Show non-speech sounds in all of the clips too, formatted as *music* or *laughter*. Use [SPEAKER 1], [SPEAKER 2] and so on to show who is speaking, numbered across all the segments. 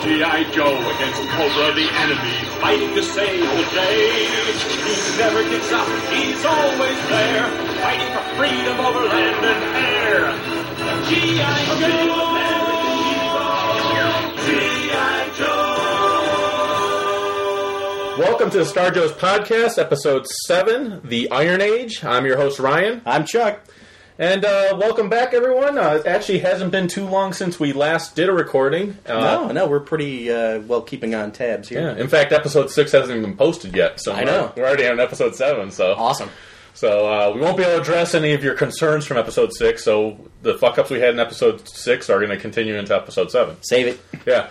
[SPEAKER 1] G.I. Joe against Cobra the enemy, fighting to save the day. He never gives up, he's always there, fighting for freedom over land and air. The G.I. Joe! G.I. Joe!
[SPEAKER 2] Welcome to the Star Joe's podcast, episode 7, The Iron Age. I'm your host, Ryan.
[SPEAKER 3] I'm Chuck.
[SPEAKER 2] And uh, welcome back, everyone. Uh, it actually hasn't been too long since we last did a recording. Uh,
[SPEAKER 3] no, no, we're pretty uh, well keeping on tabs here.
[SPEAKER 2] Yeah. In fact, episode six hasn't even been posted yet. So
[SPEAKER 3] I know.
[SPEAKER 2] we're already on episode seven. So
[SPEAKER 3] Awesome.
[SPEAKER 2] So uh, we won't be able to address any of your concerns from episode six. So the fuck ups we had in episode six are going to continue into episode seven.
[SPEAKER 3] Save it. *laughs*
[SPEAKER 2] Yeah.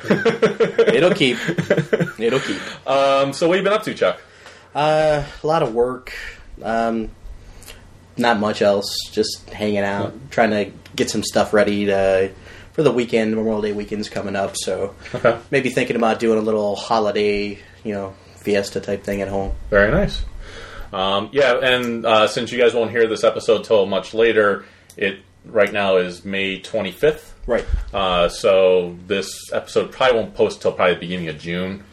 [SPEAKER 2] *laughs*
[SPEAKER 3] It'll keep. It'll keep.
[SPEAKER 2] um, so what have you been up to, Chuck?
[SPEAKER 3] Uh, a lot of work. Um, not much else. Just hanging out, trying to get some stuff ready to, for the weekend. Memorial Day weekend's coming up,
[SPEAKER 2] *laughs*
[SPEAKER 3] so
[SPEAKER 2] Okay.
[SPEAKER 3] maybe thinking about doing a little holiday, you know, fiesta type thing at home.
[SPEAKER 2] Very nice. Um, yeah, and uh, since you guys won't hear this episode till much later, it right now is May twenty fifth.
[SPEAKER 3] Right.
[SPEAKER 2] Uh, so this episode probably won't post till probably the beginning of June.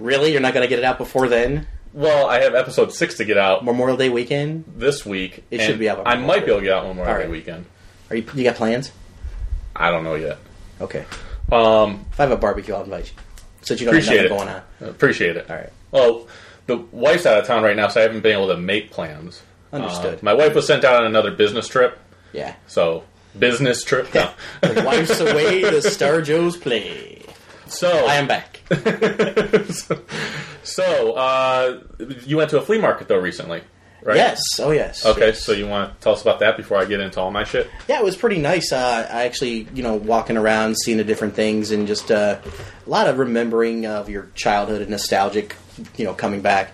[SPEAKER 3] Really, you're not gonna get it out before then?
[SPEAKER 2] Well, I have episode six to get out
[SPEAKER 3] Memorial Day weekend?
[SPEAKER 2] this week.
[SPEAKER 3] It
[SPEAKER 2] and
[SPEAKER 3] should be out by
[SPEAKER 2] I might be able to get out one more
[SPEAKER 3] All
[SPEAKER 2] every
[SPEAKER 3] right.
[SPEAKER 2] weekend.
[SPEAKER 3] Are you? You got plans?
[SPEAKER 2] I don't know yet.
[SPEAKER 3] Okay.
[SPEAKER 2] Um,
[SPEAKER 3] If I have a barbecue, I'll invite you. Since you don't
[SPEAKER 2] appreciate
[SPEAKER 3] have
[SPEAKER 2] it.
[SPEAKER 3] nothing going on.
[SPEAKER 2] Appreciate it.
[SPEAKER 3] All right.
[SPEAKER 2] Well, the wife's out of town right now, so I haven't been able to make plans. Uh,
[SPEAKER 3] Understood.
[SPEAKER 2] my wife was sent out on another business trip,
[SPEAKER 3] Yeah.
[SPEAKER 2] so business
[SPEAKER 3] *laughs*
[SPEAKER 2] trip. No.
[SPEAKER 3] The wipes away the Star Joe's play.
[SPEAKER 2] so
[SPEAKER 3] I am back.
[SPEAKER 2] so uh, you went to a flea market though recently, right?
[SPEAKER 3] Yes. Oh, yes.
[SPEAKER 2] Okay,
[SPEAKER 3] yes.
[SPEAKER 2] so you want to tell us about that before I get into all my shit?
[SPEAKER 3] yeah, it was pretty nice. Uh, I actually, you know, walking around, seeing the different things, and just uh, a lot of remembering of your childhood and nostalgic, you know, coming back.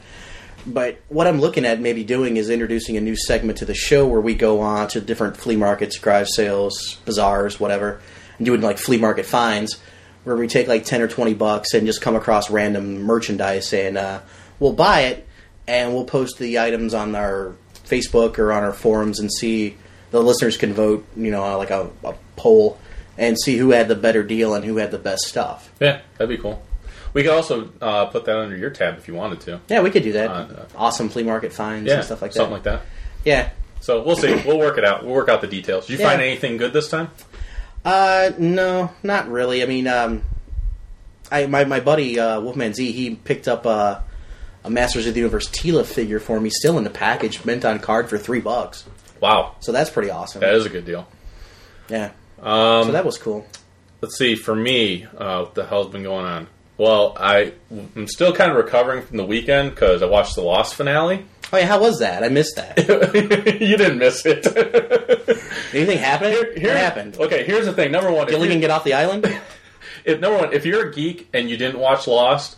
[SPEAKER 3] But what I'm looking at maybe doing is introducing a new segment to the show where we go on to different flea markets, garage sales, bazaars, whatever, and doing like flea market finds where we take like 10 or 20 bucks and just come across random merchandise and uh, we'll buy it and we'll post the items on our Facebook or on our forums and see the listeners can vote, you know, like a, a poll and see who had the better deal and who had the best stuff.
[SPEAKER 2] Yeah, that'd be cool. We could also uh, put that under your tab if you wanted to.
[SPEAKER 3] Yeah, we could do that.
[SPEAKER 2] Uh,
[SPEAKER 3] awesome flea market finds
[SPEAKER 2] Yeah,
[SPEAKER 3] and stuff like that.
[SPEAKER 2] something like that.
[SPEAKER 3] yeah.
[SPEAKER 2] So we'll see. We'll work it out. We'll work out the details. Did you find
[SPEAKER 3] Yeah.
[SPEAKER 2] anything good this time?
[SPEAKER 3] Uh, no, not really. I mean, um, I my my buddy uh, Wolfman Z he picked up uh, a Masters of the Universe Tila figure for me, still in the package, mint on card for three bucks.
[SPEAKER 2] Wow,
[SPEAKER 3] So that's pretty awesome.
[SPEAKER 2] that Um, is a good deal.
[SPEAKER 3] yeah. so that was cool.
[SPEAKER 2] Let's see. For me, uh, what the hell's been going on? Well, I I'm still kind of recovering from the weekend because I watched the Lost finale. *laughs*
[SPEAKER 3] Oh yeah, how was that? I missed that.
[SPEAKER 2] you didn't miss it.
[SPEAKER 3] Anything happen?
[SPEAKER 2] Here-
[SPEAKER 3] What happened?
[SPEAKER 2] Okay, here's the thing. Number one, if
[SPEAKER 3] Gilligan
[SPEAKER 2] you-
[SPEAKER 3] get off
[SPEAKER 2] *laughs*
[SPEAKER 3] the island?
[SPEAKER 2] if number one, if you're a geek and you didn't watch Lost,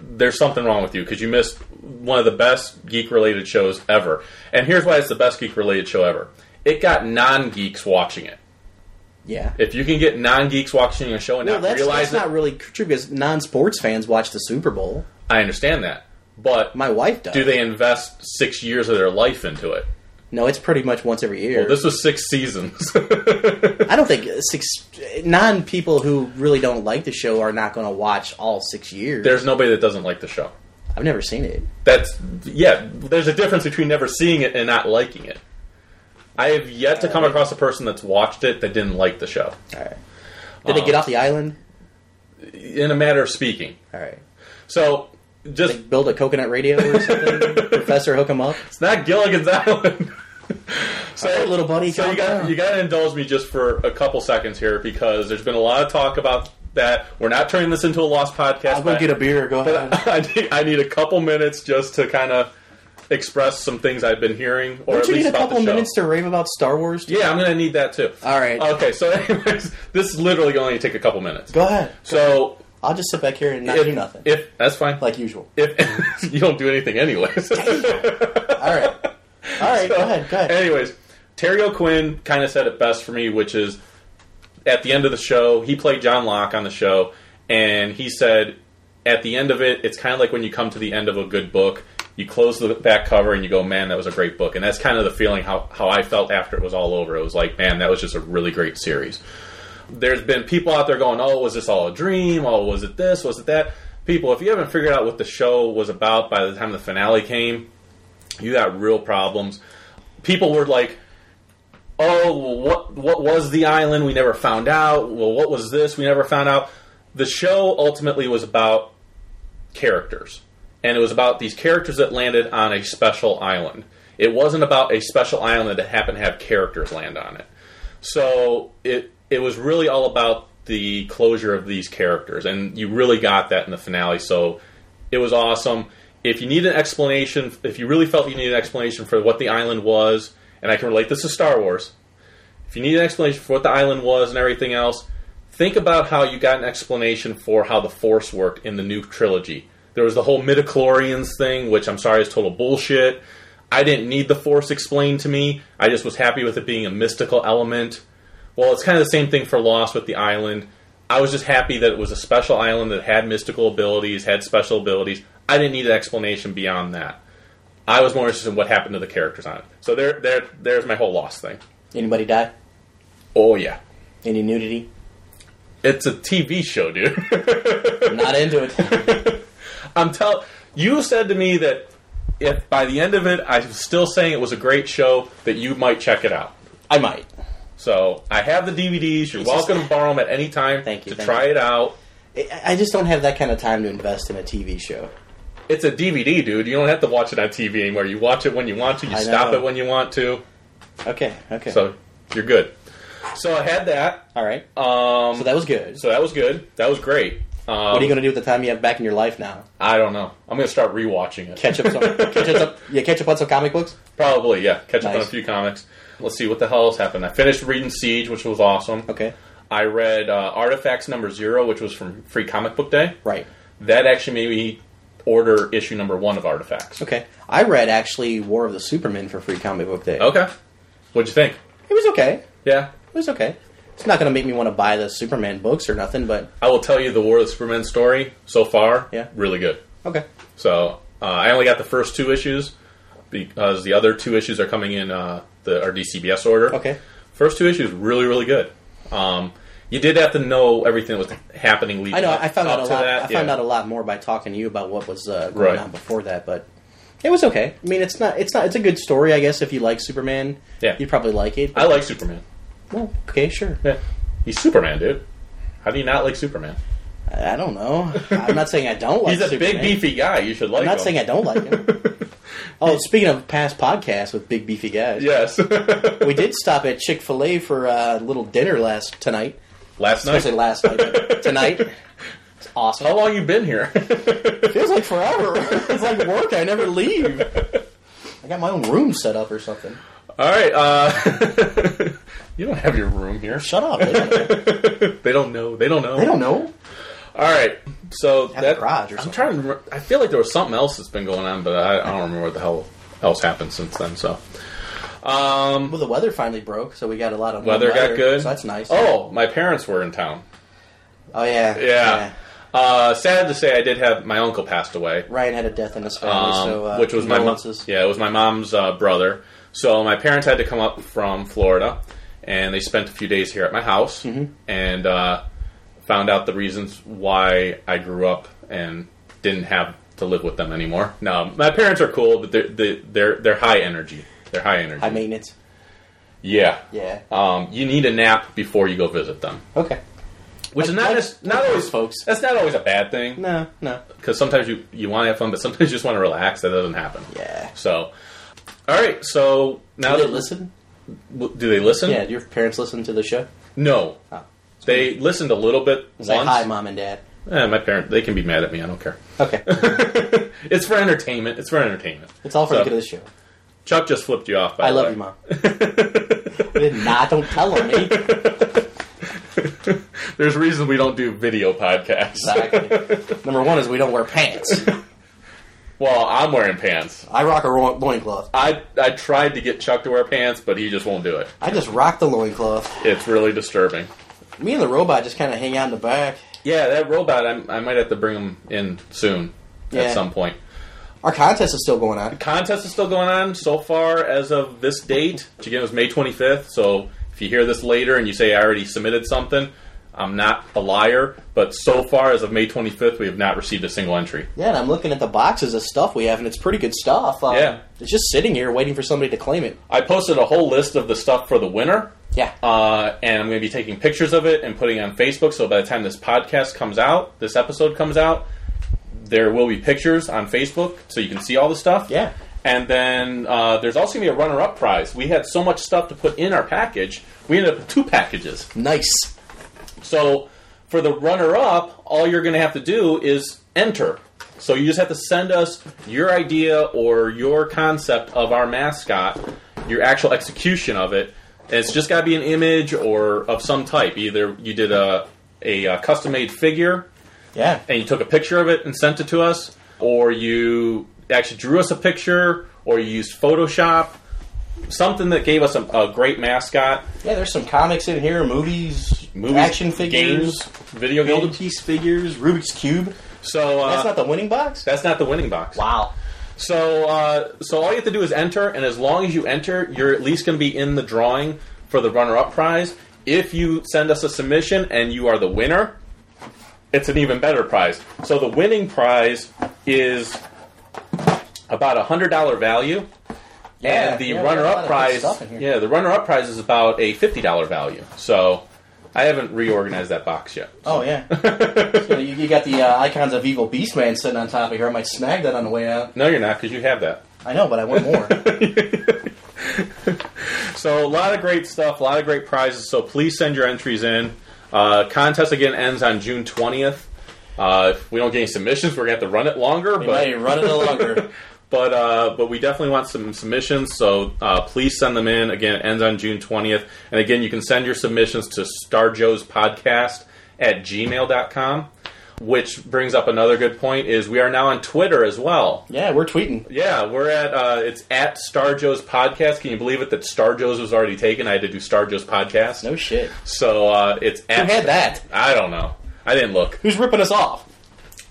[SPEAKER 2] there's something wrong with you because you missed one of the best geek-related shows ever. And here's why it's the best geek-related show ever. It got non-geeks watching it.
[SPEAKER 3] Yeah.
[SPEAKER 2] If you can get non-geeks watching a show and
[SPEAKER 3] Well,
[SPEAKER 2] not
[SPEAKER 3] that's,
[SPEAKER 2] realize
[SPEAKER 3] that's
[SPEAKER 2] it,
[SPEAKER 3] not really true because non-sports fans watch the Super Bowl.
[SPEAKER 2] I understand that. But
[SPEAKER 3] My wife does.
[SPEAKER 2] do they invest six years of their life into it?
[SPEAKER 3] No, it's pretty much once every year.
[SPEAKER 2] Well, this was six
[SPEAKER 3] *laughs*
[SPEAKER 2] seasons.
[SPEAKER 3] I don't think six non people who really don't like the show are not going to watch all six years.
[SPEAKER 2] there's nobody that doesn't like the show.
[SPEAKER 3] I've never seen it.
[SPEAKER 2] That's yeah. There's a difference between never seeing it and not liking it. I have yet to
[SPEAKER 3] Uh,
[SPEAKER 2] come across a person that's watched it that didn't like the show.
[SPEAKER 3] All right. Did
[SPEAKER 2] Uh,
[SPEAKER 3] they get off the island?
[SPEAKER 2] In a matter of speaking,
[SPEAKER 3] All right.
[SPEAKER 2] so just
[SPEAKER 3] They build a coconut radio or
[SPEAKER 2] *laughs*
[SPEAKER 3] something. Professor, hook him up.
[SPEAKER 2] it's not Gilligan's *laughs*
[SPEAKER 3] *laughs*
[SPEAKER 2] Island. so
[SPEAKER 3] All right, little buddy,
[SPEAKER 2] so you
[SPEAKER 3] calm
[SPEAKER 2] got
[SPEAKER 3] down.
[SPEAKER 2] you got to indulge me just for a couple seconds here because there's been a lot of talk about that. We're not turning this into a lost podcast.
[SPEAKER 3] I'll go
[SPEAKER 2] but-
[SPEAKER 3] get a beer. Go ahead.
[SPEAKER 2] *laughs* I need, I need a couple minutes just to kind of express some things I've been hearing, or
[SPEAKER 3] Don't
[SPEAKER 2] at
[SPEAKER 3] you
[SPEAKER 2] least
[SPEAKER 3] need a
[SPEAKER 2] about
[SPEAKER 3] couple
[SPEAKER 2] the show.
[SPEAKER 3] minutes to rave about Star Wars?
[SPEAKER 2] Yeah, I'm gonna need that too.
[SPEAKER 3] All right.
[SPEAKER 2] Okay, so *laughs* anyways, this is literally going to take a couple minutes.
[SPEAKER 3] Go ahead.
[SPEAKER 2] So
[SPEAKER 3] I'll just sit back here and not
[SPEAKER 2] if,
[SPEAKER 3] do nothing,
[SPEAKER 2] if that's fine,
[SPEAKER 3] like usual.
[SPEAKER 2] if *laughs* you don't do anything
[SPEAKER 3] *laughs*
[SPEAKER 2] anyways.
[SPEAKER 3] All right.
[SPEAKER 2] *laughs*
[SPEAKER 3] All right. go ahead. Go ahead.
[SPEAKER 2] anyways, Terry O'Quinn kind of said it best for me, which is at the end of the show, he played John Locke on the show, and he said at the end of it, it's kind of like when you come to the end of a good book. You close the back cover and you go, man, that was a great book. And that's kind of the feeling how, how I felt after it was all over. It was like, man, that was just a really great series. There's been people out there going, "Oh, was this all a dream? Oh, was it this? Was it that?" People, if you haven't figured out what the show was about by the time the finale came, you got real problems. People were like, "Oh, well, what what was the island? We never found out. Well, what was this? We never found out." The show ultimately was about characters. And it was about these characters that landed on a special island. It wasn't about a special island that happened to have characters land on it. So it it was really all about the closure of these characters, and you really got that in the finale. So it was awesome. If you need an explanation, if you really felt you needed an explanation for what the island was, and I can relate this to Star Wars, if you need an explanation for what the island was and everything else, think about how you got an explanation for how the Force worked in the new trilogy. There was the whole midichlorians thing, which I'm sorry is total bullshit. I didn't need the Force explained to me. I just was happy with it being a mystical element. Well, it's kind of the same thing for Lost with the island. I was just happy that it was a special island that had mystical abilities, had special abilities. I didn't need an explanation beyond that. I was more interested in what happened to the characters on it. So there, there, there's my whole Lost thing.
[SPEAKER 3] Anybody die?
[SPEAKER 2] Oh yeah,
[SPEAKER 3] Any nudity?
[SPEAKER 2] it's a TV show, dude. *laughs*
[SPEAKER 3] I'm not into it.
[SPEAKER 2] I'm tell. You said to me that if by the end of it I was still saying it was a great show, that you might check it out.
[SPEAKER 3] I might.
[SPEAKER 2] So I have the DVDs. You're
[SPEAKER 3] It's just-
[SPEAKER 2] welcome to borrow them at any time
[SPEAKER 3] Thank you,
[SPEAKER 2] to
[SPEAKER 3] thank
[SPEAKER 2] try
[SPEAKER 3] you.
[SPEAKER 2] it out.
[SPEAKER 3] I I just don't have that kind of time to invest in a TV show.
[SPEAKER 2] It's a DVD, dude. You don't have to watch it on TV anymore. You watch it when you want to. You
[SPEAKER 3] I
[SPEAKER 2] stop
[SPEAKER 3] know.
[SPEAKER 2] it when you want to.
[SPEAKER 3] Okay, okay.
[SPEAKER 2] So you're good. So I had that.
[SPEAKER 3] All right.
[SPEAKER 2] Um,
[SPEAKER 3] So that was good.
[SPEAKER 2] so that was good. That was great. Um,
[SPEAKER 3] what are you going to do with the time you have back in your life now?
[SPEAKER 2] I don't know. I'm gonna start rewatching it.
[SPEAKER 3] Catch up
[SPEAKER 2] *laughs*
[SPEAKER 3] some catch up some, yeah, catch up on some comic books?
[SPEAKER 2] Probably, yeah. Catch up on a
[SPEAKER 3] Nice.
[SPEAKER 2] few comics. Let's see what the hell has happened. I finished reading Siege, which was awesome.
[SPEAKER 3] Okay.
[SPEAKER 2] I read uh, Artifacts number zero, which was from Free Comic Book Day.
[SPEAKER 3] Right.
[SPEAKER 2] That actually made me order issue number one of Artifacts.
[SPEAKER 3] Okay. I read actually War of the Superman for free comic book day.
[SPEAKER 2] Okay. What'd you think?
[SPEAKER 3] It was okay.
[SPEAKER 2] Yeah.
[SPEAKER 3] It was okay. It's not going to make me want to buy the Superman books or nothing, but
[SPEAKER 2] I will tell you the War of the Superman story so far.
[SPEAKER 3] Yeah.
[SPEAKER 2] Really good.
[SPEAKER 3] okay.
[SPEAKER 2] So uh, I only got the first two issues because the other two issues are coming in uh, the our DCBS order.
[SPEAKER 3] Okay.
[SPEAKER 2] First two issues really really good. Um, you did have to know everything that was happening leading.
[SPEAKER 3] I know
[SPEAKER 2] up,
[SPEAKER 3] I found
[SPEAKER 2] up
[SPEAKER 3] out a
[SPEAKER 2] to
[SPEAKER 3] lot.
[SPEAKER 2] That.
[SPEAKER 3] I found
[SPEAKER 2] yeah.
[SPEAKER 3] out a lot more by talking to you about what was uh, going
[SPEAKER 2] Right.
[SPEAKER 3] on before that, but it was okay. I mean, it's not. It's not. It's a good story, I guess. If you like Superman,
[SPEAKER 2] Yeah.
[SPEAKER 3] you'd probably like it.
[SPEAKER 2] I like Superman.
[SPEAKER 3] well, okay, sure.
[SPEAKER 2] Yeah, he's Superman, dude. How do you not like Superman?
[SPEAKER 3] I, I don't know. I'm not saying I don't
[SPEAKER 2] *laughs*
[SPEAKER 3] like.
[SPEAKER 2] He's a big
[SPEAKER 3] Superman.
[SPEAKER 2] beefy guy. You should like.
[SPEAKER 3] I'm not
[SPEAKER 2] him.
[SPEAKER 3] saying I don't like him.
[SPEAKER 2] *laughs*
[SPEAKER 3] oh, speaking of past podcasts with big beefy guys,
[SPEAKER 2] Yes. *laughs*
[SPEAKER 3] we did stop at Chick Fil A for uh, a little dinner last tonight.
[SPEAKER 2] Last
[SPEAKER 3] I
[SPEAKER 2] night.
[SPEAKER 3] say last night,
[SPEAKER 2] *laughs*
[SPEAKER 3] but tonight. It's awesome.
[SPEAKER 2] How long you been here? *laughs*
[SPEAKER 3] Feels like forever. it's like work. I never leave. I got my own room set up or something.
[SPEAKER 2] All right. Uh, *laughs* you don't have your room here.
[SPEAKER 3] Shut up. They don't know.
[SPEAKER 2] They don't know. They don't know.
[SPEAKER 3] They don't know.
[SPEAKER 2] All right, so
[SPEAKER 3] Have a
[SPEAKER 2] that
[SPEAKER 3] garage or
[SPEAKER 2] I'm
[SPEAKER 3] something.
[SPEAKER 2] trying to. Remember, I feel like there was something else that's been going on, but I, I don't remember what the hell else happened since then. So, um,
[SPEAKER 3] Well, the weather finally broke, so we got a lot of warm
[SPEAKER 2] weather got good.
[SPEAKER 3] So that's nice.
[SPEAKER 2] Oh, my parents were in town.
[SPEAKER 3] Oh, yeah.
[SPEAKER 2] Yeah. Uh, sad to say, I did have my uncle passed away,
[SPEAKER 3] Ryan had a death in his family,
[SPEAKER 2] um,
[SPEAKER 3] so uh,
[SPEAKER 2] which was my mom.
[SPEAKER 3] condolences.
[SPEAKER 2] Yeah, it was my mom's uh, brother. So my parents had to come up from Florida, and they spent a few days here at my house,
[SPEAKER 3] Mm-hmm.
[SPEAKER 2] and uh, found out the reasons why I grew up and didn't have to live with them anymore. No, my parents are cool, but they're they're they're, they're high energy. They're high energy.
[SPEAKER 3] High maintenance.
[SPEAKER 2] yeah.
[SPEAKER 3] Yeah.
[SPEAKER 2] Um, you need a nap before you go visit them,
[SPEAKER 3] Oh, Okay.
[SPEAKER 2] which is
[SPEAKER 3] Like-
[SPEAKER 2] not
[SPEAKER 3] like-
[SPEAKER 2] as- not
[SPEAKER 3] like
[SPEAKER 2] always
[SPEAKER 3] most folks.
[SPEAKER 2] That's not always a bad thing
[SPEAKER 3] No, no.
[SPEAKER 2] because sometimes you you want to have fun, but sometimes you just want to relax. That doesn't happen.
[SPEAKER 3] Yeah.
[SPEAKER 2] So, all right. So now
[SPEAKER 3] Do they
[SPEAKER 2] that- Hmm?
[SPEAKER 3] listen?
[SPEAKER 2] w- do they listen?
[SPEAKER 3] Yeah, do your parents listen to the show?
[SPEAKER 2] No,
[SPEAKER 3] Oh.
[SPEAKER 2] they listened a little bit
[SPEAKER 3] Say
[SPEAKER 2] once.
[SPEAKER 3] hi, Mom and Dad.
[SPEAKER 2] Eh, my parents they can be mad at me. I don't care. *laughs*
[SPEAKER 3] Okay.
[SPEAKER 2] It's for entertainment. It's for entertainment.
[SPEAKER 3] It's all for
[SPEAKER 2] So-
[SPEAKER 3] the good of the show.
[SPEAKER 2] Chuck just flipped you off. By
[SPEAKER 3] I
[SPEAKER 2] the
[SPEAKER 3] love
[SPEAKER 2] way.
[SPEAKER 3] you,
[SPEAKER 2] *laughs*
[SPEAKER 3] Mom. nah, don't tell them, eh?
[SPEAKER 2] There's reasons we don't do video podcasts.
[SPEAKER 3] Exactly. *laughs* Number one is we don't wear pants.
[SPEAKER 2] Well, I'm wearing pants.
[SPEAKER 3] I rock a ro- loincloth.
[SPEAKER 2] I I tried to get Chuck to wear pants, but he just won't do it.
[SPEAKER 3] I just rock the loincloth.
[SPEAKER 2] It's really disturbing.
[SPEAKER 3] Me and the robot just kind of hang out in the back.
[SPEAKER 2] Yeah, that robot. I'm, I might have to bring him in soon at
[SPEAKER 3] Yeah.
[SPEAKER 2] some point.
[SPEAKER 3] Our contest is still going on.
[SPEAKER 2] contest is still going on so far as of this date, which again was May 25th. So if If you hear this later and you say I already submitted something, I'm not a liar. But so far as of May 25th, we have not received a single entry.
[SPEAKER 3] Yeah, and I'm looking at the boxes of stuff we have, and it's pretty good stuff. Uh,
[SPEAKER 2] Yeah.
[SPEAKER 3] It's just sitting here waiting for somebody to claim it.
[SPEAKER 2] I posted a whole list of the stuff for the winner.
[SPEAKER 3] Yeah.
[SPEAKER 2] Uh, and I'm going to be taking pictures of it and putting it on Facebook. So by the time this podcast comes out, this episode comes out, there will be pictures on Facebook so you can see all the stuff.
[SPEAKER 3] Yeah.
[SPEAKER 2] And then uh, there's also going to be a runner up prize. We had so much stuff to put in our package, we ended up with two packages.
[SPEAKER 3] nice.
[SPEAKER 2] So for the runner up, all you're going to have to do is enter. So you just have to send us your idea or your concept of our mascot, your actual execution of it. And it's just got to be an image or of some type. Either you did a a, uh custom made figure
[SPEAKER 3] Yeah.
[SPEAKER 2] and you took a picture of it and sent it to us, or you actually drew us a picture, or you used Photoshop, something that gave us a, a great mascot.
[SPEAKER 3] Yeah, there's some comics in here, movies,
[SPEAKER 2] Movies,
[SPEAKER 3] action figures,
[SPEAKER 2] games, video
[SPEAKER 3] build a
[SPEAKER 2] games.
[SPEAKER 3] piece figures, Rubik's Cube.
[SPEAKER 2] So uh,
[SPEAKER 3] That's not the winning box?
[SPEAKER 2] That's not the winning box.
[SPEAKER 3] Wow.
[SPEAKER 2] So, uh, so all you have to do is enter, and as long as you enter, you're at least going to be in the drawing for the runner-up prize. If you send us a submission and you are the winner, it's an even better prize. So the winning prize is about a hundred dollar value,
[SPEAKER 3] Yeah,
[SPEAKER 2] and the
[SPEAKER 3] yeah, we got a lot
[SPEAKER 2] runner-up
[SPEAKER 3] of good
[SPEAKER 2] prize,
[SPEAKER 3] stuff in here.
[SPEAKER 2] yeah, the runner-up prize is about a fifty dollar value. So, I haven't reorganized that box yet.
[SPEAKER 3] Oh, *laughs* yeah. so you, you got the uh, icons of Evil Beastman sitting on top of here. I might snag that on the way out.
[SPEAKER 2] No, you're not because you have that.
[SPEAKER 3] I know, but I want *laughs* more.
[SPEAKER 2] So a lot of great stuff, a lot of great prizes. So please send your entries in. Uh, contest again ends on June twentieth. Uh, if we don't get any submissions, we're gonna have to run it longer.
[SPEAKER 3] we
[SPEAKER 2] but
[SPEAKER 3] might run it longer.
[SPEAKER 2] but uh, but we definitely want some submissions. So uh, please send them in. Again, it ends on June twentieth. And again, you can send your submissions to starjoespodcast at gmail.com. Which brings up another good point: is we are now on Twitter as well.
[SPEAKER 3] Yeah, we're tweeting.
[SPEAKER 2] Yeah, we're at uh, it's at Star Joe's podcast. Can you believe it that Star Joe's was already taken? I had to do Star Joe's podcast.
[SPEAKER 3] No shit.
[SPEAKER 2] So uh, it's
[SPEAKER 3] Who
[SPEAKER 2] at
[SPEAKER 3] had that?
[SPEAKER 2] I don't know. I didn't look.
[SPEAKER 3] Who's ripping us off?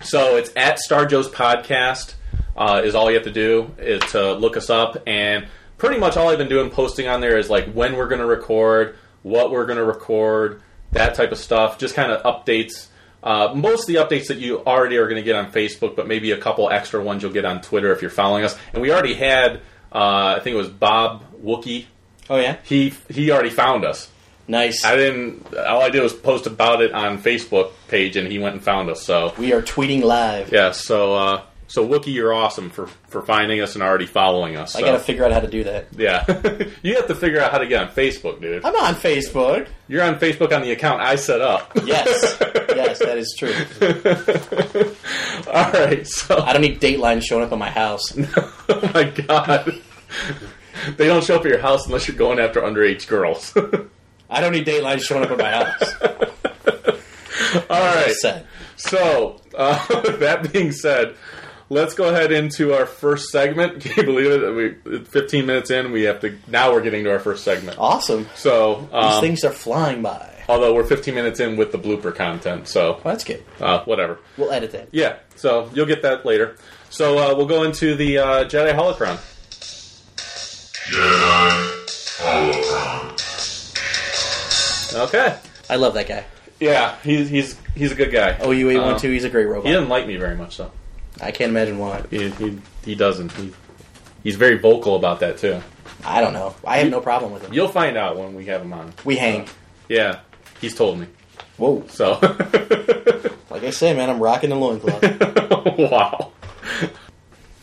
[SPEAKER 2] So it's at Star Joe's podcast uh, is all you have to do is to look us up and pretty much all I've been doing posting on there is like when we're going to record, what we're going to record, that type of stuff. Just kind of updates. Uh, most of the updates that you already are going to get on Facebook, but maybe a couple extra ones you'll get on Twitter if you're following us. And we already had, uh, I think it was Bob Wookie.
[SPEAKER 3] Oh, yeah?
[SPEAKER 2] He he already found us.
[SPEAKER 3] Nice.
[SPEAKER 2] I didn't. All I did was post about it on Facebook page, and he went and found us. So
[SPEAKER 3] we are tweeting live.
[SPEAKER 2] yeah, so uh, so Wookie, you're awesome for for finding us and already following us.
[SPEAKER 3] I
[SPEAKER 2] so,
[SPEAKER 3] gotta figure out how to do that.
[SPEAKER 2] yeah, *laughs* you have to figure out how to get on Facebook, dude.
[SPEAKER 3] I'm on *laughs* Facebook.
[SPEAKER 2] You're on Facebook on the account I set up. *laughs*
[SPEAKER 3] Yes, yes, that is true.
[SPEAKER 2] all right, so *laughs*
[SPEAKER 3] I don't need Dateline showing up at my house.
[SPEAKER 2] oh my god. *laughs* They don't show up at your house unless you're going after underage girls. *laughs*
[SPEAKER 3] I don't need Dateline showing up at my house.
[SPEAKER 2] All right.
[SPEAKER 3] Said.
[SPEAKER 2] So, uh, *laughs* that being said, let's go ahead into our first segment. *laughs* Can you believe it? We 15 minutes in, we have to now we're getting to our first segment.
[SPEAKER 3] Awesome.
[SPEAKER 2] So,
[SPEAKER 3] These
[SPEAKER 2] um,
[SPEAKER 3] things are flying by.
[SPEAKER 2] although we're 15 minutes in with the blooper content, so
[SPEAKER 3] Well, that's good.
[SPEAKER 2] uh, whatever.
[SPEAKER 3] We'll edit that.
[SPEAKER 2] Yeah, so you'll get that later. So uh, we'll go into the uh, Jedi Holocron. Okay.
[SPEAKER 3] I love that guy.
[SPEAKER 2] Yeah, he's he's he's a good guy.
[SPEAKER 3] Oh, OUA12,
[SPEAKER 2] Uh,
[SPEAKER 3] he's a great
[SPEAKER 2] he
[SPEAKER 3] robot.
[SPEAKER 2] didn't like me very much though.
[SPEAKER 3] I can't imagine why.
[SPEAKER 2] He, he, he doesn't. He, he's very vocal about that too.
[SPEAKER 3] I don't know. I have no problem with him.
[SPEAKER 2] You'll find out when we have him on.
[SPEAKER 3] We hang.
[SPEAKER 2] Yeah, he's told me.
[SPEAKER 3] Whoa.
[SPEAKER 2] So *laughs*
[SPEAKER 3] Like I say, man, I'm rocking the loincloth.
[SPEAKER 2] wow.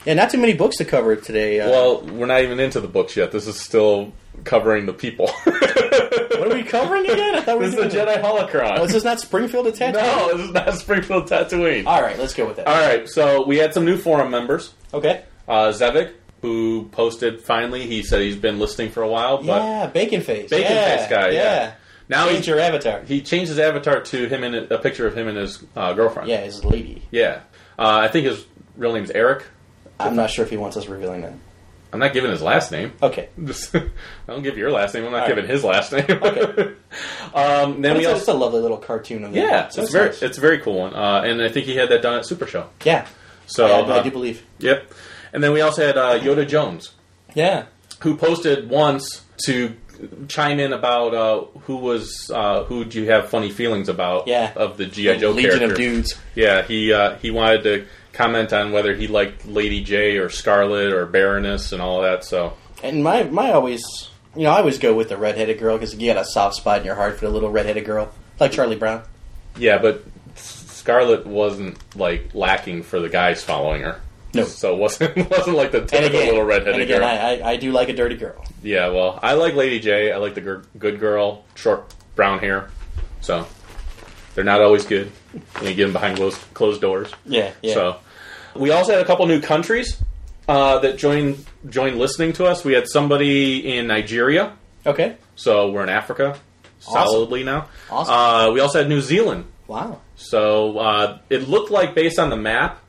[SPEAKER 3] yeah, not too many books to cover today. Uh,
[SPEAKER 2] Well, we're not even into the books yet. This is still covering the people. *laughs*
[SPEAKER 3] what are we covering again? I thought we
[SPEAKER 2] this
[SPEAKER 3] were
[SPEAKER 2] is the
[SPEAKER 3] doing
[SPEAKER 2] Jedi Holocron.
[SPEAKER 3] Oh, is this not Springfield
[SPEAKER 2] *laughs*
[SPEAKER 3] Attack?
[SPEAKER 2] no, this is not Springfield Tatooine.
[SPEAKER 3] All right, let's go with that.
[SPEAKER 2] All right, so we had some new forum members.
[SPEAKER 3] Okay.
[SPEAKER 2] Uh, Zevik, who posted finally, he said he's been listening for a while, but
[SPEAKER 3] Yeah, Bacon Face.
[SPEAKER 2] Bacon
[SPEAKER 3] yeah,
[SPEAKER 2] Face guy, yeah. now
[SPEAKER 3] Change
[SPEAKER 2] he's
[SPEAKER 3] your avatar.
[SPEAKER 2] he changed his avatar to him and a picture of him and his uh, girlfriend.
[SPEAKER 3] Yeah, his lady.
[SPEAKER 2] Yeah. Uh, I think his real name's Eric.
[SPEAKER 3] I'm not sure if he wants us revealing that.
[SPEAKER 2] I'm not giving his last name. *laughs*
[SPEAKER 3] Okay.
[SPEAKER 2] Just, I don't give your last name. I'm not
[SPEAKER 3] All
[SPEAKER 2] giving
[SPEAKER 3] right.
[SPEAKER 2] his last name.
[SPEAKER 3] *laughs* Okay.
[SPEAKER 2] *laughs* um, then
[SPEAKER 3] But
[SPEAKER 2] we
[SPEAKER 3] it's, a, it's a
[SPEAKER 2] also
[SPEAKER 3] lovely little cartoon. Of
[SPEAKER 2] yeah,
[SPEAKER 3] that.
[SPEAKER 2] it's, very
[SPEAKER 3] nice.
[SPEAKER 2] it's a very cool one. Uh, and I think he had that done at Super Show.
[SPEAKER 3] yeah.
[SPEAKER 2] So
[SPEAKER 3] Yeah, I do- I
[SPEAKER 2] uh,
[SPEAKER 3] do believe.
[SPEAKER 2] Yep. And then we also had uh, Yoda Jones,
[SPEAKER 3] Yeah.
[SPEAKER 2] who posted once to chime in about uh, who was uh, who do you have funny feelings about?
[SPEAKER 3] Yeah.
[SPEAKER 2] of the GI Joe
[SPEAKER 3] Legion
[SPEAKER 2] character.
[SPEAKER 3] of dudes.
[SPEAKER 2] Yeah, he uh, he wanted to comment on whether he liked Lady J or Scarlet or Baroness and all that. So
[SPEAKER 3] And my my always, you know, I always go with the redheaded girl because you got a soft spot in your heart for the little redheaded girl, like Charlie Brown.
[SPEAKER 2] yeah, but Scarlet wasn't like lacking for the guys following her.
[SPEAKER 3] No.
[SPEAKER 2] so it wasn't *laughs* wasn't like the
[SPEAKER 3] And
[SPEAKER 2] typical
[SPEAKER 3] again,
[SPEAKER 2] little redheaded
[SPEAKER 3] and again,
[SPEAKER 2] girl.
[SPEAKER 3] I, I I do like a dirty girl.
[SPEAKER 2] Yeah, well, I like Lady J. I like the gir- good girl, short brown hair. So they're not always good. You get them behind closed, closed doors.
[SPEAKER 3] Yeah, yeah.
[SPEAKER 2] So we also had a couple new countries uh, that joined joined listening to us. We had somebody in Nigeria,
[SPEAKER 3] Okay.
[SPEAKER 2] so we're in Africa
[SPEAKER 3] Awesome.
[SPEAKER 2] solidly now.
[SPEAKER 3] Awesome.
[SPEAKER 2] Uh, we also had New Zealand.
[SPEAKER 3] Wow.
[SPEAKER 2] So uh, it looked like, based on the map,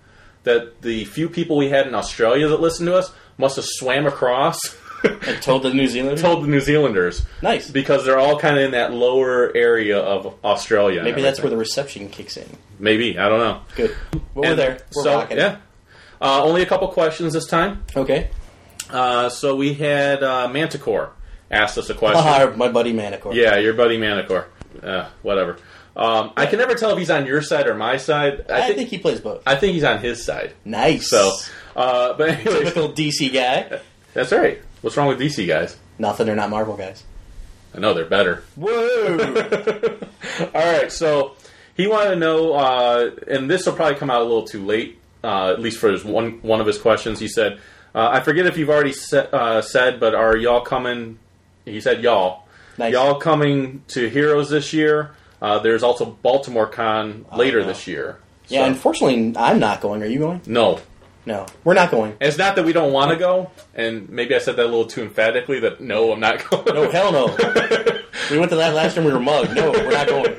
[SPEAKER 2] that the few people we had in Australia that listened to us must have swam across. *laughs*
[SPEAKER 3] Told the New Zealanders.
[SPEAKER 2] told the New Zealanders
[SPEAKER 3] nice.
[SPEAKER 2] because they're all kind of in that lower area of Australia. and
[SPEAKER 3] Maybe that's where
[SPEAKER 2] everything.
[SPEAKER 3] the reception kicks in.
[SPEAKER 2] maybe I don't know.
[SPEAKER 3] Good. Well, we're
[SPEAKER 2] And
[SPEAKER 3] there. We're
[SPEAKER 2] so
[SPEAKER 3] rocking.
[SPEAKER 2] yeah, uh, only a couple questions this time.
[SPEAKER 3] Okay.
[SPEAKER 2] Uh, so we had uh, Manticore asked us a question.
[SPEAKER 3] *laughs* Haha, my buddy Manicore.
[SPEAKER 2] Yeah, your buddy Manticore. Uh, whatever. Um, I can never tell if he's on your side or my side.
[SPEAKER 3] I,
[SPEAKER 2] I
[SPEAKER 3] think,
[SPEAKER 2] think,
[SPEAKER 3] he plays both.
[SPEAKER 2] I think he's on his side.
[SPEAKER 3] nice.
[SPEAKER 2] So, uh, but
[SPEAKER 3] *laughs*
[SPEAKER 2] anyway,
[SPEAKER 3] typical DC guy.
[SPEAKER 2] that's all right. What's wrong with DC guys?
[SPEAKER 3] Nothing. They're not Marvel guys.
[SPEAKER 2] I know they're better. *laughs*
[SPEAKER 3] Whoa.
[SPEAKER 2] All right, so he wanted to know, uh, and this will probably come out a little too late, uh, at least for his one one of his questions. He said, uh, "I forget if you've already sa- uh, said, but are y'all coming?" He said, "Y'all,
[SPEAKER 3] Nice.
[SPEAKER 2] y'all coming to Heroes this year? Uh, there's also Baltimore Con later
[SPEAKER 3] no.
[SPEAKER 2] this year.
[SPEAKER 3] yeah.
[SPEAKER 2] So-
[SPEAKER 3] Unfortunately, I'm not going. Are you going?
[SPEAKER 2] no."
[SPEAKER 3] No, we're not going.
[SPEAKER 2] It's not that we don't want to go, and maybe I said that a little too emphatically. That no, I'm not *laughs* going.
[SPEAKER 3] No, hell no. we went to that last time we were mugged. No, we're not going.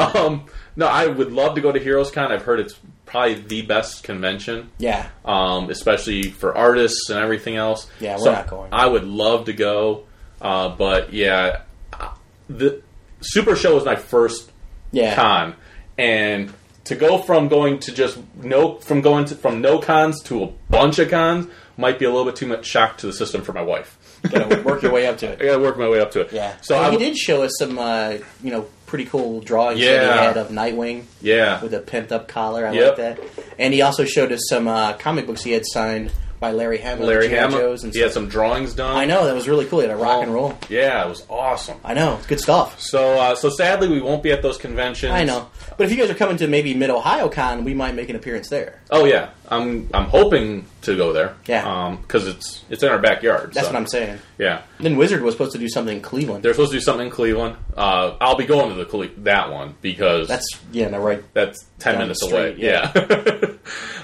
[SPEAKER 2] Um, no, I would love to go to Heroes Con. I've heard it's probably the best convention,
[SPEAKER 3] Yeah.
[SPEAKER 2] um, especially for artists and everything else.
[SPEAKER 3] Yeah, we're
[SPEAKER 2] So
[SPEAKER 3] not going.
[SPEAKER 2] I would love to go, uh, but yeah, I- the Super Show was my first
[SPEAKER 3] Yeah.
[SPEAKER 2] con, and to go from going to just no from going to, from no cons to a bunch of cons might be a little bit too much shock to the system for my wife.
[SPEAKER 3] Gotta work your way up to
[SPEAKER 2] I
[SPEAKER 3] it.
[SPEAKER 2] gotta work my way up to it.
[SPEAKER 3] Yeah.
[SPEAKER 2] So
[SPEAKER 3] So
[SPEAKER 2] I
[SPEAKER 3] he
[SPEAKER 2] would-
[SPEAKER 3] did show us some, uh, you know, pretty cool drawings that
[SPEAKER 2] Yeah.
[SPEAKER 3] he had of Nightwing
[SPEAKER 2] yeah.
[SPEAKER 3] with a pimped up collar. I
[SPEAKER 2] Yep.
[SPEAKER 3] like that. And he also showed us some uh, comic books he had signed by Larry Hamill.
[SPEAKER 2] Larry
[SPEAKER 3] G.I.
[SPEAKER 2] Hamill.
[SPEAKER 3] Joes and
[SPEAKER 2] He had Oh.
[SPEAKER 3] stuff.
[SPEAKER 2] some drawings done.
[SPEAKER 3] I know that was really cool. He had a rock and roll.
[SPEAKER 2] Yeah, it was awesome.
[SPEAKER 3] I know. It's good stuff.
[SPEAKER 2] So, uh, so sadly, we won't be at those conventions.
[SPEAKER 3] I know. But if you guys are coming to maybe Mid Ohio Con, we might make an appearance there.
[SPEAKER 2] Oh yeah, I'm I'm hoping to go there.
[SPEAKER 3] Yeah.
[SPEAKER 2] because it's it's in our backyard.
[SPEAKER 3] That's
[SPEAKER 2] so,
[SPEAKER 3] what I'm saying.
[SPEAKER 2] Yeah,
[SPEAKER 3] Then Wizard was supposed to do something in Cleveland.
[SPEAKER 2] they're supposed to do something in Cleveland. Uh, I'll be going to the Cle- that one because
[SPEAKER 3] That's yeah, no right.
[SPEAKER 2] that's ten
[SPEAKER 3] down the
[SPEAKER 2] minutes
[SPEAKER 3] street,
[SPEAKER 2] away. Yeah. *laughs*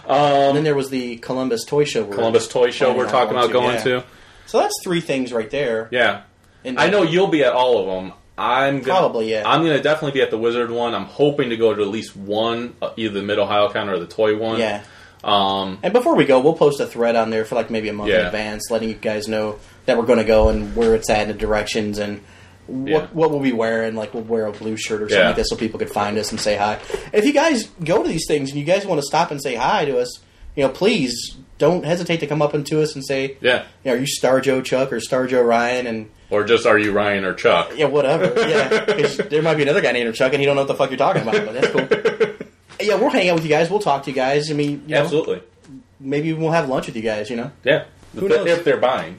[SPEAKER 3] and then there was the Columbus Toy Show. we're
[SPEAKER 2] Columbus Toy Show
[SPEAKER 3] planning
[SPEAKER 2] we're
[SPEAKER 3] on
[SPEAKER 2] talking about going
[SPEAKER 3] yeah.
[SPEAKER 2] to.
[SPEAKER 3] So that's three things right there.
[SPEAKER 2] Yeah,
[SPEAKER 3] And
[SPEAKER 2] I know you'll be at all of them. I'm gonna,
[SPEAKER 3] Probably, yeah.
[SPEAKER 2] I'm gonna definitely be at the Wizard one. I'm hoping to go to at least one, uh, either the Mid Ohio Con or the Toy one.
[SPEAKER 3] Yeah.
[SPEAKER 2] Um,
[SPEAKER 3] And before we go, we'll post a thread on there for like maybe a month in
[SPEAKER 2] Yeah.
[SPEAKER 3] advance, letting you guys know that we're going to go and where it's at, and the directions, and what
[SPEAKER 2] Yeah.
[SPEAKER 3] what we'll be wearing. Like we'll wear a blue shirt or something
[SPEAKER 2] Yeah.
[SPEAKER 3] like that, so people could find us and say hi. And if you guys go to these things and you guys want to stop and say hi to us, you know, please don't hesitate to come up and to us and say,
[SPEAKER 2] yeah.
[SPEAKER 3] you know, are you Star Joe Chuck or Star Joe Ryan and
[SPEAKER 2] Or just are you Ryan or Chuck?
[SPEAKER 3] Yeah, whatever. Yeah, 'cause there might be another guy named Chuck, and you don't know what the fuck you're talking about. But
[SPEAKER 2] *laughs*
[SPEAKER 3] that's cool. yeah, we'll hang out with you guys. We'll talk to you guys. I mean, you know,
[SPEAKER 2] Absolutely.
[SPEAKER 3] maybe we'll have lunch with you guys. You know,
[SPEAKER 2] Yeah.
[SPEAKER 3] Who
[SPEAKER 2] If-
[SPEAKER 3] knows?
[SPEAKER 2] If they're buying.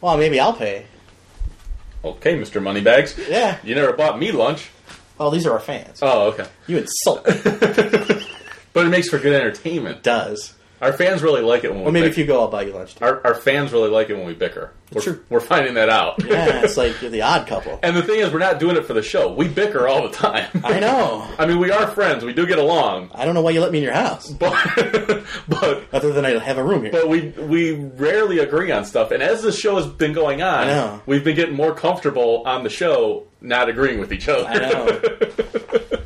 [SPEAKER 3] well, maybe I'll pay.
[SPEAKER 2] Okay, Mr. Moneybags.
[SPEAKER 3] Yeah.
[SPEAKER 2] You never bought me lunch.
[SPEAKER 3] Oh, these are our fans.
[SPEAKER 2] Oh, okay.
[SPEAKER 3] You insult. me.
[SPEAKER 2] But it makes for good entertainment.
[SPEAKER 3] Does
[SPEAKER 2] Our fans really like it when
[SPEAKER 3] or
[SPEAKER 2] we
[SPEAKER 3] maybe if
[SPEAKER 2] bicker.
[SPEAKER 3] you go, I'll buy you lunch.
[SPEAKER 2] Our, our fans really like it when we bicker. We're,
[SPEAKER 3] True.
[SPEAKER 2] we're finding that out.
[SPEAKER 3] Yeah, it's like you're the odd couple.
[SPEAKER 2] *laughs* And the thing is, we're not doing it for the show. We bicker all the time.
[SPEAKER 3] *laughs* I know.
[SPEAKER 2] I mean, we are friends. We do get along. *laughs*
[SPEAKER 3] I don't know why you let me in your house,
[SPEAKER 2] But, but
[SPEAKER 3] other than I have a room here.
[SPEAKER 2] But we we rarely agree on stuff, and as the show has been going on,
[SPEAKER 3] know.
[SPEAKER 2] we've been getting more comfortable on the show not agreeing with each other.
[SPEAKER 3] I know.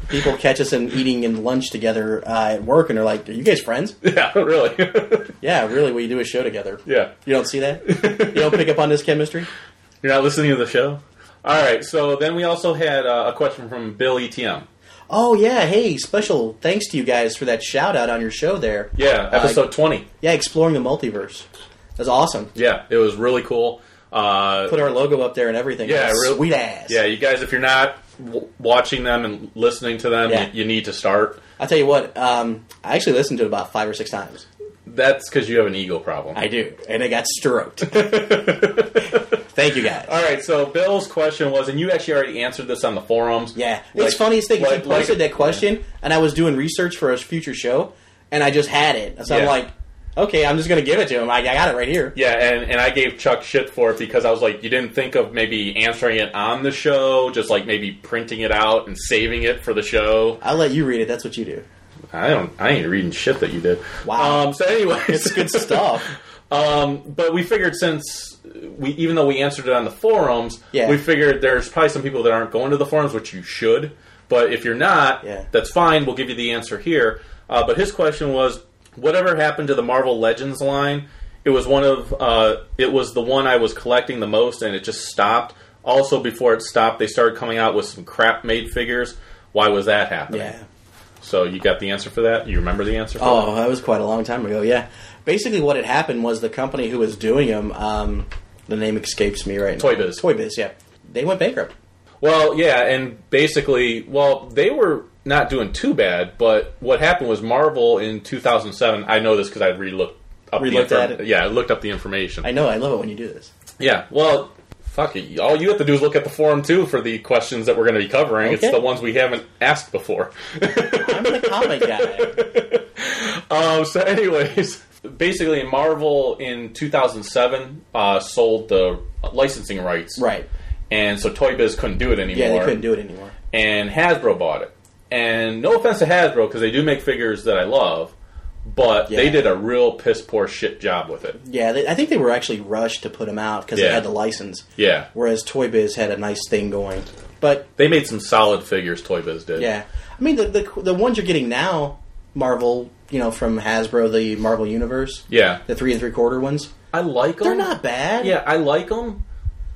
[SPEAKER 3] People catch us in eating and lunch together uh, at work, and they're like, "Are you guys friends?"
[SPEAKER 2] *laughs* yeah, really. *laughs*
[SPEAKER 3] yeah, really. We do a show together.
[SPEAKER 2] yeah,
[SPEAKER 3] You don't see that? You don't pick up on this chemistry?
[SPEAKER 2] you're not listening to the show. All right, so then we also had uh, a question from Bill ETM.
[SPEAKER 3] Oh yeah, hey, special thanks to you guys for that shout out on your show there.
[SPEAKER 2] Yeah, episode
[SPEAKER 3] Uh,
[SPEAKER 2] twenty.
[SPEAKER 3] yeah, exploring the multiverse. That's awesome.
[SPEAKER 2] Yeah, it was really cool. Uh,
[SPEAKER 3] Put our logo up there and everything.
[SPEAKER 2] Yeah,
[SPEAKER 3] That's
[SPEAKER 2] real-
[SPEAKER 3] sweet ass.
[SPEAKER 2] yeah, you guys, if you're not w- watching them and listening to them,
[SPEAKER 3] Yeah.
[SPEAKER 2] you, you need to start.
[SPEAKER 3] I tell you what, um, I actually listened to it about five or six times.
[SPEAKER 2] That's because you have an ego problem.
[SPEAKER 3] I do, and I
[SPEAKER 2] *laughs*
[SPEAKER 3] got stroked. Thank you guys.
[SPEAKER 2] All right, so Bill's question was, and you actually already answered this on the forums.
[SPEAKER 3] Yeah,
[SPEAKER 2] Like-
[SPEAKER 3] it's funniest thing. is
[SPEAKER 2] like-
[SPEAKER 3] he posted
[SPEAKER 2] like-
[SPEAKER 3] that question, and I was doing research for a future show, and I just had it. So
[SPEAKER 2] Yeah.
[SPEAKER 3] I'm like, okay, I'm just gonna give it to him. I, I got it right here.
[SPEAKER 2] Yeah, and, and I gave Chuck shit for it because I was like, you didn't think of maybe answering it on the show, just like maybe printing it out and saving it for the show.
[SPEAKER 3] I'll let you read it. That's what you do.
[SPEAKER 2] I don't, I ain't reading shit that you did.
[SPEAKER 3] Wow.
[SPEAKER 2] Um, so, anyways,
[SPEAKER 3] *laughs* It's
[SPEAKER 2] *laughs*
[SPEAKER 3] good stuff.
[SPEAKER 2] Um, but we figured since we, even though we answered it on the forums,
[SPEAKER 3] Yeah.
[SPEAKER 2] we figured there's probably some people that aren't going to the forums, which you should. But if you're not,
[SPEAKER 3] Yeah.
[SPEAKER 2] that's fine. We'll give you the answer here. Uh, but his question was, whatever happened to the Marvel Legends line? It was one of, uh, it was the one I was collecting the most, and it just stopped. Also, before it stopped, they started coming out with some crap made figures. Why was that happening?
[SPEAKER 3] Yeah.
[SPEAKER 2] So you got the answer for that? You remember the answer? for that?
[SPEAKER 3] Oh, that was quite a long time ago. Yeah. Basically, what had happened was the company who was doing them, um, the name escapes me right now.
[SPEAKER 2] Toy Biz.
[SPEAKER 3] Toy Biz. Yeah, they went bankrupt.
[SPEAKER 2] Well, yeah, and basically, well, they were not doing too bad, but what happened was Marvel in 2007. I know this because I re-looked up
[SPEAKER 3] Re-looked
[SPEAKER 2] the
[SPEAKER 3] at
[SPEAKER 2] inform-
[SPEAKER 3] it?
[SPEAKER 2] Yeah, I looked up the information.
[SPEAKER 3] I know. I love it when you do this.
[SPEAKER 2] yeah, well, fuck it. All you have to do is look at the forum too for the questions that we're going to be covering. It's
[SPEAKER 3] Okay.
[SPEAKER 2] the ones we haven't asked before. *laughs*
[SPEAKER 3] I'm the comic guy.
[SPEAKER 2] Um, so, anyways, basically, Marvel in 2007 uh, sold the licensing rights,
[SPEAKER 3] Right.
[SPEAKER 2] And so Toy Biz couldn't do it anymore.
[SPEAKER 3] Yeah, they couldn't do it anymore.
[SPEAKER 2] and Hasbro bought it. And no offense to Hasbro because they do make figures that I love, but they
[SPEAKER 3] Yeah.
[SPEAKER 2] did a real piss poor shit job with it.
[SPEAKER 3] Yeah, they, I think they were actually rushed to put them out because
[SPEAKER 2] Yeah.
[SPEAKER 3] they had the license.
[SPEAKER 2] Yeah,
[SPEAKER 3] Whereas Toy Biz had a nice thing going. But
[SPEAKER 2] they made some solid figures. Toy Biz did.
[SPEAKER 3] yeah, I mean the the, the ones you're getting now, Marvel, you know, from Hasbro, the Marvel Universe,
[SPEAKER 2] yeah.
[SPEAKER 3] the three and three quarter ones,
[SPEAKER 2] I like them.
[SPEAKER 3] they're not bad.
[SPEAKER 2] Um, Yeah, I like them,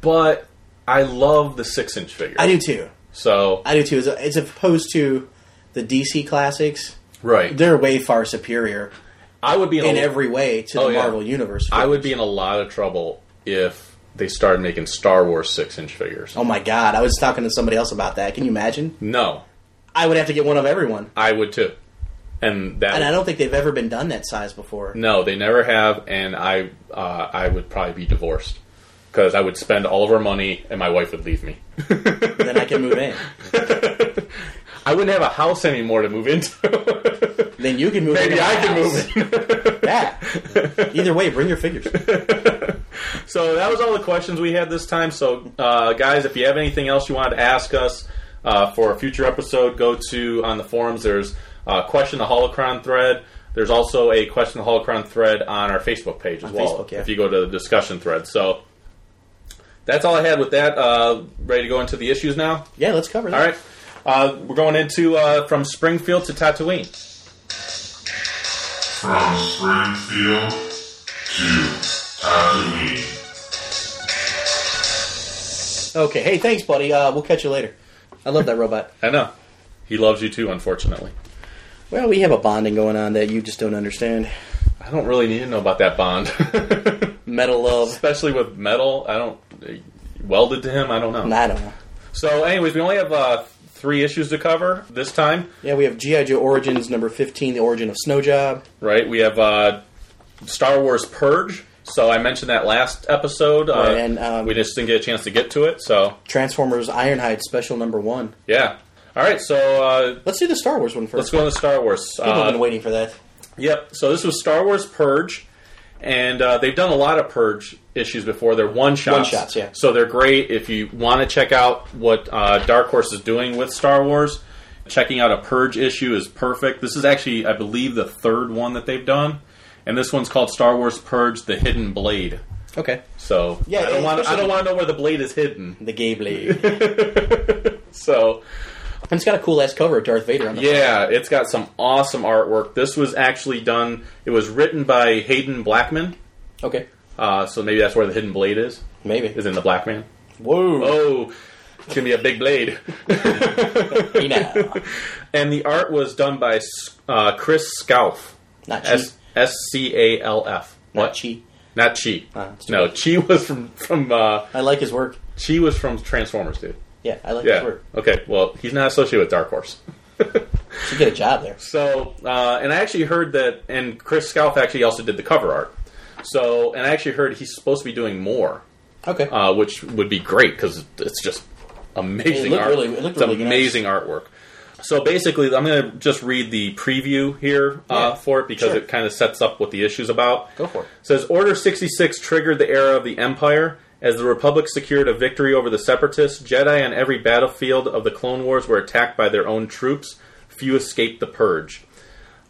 [SPEAKER 2] but I love the six inch figure.
[SPEAKER 3] I do too.
[SPEAKER 2] So
[SPEAKER 3] I do too. As, as opposed to the DC classics,
[SPEAKER 2] right,
[SPEAKER 3] they're way far superior
[SPEAKER 2] I would be in,
[SPEAKER 3] in
[SPEAKER 2] a,
[SPEAKER 3] every way to
[SPEAKER 2] Oh,
[SPEAKER 3] the
[SPEAKER 2] yeah.
[SPEAKER 3] Marvel Universe.
[SPEAKER 2] I would be in a lot of trouble if they started making Star Wars six inch figures.
[SPEAKER 3] Oh my god! I was talking to somebody else about that. Can you imagine?
[SPEAKER 2] No,
[SPEAKER 3] I would have to get one of everyone,
[SPEAKER 2] I would too. And that
[SPEAKER 3] and
[SPEAKER 2] would
[SPEAKER 3] I don't think they've ever been done that size before.
[SPEAKER 2] No, they never have, and I uh, I would probably be divorced because I would spend all of our money, and my wife would leave me.
[SPEAKER 3] Then I can move in.
[SPEAKER 2] I wouldn't have a house anymore to move *laughs* into.
[SPEAKER 3] Then you can move.
[SPEAKER 2] Maybe
[SPEAKER 3] into my
[SPEAKER 2] I can
[SPEAKER 3] house.
[SPEAKER 2] move in.
[SPEAKER 3] Yeah. Either way, bring your figures.
[SPEAKER 2] so that was all the questions we had this time. So uh, guys, if you have anything else you wanted to ask us uh, for a future episode, go to on the forums. There's uh, question the holocron thread. There's also a question the holocron thread on our Facebook page as well.
[SPEAKER 3] Facebook, yeah.
[SPEAKER 2] If you go to the discussion thread, so. That's all I had with that. Uh, ready to go into the issues now?
[SPEAKER 3] Yeah, let's cover that.
[SPEAKER 2] All right. Uh, we're going into uh, from Springfield to Tatooine.
[SPEAKER 4] From Springfield to Tatooine.
[SPEAKER 3] Okay. Hey, thanks, buddy. Uh, we'll catch you later. I love that robot.
[SPEAKER 2] I know. He loves you too, unfortunately.
[SPEAKER 3] Well, we have a bonding going on that you just don't understand.
[SPEAKER 2] I don't really need to know about that bond.
[SPEAKER 3] Metal love.
[SPEAKER 2] *laughs* especially with metal. I don't welded to him. I don't know.
[SPEAKER 3] I don't know.
[SPEAKER 2] So, anyways, we only have uh, three issues to cover this time,
[SPEAKER 3] Yeah, we have GI Joe Origins number fifteen, the origin of Snow Job.
[SPEAKER 2] right? We have uh, Star Wars Purge. So I mentioned that last episode, uh,
[SPEAKER 3] Right, and, um,
[SPEAKER 2] we just didn't get a chance to get to it. So
[SPEAKER 3] Transformers Ironhide special number one.
[SPEAKER 2] yeah. All right, so uh,
[SPEAKER 3] Let's do the Star Wars one
[SPEAKER 2] let's
[SPEAKER 3] first.
[SPEAKER 2] go into Star Wars.
[SPEAKER 3] People
[SPEAKER 2] Uh,
[SPEAKER 3] have been waiting for that.
[SPEAKER 2] Yep. So this was Star Wars Purge, and uh, they've done a lot of Purge issues before. They're one shots.
[SPEAKER 3] One-shots, yeah.
[SPEAKER 2] So they're great if you want to check out what uh, Dark Horse is doing with Star Wars. Checking out a Purge issue is perfect. This is actually, I believe, the third one that they've done, and this one's called Star Wars Purge: The Hidden Blade.
[SPEAKER 3] Okay.
[SPEAKER 2] So
[SPEAKER 3] Yeah,
[SPEAKER 2] I don't
[SPEAKER 3] and
[SPEAKER 2] want I
[SPEAKER 3] especially-
[SPEAKER 2] don't want to know where the blade is hidden.
[SPEAKER 3] The Gay *laughs* Blade. and
[SPEAKER 2] So
[SPEAKER 3] it's got a cool ass cover of Darth Vader on the
[SPEAKER 2] yeah, it's got some awesome artwork. This was actually done. It was written by Hayden Blackman.
[SPEAKER 3] Okay.
[SPEAKER 2] Uh, so maybe that's where the hidden blade is.
[SPEAKER 3] Maybe.
[SPEAKER 2] Is in the black man.
[SPEAKER 3] Whoa.
[SPEAKER 2] Oh, it's gonna be a big blade. Oh. *laughs*
[SPEAKER 3] Hey now.
[SPEAKER 2] and the art was done by uh, Chris Scalf.
[SPEAKER 3] Not cheap.
[SPEAKER 2] S S C A L F.
[SPEAKER 3] Not
[SPEAKER 2] What?
[SPEAKER 3] cheap.
[SPEAKER 2] Not Chi.
[SPEAKER 3] Ah, it's
[SPEAKER 2] no, Chi was from from uh,
[SPEAKER 3] I like his work.
[SPEAKER 2] Chi was from Transformers, dude.
[SPEAKER 3] Yeah, I like his
[SPEAKER 2] Yeah.
[SPEAKER 3] work.
[SPEAKER 2] Okay. Well, he's not associated with Dark Horse.
[SPEAKER 3] Should get a job there.
[SPEAKER 2] So, uh, and I actually heard that, and Chris Scalf actually also did the cover art. So, and I actually heard he's supposed to be doing more,
[SPEAKER 3] Okay.
[SPEAKER 2] uh, which would be great because it's just amazing
[SPEAKER 3] It looked
[SPEAKER 2] art.
[SPEAKER 3] really- it
[SPEAKER 2] it's
[SPEAKER 3] looked really nice.
[SPEAKER 2] amazing artwork. So basically, I'm going to just read the preview here uh,
[SPEAKER 3] Yeah.
[SPEAKER 2] for it because
[SPEAKER 3] Sure.
[SPEAKER 2] it kind of sets up what the issue's about.
[SPEAKER 3] Go for it.
[SPEAKER 2] Says Order 66 triggered the era of the Empire as the Republic secured a victory over the Separatists. Jedi on every battlefield of the Clone Wars were attacked by their own troops. Few escaped the purge.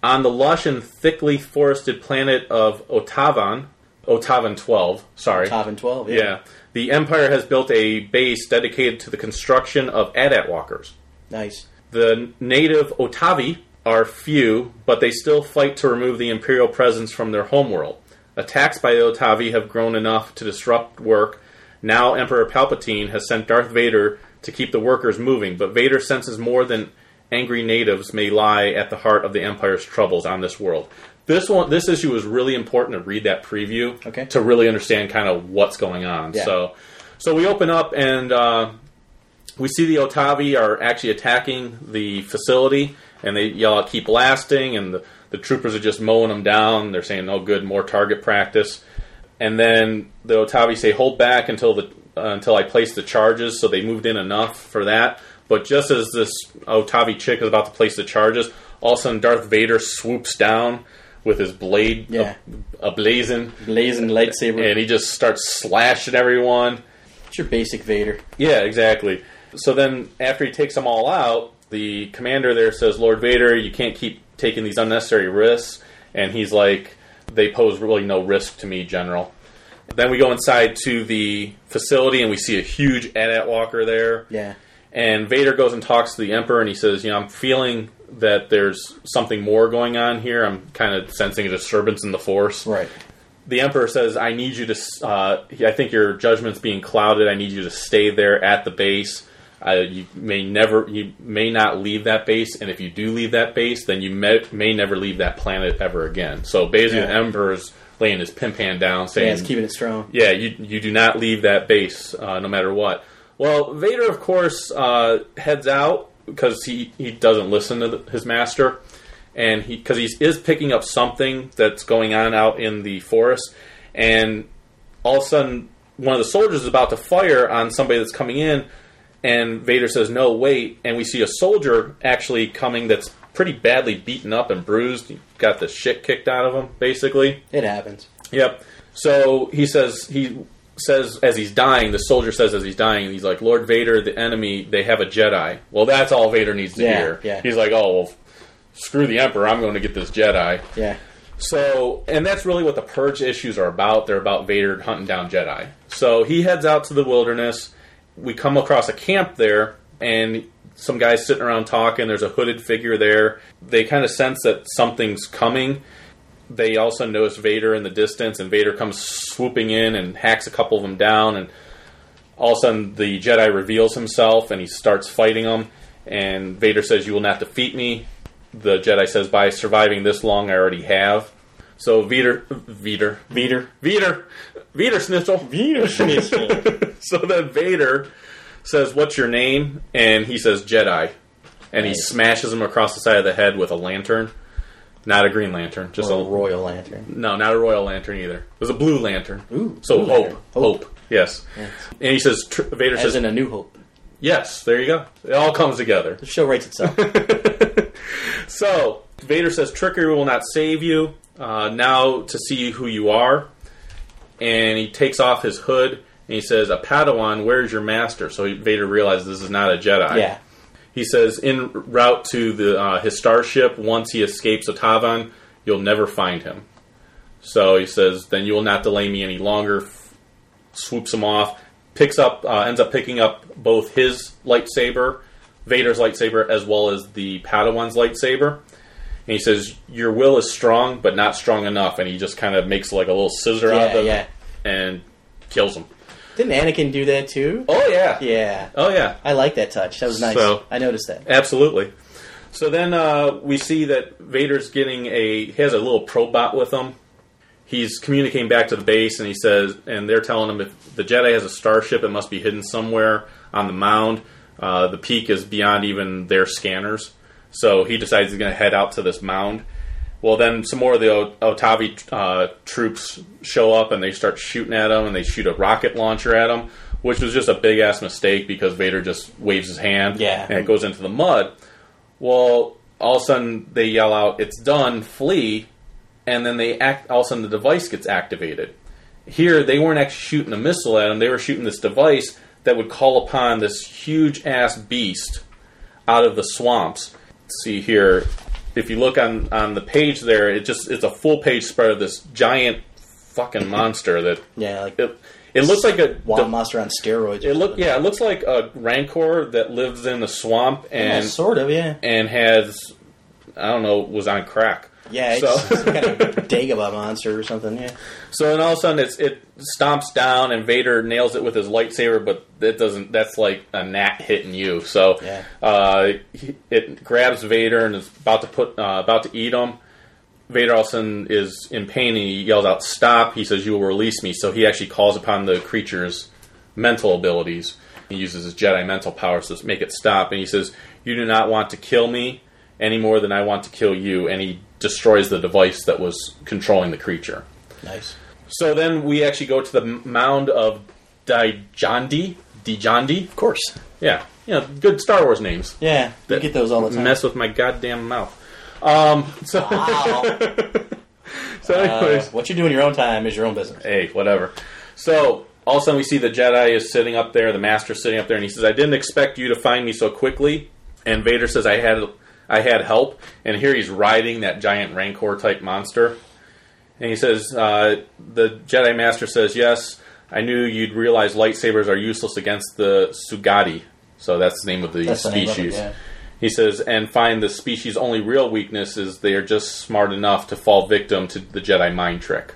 [SPEAKER 2] On the lush and thickly forested planet of Otavan, Otavan 12, sorry.
[SPEAKER 3] Top and twelve. Yeah.
[SPEAKER 2] Yeah. The Empire has built a base dedicated to the construction of AT-AT walkers.
[SPEAKER 3] Nice.
[SPEAKER 2] The native Otavi are few, but they still fight to remove the Imperial presence from their homeworld. Attacks by the Otavi have grown enough to disrupt work. Now Emperor Palpatine has sent Darth Vader to keep the workers moving, but Vader senses more than angry natives may lie at the heart of the Empire's troubles on this world. This one, this issue is really important to read that preview
[SPEAKER 3] Okay.
[SPEAKER 2] to really understand kind of what's going on.
[SPEAKER 3] Yeah.
[SPEAKER 2] So, so we open up and uh, we see the Otavi are actually attacking the facility, and they yell out, "Keep blasting!" And the, the troopers are just mowing them down. They're saying, "No good, more target practice." And then the Otavi say, "Hold back until the uh, until I place the charges." So they moved in enough for that. But just as this Otavi chick is about to place the charges, all of a sudden Darth Vader swoops down with his blade
[SPEAKER 3] Yeah.
[SPEAKER 2] ab- ablazing,
[SPEAKER 3] Blazing lightsaber.
[SPEAKER 2] and he just starts slashing everyone.
[SPEAKER 3] It's your basic Vader.
[SPEAKER 2] Yeah, exactly. So then, after he takes them all out, the commander there says, "Lord Vader, you can't keep taking these unnecessary risks." And he's like, "They pose really no risk to me, General." Then we go inside to the facility and we see a huge AT-AT walker there.
[SPEAKER 3] Yeah.
[SPEAKER 2] And Vader goes and talks to the Emperor, and he says, "You know, I'm feeling that there's something more going on here. I'm kind of sensing a disturbance in the Force."
[SPEAKER 3] Right.
[SPEAKER 2] the emperor says, "I need you to. Uh, I think your judgment's being clouded. I need you to stay there at the base. Uh, you may never. You may not leave that base. And if you do leave that base, then you may, may never leave that planet ever again." So basically,
[SPEAKER 3] Yeah.
[SPEAKER 2] the emperor's laying his pimp hand down,
[SPEAKER 3] Yeah,
[SPEAKER 2] saying,
[SPEAKER 3] it's keeping it strong.
[SPEAKER 2] yeah, you you do not leave that base uh, no matter what. Well, Vader, of course, uh, heads out because he, he doesn't listen to the, his master, and he because he is picking up something that's going on out in the forest, and all of a sudden one of the soldiers is about to fire on somebody that's coming in, and Vader says, "No, wait!" And we see a soldier actually coming that's pretty badly beaten up and bruised. He got the shit kicked out of him, basically.
[SPEAKER 3] It happens.
[SPEAKER 2] Yep. So he says he says as he's dying, the soldier says as he's dying, he's like, "Lord Vader, the enemy, they have a Jedi." Well, that's all Vader needs to
[SPEAKER 3] Yeah,
[SPEAKER 2] hear.
[SPEAKER 3] yeah.
[SPEAKER 2] He's like, "Oh, well, screw the Emperor. I'm going to get this Jedi."
[SPEAKER 3] Yeah.
[SPEAKER 2] So, and that's really what the Purge issues are about. They're about Vader hunting down Jedi. So he heads out to the wilderness. We come across a camp there, and some guys sitting around talking. There's a hooded figure there. They kind of sense that something's coming. They also notice Vader in the distance, and Vader comes swooping in and hacks a couple of them down. And all of a sudden, the Jedi reveals himself and he starts fighting them. And Vader says, "You will not defeat me." The Jedi says, "By surviving this long, I already have." So Vader, Vader,
[SPEAKER 3] Vader.
[SPEAKER 2] Vader, Vader Snitzel.
[SPEAKER 3] Vader Schnitzel.
[SPEAKER 2] *laughs* So then Vader says, "What's your name?" And he says, "Jedi," and he
[SPEAKER 3] Nice.
[SPEAKER 2] smashes him across the side of the head with a lantern. Not a green lantern, just
[SPEAKER 3] or
[SPEAKER 2] a
[SPEAKER 3] a Royal Lantern.
[SPEAKER 2] no, not a royal lantern either. It was a blue lantern.
[SPEAKER 3] Ooh,
[SPEAKER 2] so
[SPEAKER 3] blue
[SPEAKER 2] hope,
[SPEAKER 3] lantern.
[SPEAKER 2] hope,
[SPEAKER 3] Hope.
[SPEAKER 2] yes. And he says, tr- Vader
[SPEAKER 3] As
[SPEAKER 2] says,
[SPEAKER 3] in A New Hope.
[SPEAKER 2] "Yes, there you go. It all comes together."
[SPEAKER 3] The show writes itself.
[SPEAKER 2] So Vader says, "Trickery will not save you. Uh, now to see who you are." And he takes off his hood and he says, "A Padawan, where's your master?" So Vader realizes this is not a Jedi.
[SPEAKER 3] yeah.
[SPEAKER 2] He says, "In route to the uh, his starship, once he escapes Otavan, you'll never find him." So he says, "Then you will not delay me any longer." F- swoops him off, picks up, uh, ends up picking up both his lightsaber, Vader's lightsaber, as well as the Padawan's lightsaber. And he says, "Your will is strong, but not strong enough." And he just kind of makes like a little scissor out
[SPEAKER 3] Yeah,
[SPEAKER 2] of it
[SPEAKER 3] yeah.
[SPEAKER 2] and kills him.
[SPEAKER 3] Didn't Anakin do that too?
[SPEAKER 2] Oh yeah,
[SPEAKER 3] Yeah.
[SPEAKER 2] Oh yeah.
[SPEAKER 3] I like that touch. That was nice.
[SPEAKER 2] So-
[SPEAKER 3] I noticed that.
[SPEAKER 2] Absolutely. So then uh, we see that Vader's getting a he has a little probot with him, he's communicating back to the base, and he says, and they're telling him if the Jedi has a starship, it must be hidden somewhere on the mound. Uh, the peak is beyond even their scanners, so he decides he's going to head out to this mound. Well, then some more of the o- Otavi uh, troops show up, and they start shooting at him, and they shoot a rocket launcher at him, which was just a big ass mistake because Vader just waves his hand,
[SPEAKER 3] Yeah.
[SPEAKER 2] and it goes into the mud. Well, all of a sudden they yell out, "It's done! Flee!" and then they act. All of a sudden, the device gets activated. Here, they weren't actually shooting a missile at him; they were shooting this device that would call upon this huge ass beast out of the swamps. See here, if you look on on the page there, it just it's a full page spread of this giant fucking monster that
[SPEAKER 3] Yeah, like
[SPEAKER 2] it, it looks like a
[SPEAKER 3] Wild Monster on steroids. or
[SPEAKER 2] it look
[SPEAKER 3] something.
[SPEAKER 2] yeah it looks like a rancor that lives in the swamp
[SPEAKER 3] Yeah,
[SPEAKER 2] and
[SPEAKER 3] sort of, yeah.
[SPEAKER 2] and has I don't know was on crack.
[SPEAKER 3] Yeah, it's,
[SPEAKER 2] So-
[SPEAKER 3] it's kind of Dagobah monster or something, yeah.
[SPEAKER 2] So then all of a sudden it's, it stomps down and Vader nails it with his lightsaber, but that doesn't. That's like a gnat hitting you. So
[SPEAKER 3] Yeah.
[SPEAKER 2] uh, he, it grabs Vader and is about to put uh, about to eat him. Vader all of a sudden is in pain and he yells out, "Stop!" He says, "You will release me." So he actually calls upon the creature's mental abilities. He uses his Jedi mental powers to make it stop, and he says, "You do not want to kill me any more than I want to kill you." And he destroys the device that was controlling the creature.
[SPEAKER 3] Nice.
[SPEAKER 2] So then we actually go to the mound of Dijandi. Dijandi?
[SPEAKER 3] Of course.
[SPEAKER 2] Yeah. You know, good Star Wars names.
[SPEAKER 3] Yeah, you
[SPEAKER 2] That
[SPEAKER 3] get those all the time.
[SPEAKER 2] Mess with my goddamn mouth. Um, so, *laughs*
[SPEAKER 3] Wow.
[SPEAKER 2] so
[SPEAKER 3] Uh,
[SPEAKER 2] anyways.
[SPEAKER 3] what you do in your own time is your own business.
[SPEAKER 2] hey, whatever. So all of a sudden we see the Jedi is sitting up there, the Master sitting up there, and he says, "I didn't expect you to find me so quickly." And Vader says, "I had, I had help." And here he's riding that giant Rancor type monster, and he says, uh, "The Jedi Master says, yes, I knew you'd realize lightsabers are useless against the Sugati." So that's the name of the
[SPEAKER 3] That's the name
[SPEAKER 2] species.
[SPEAKER 3] of it, yeah.
[SPEAKER 2] He says, and find the species' only real weakness is they are just smart enough to fall victim to the Jedi mind trick.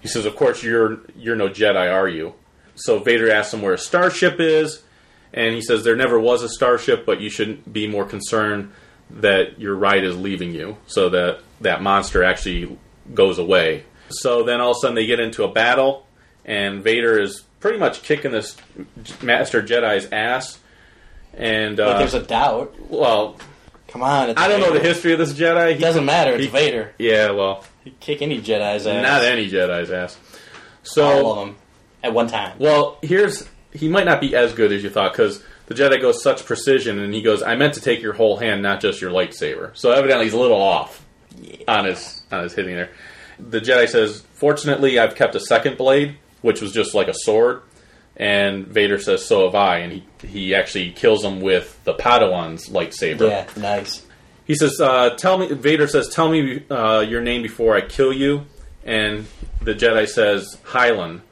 [SPEAKER 2] He says, "Of course you're you're no Jedi, are you?" So Vader asks him where a starship is, and he says, "There never was a starship, but you shouldn't be more concerned that your ride is leaving you, so that that monster actually goes away." So then all of a sudden they get into a battle, and Vader is pretty much kicking this Master Jedi's ass. And
[SPEAKER 3] But
[SPEAKER 2] uh,
[SPEAKER 3] there's a doubt.
[SPEAKER 2] well,
[SPEAKER 3] Come on. It's
[SPEAKER 2] I don't know the
[SPEAKER 3] Vader.
[SPEAKER 2] history of this Jedi.
[SPEAKER 3] It
[SPEAKER 2] He-
[SPEAKER 3] doesn't matter. It's
[SPEAKER 2] He-
[SPEAKER 3] Vader.
[SPEAKER 2] yeah, well,
[SPEAKER 3] He kick any Jedi's ass.
[SPEAKER 2] not any Jedi's ass. So
[SPEAKER 3] All of them at one time.
[SPEAKER 2] Well, here's he might not be as good as you thought because the Jedi goes such precision, and he goes, "I meant to take your whole hand, not just your lightsaber." So evidently, he's a little off on his on his hitting there. The Jedi says, "Fortunately, I've kept a second blade, which was just like a sword." And Vader says, "So have I," and he he actually kills him with the Padawan's lightsaber.
[SPEAKER 3] Yeah, nice.
[SPEAKER 2] He says, uh, "Tell me." Vader says, "Tell me uh, your name before I kill you." And the Jedi says, "Hylan."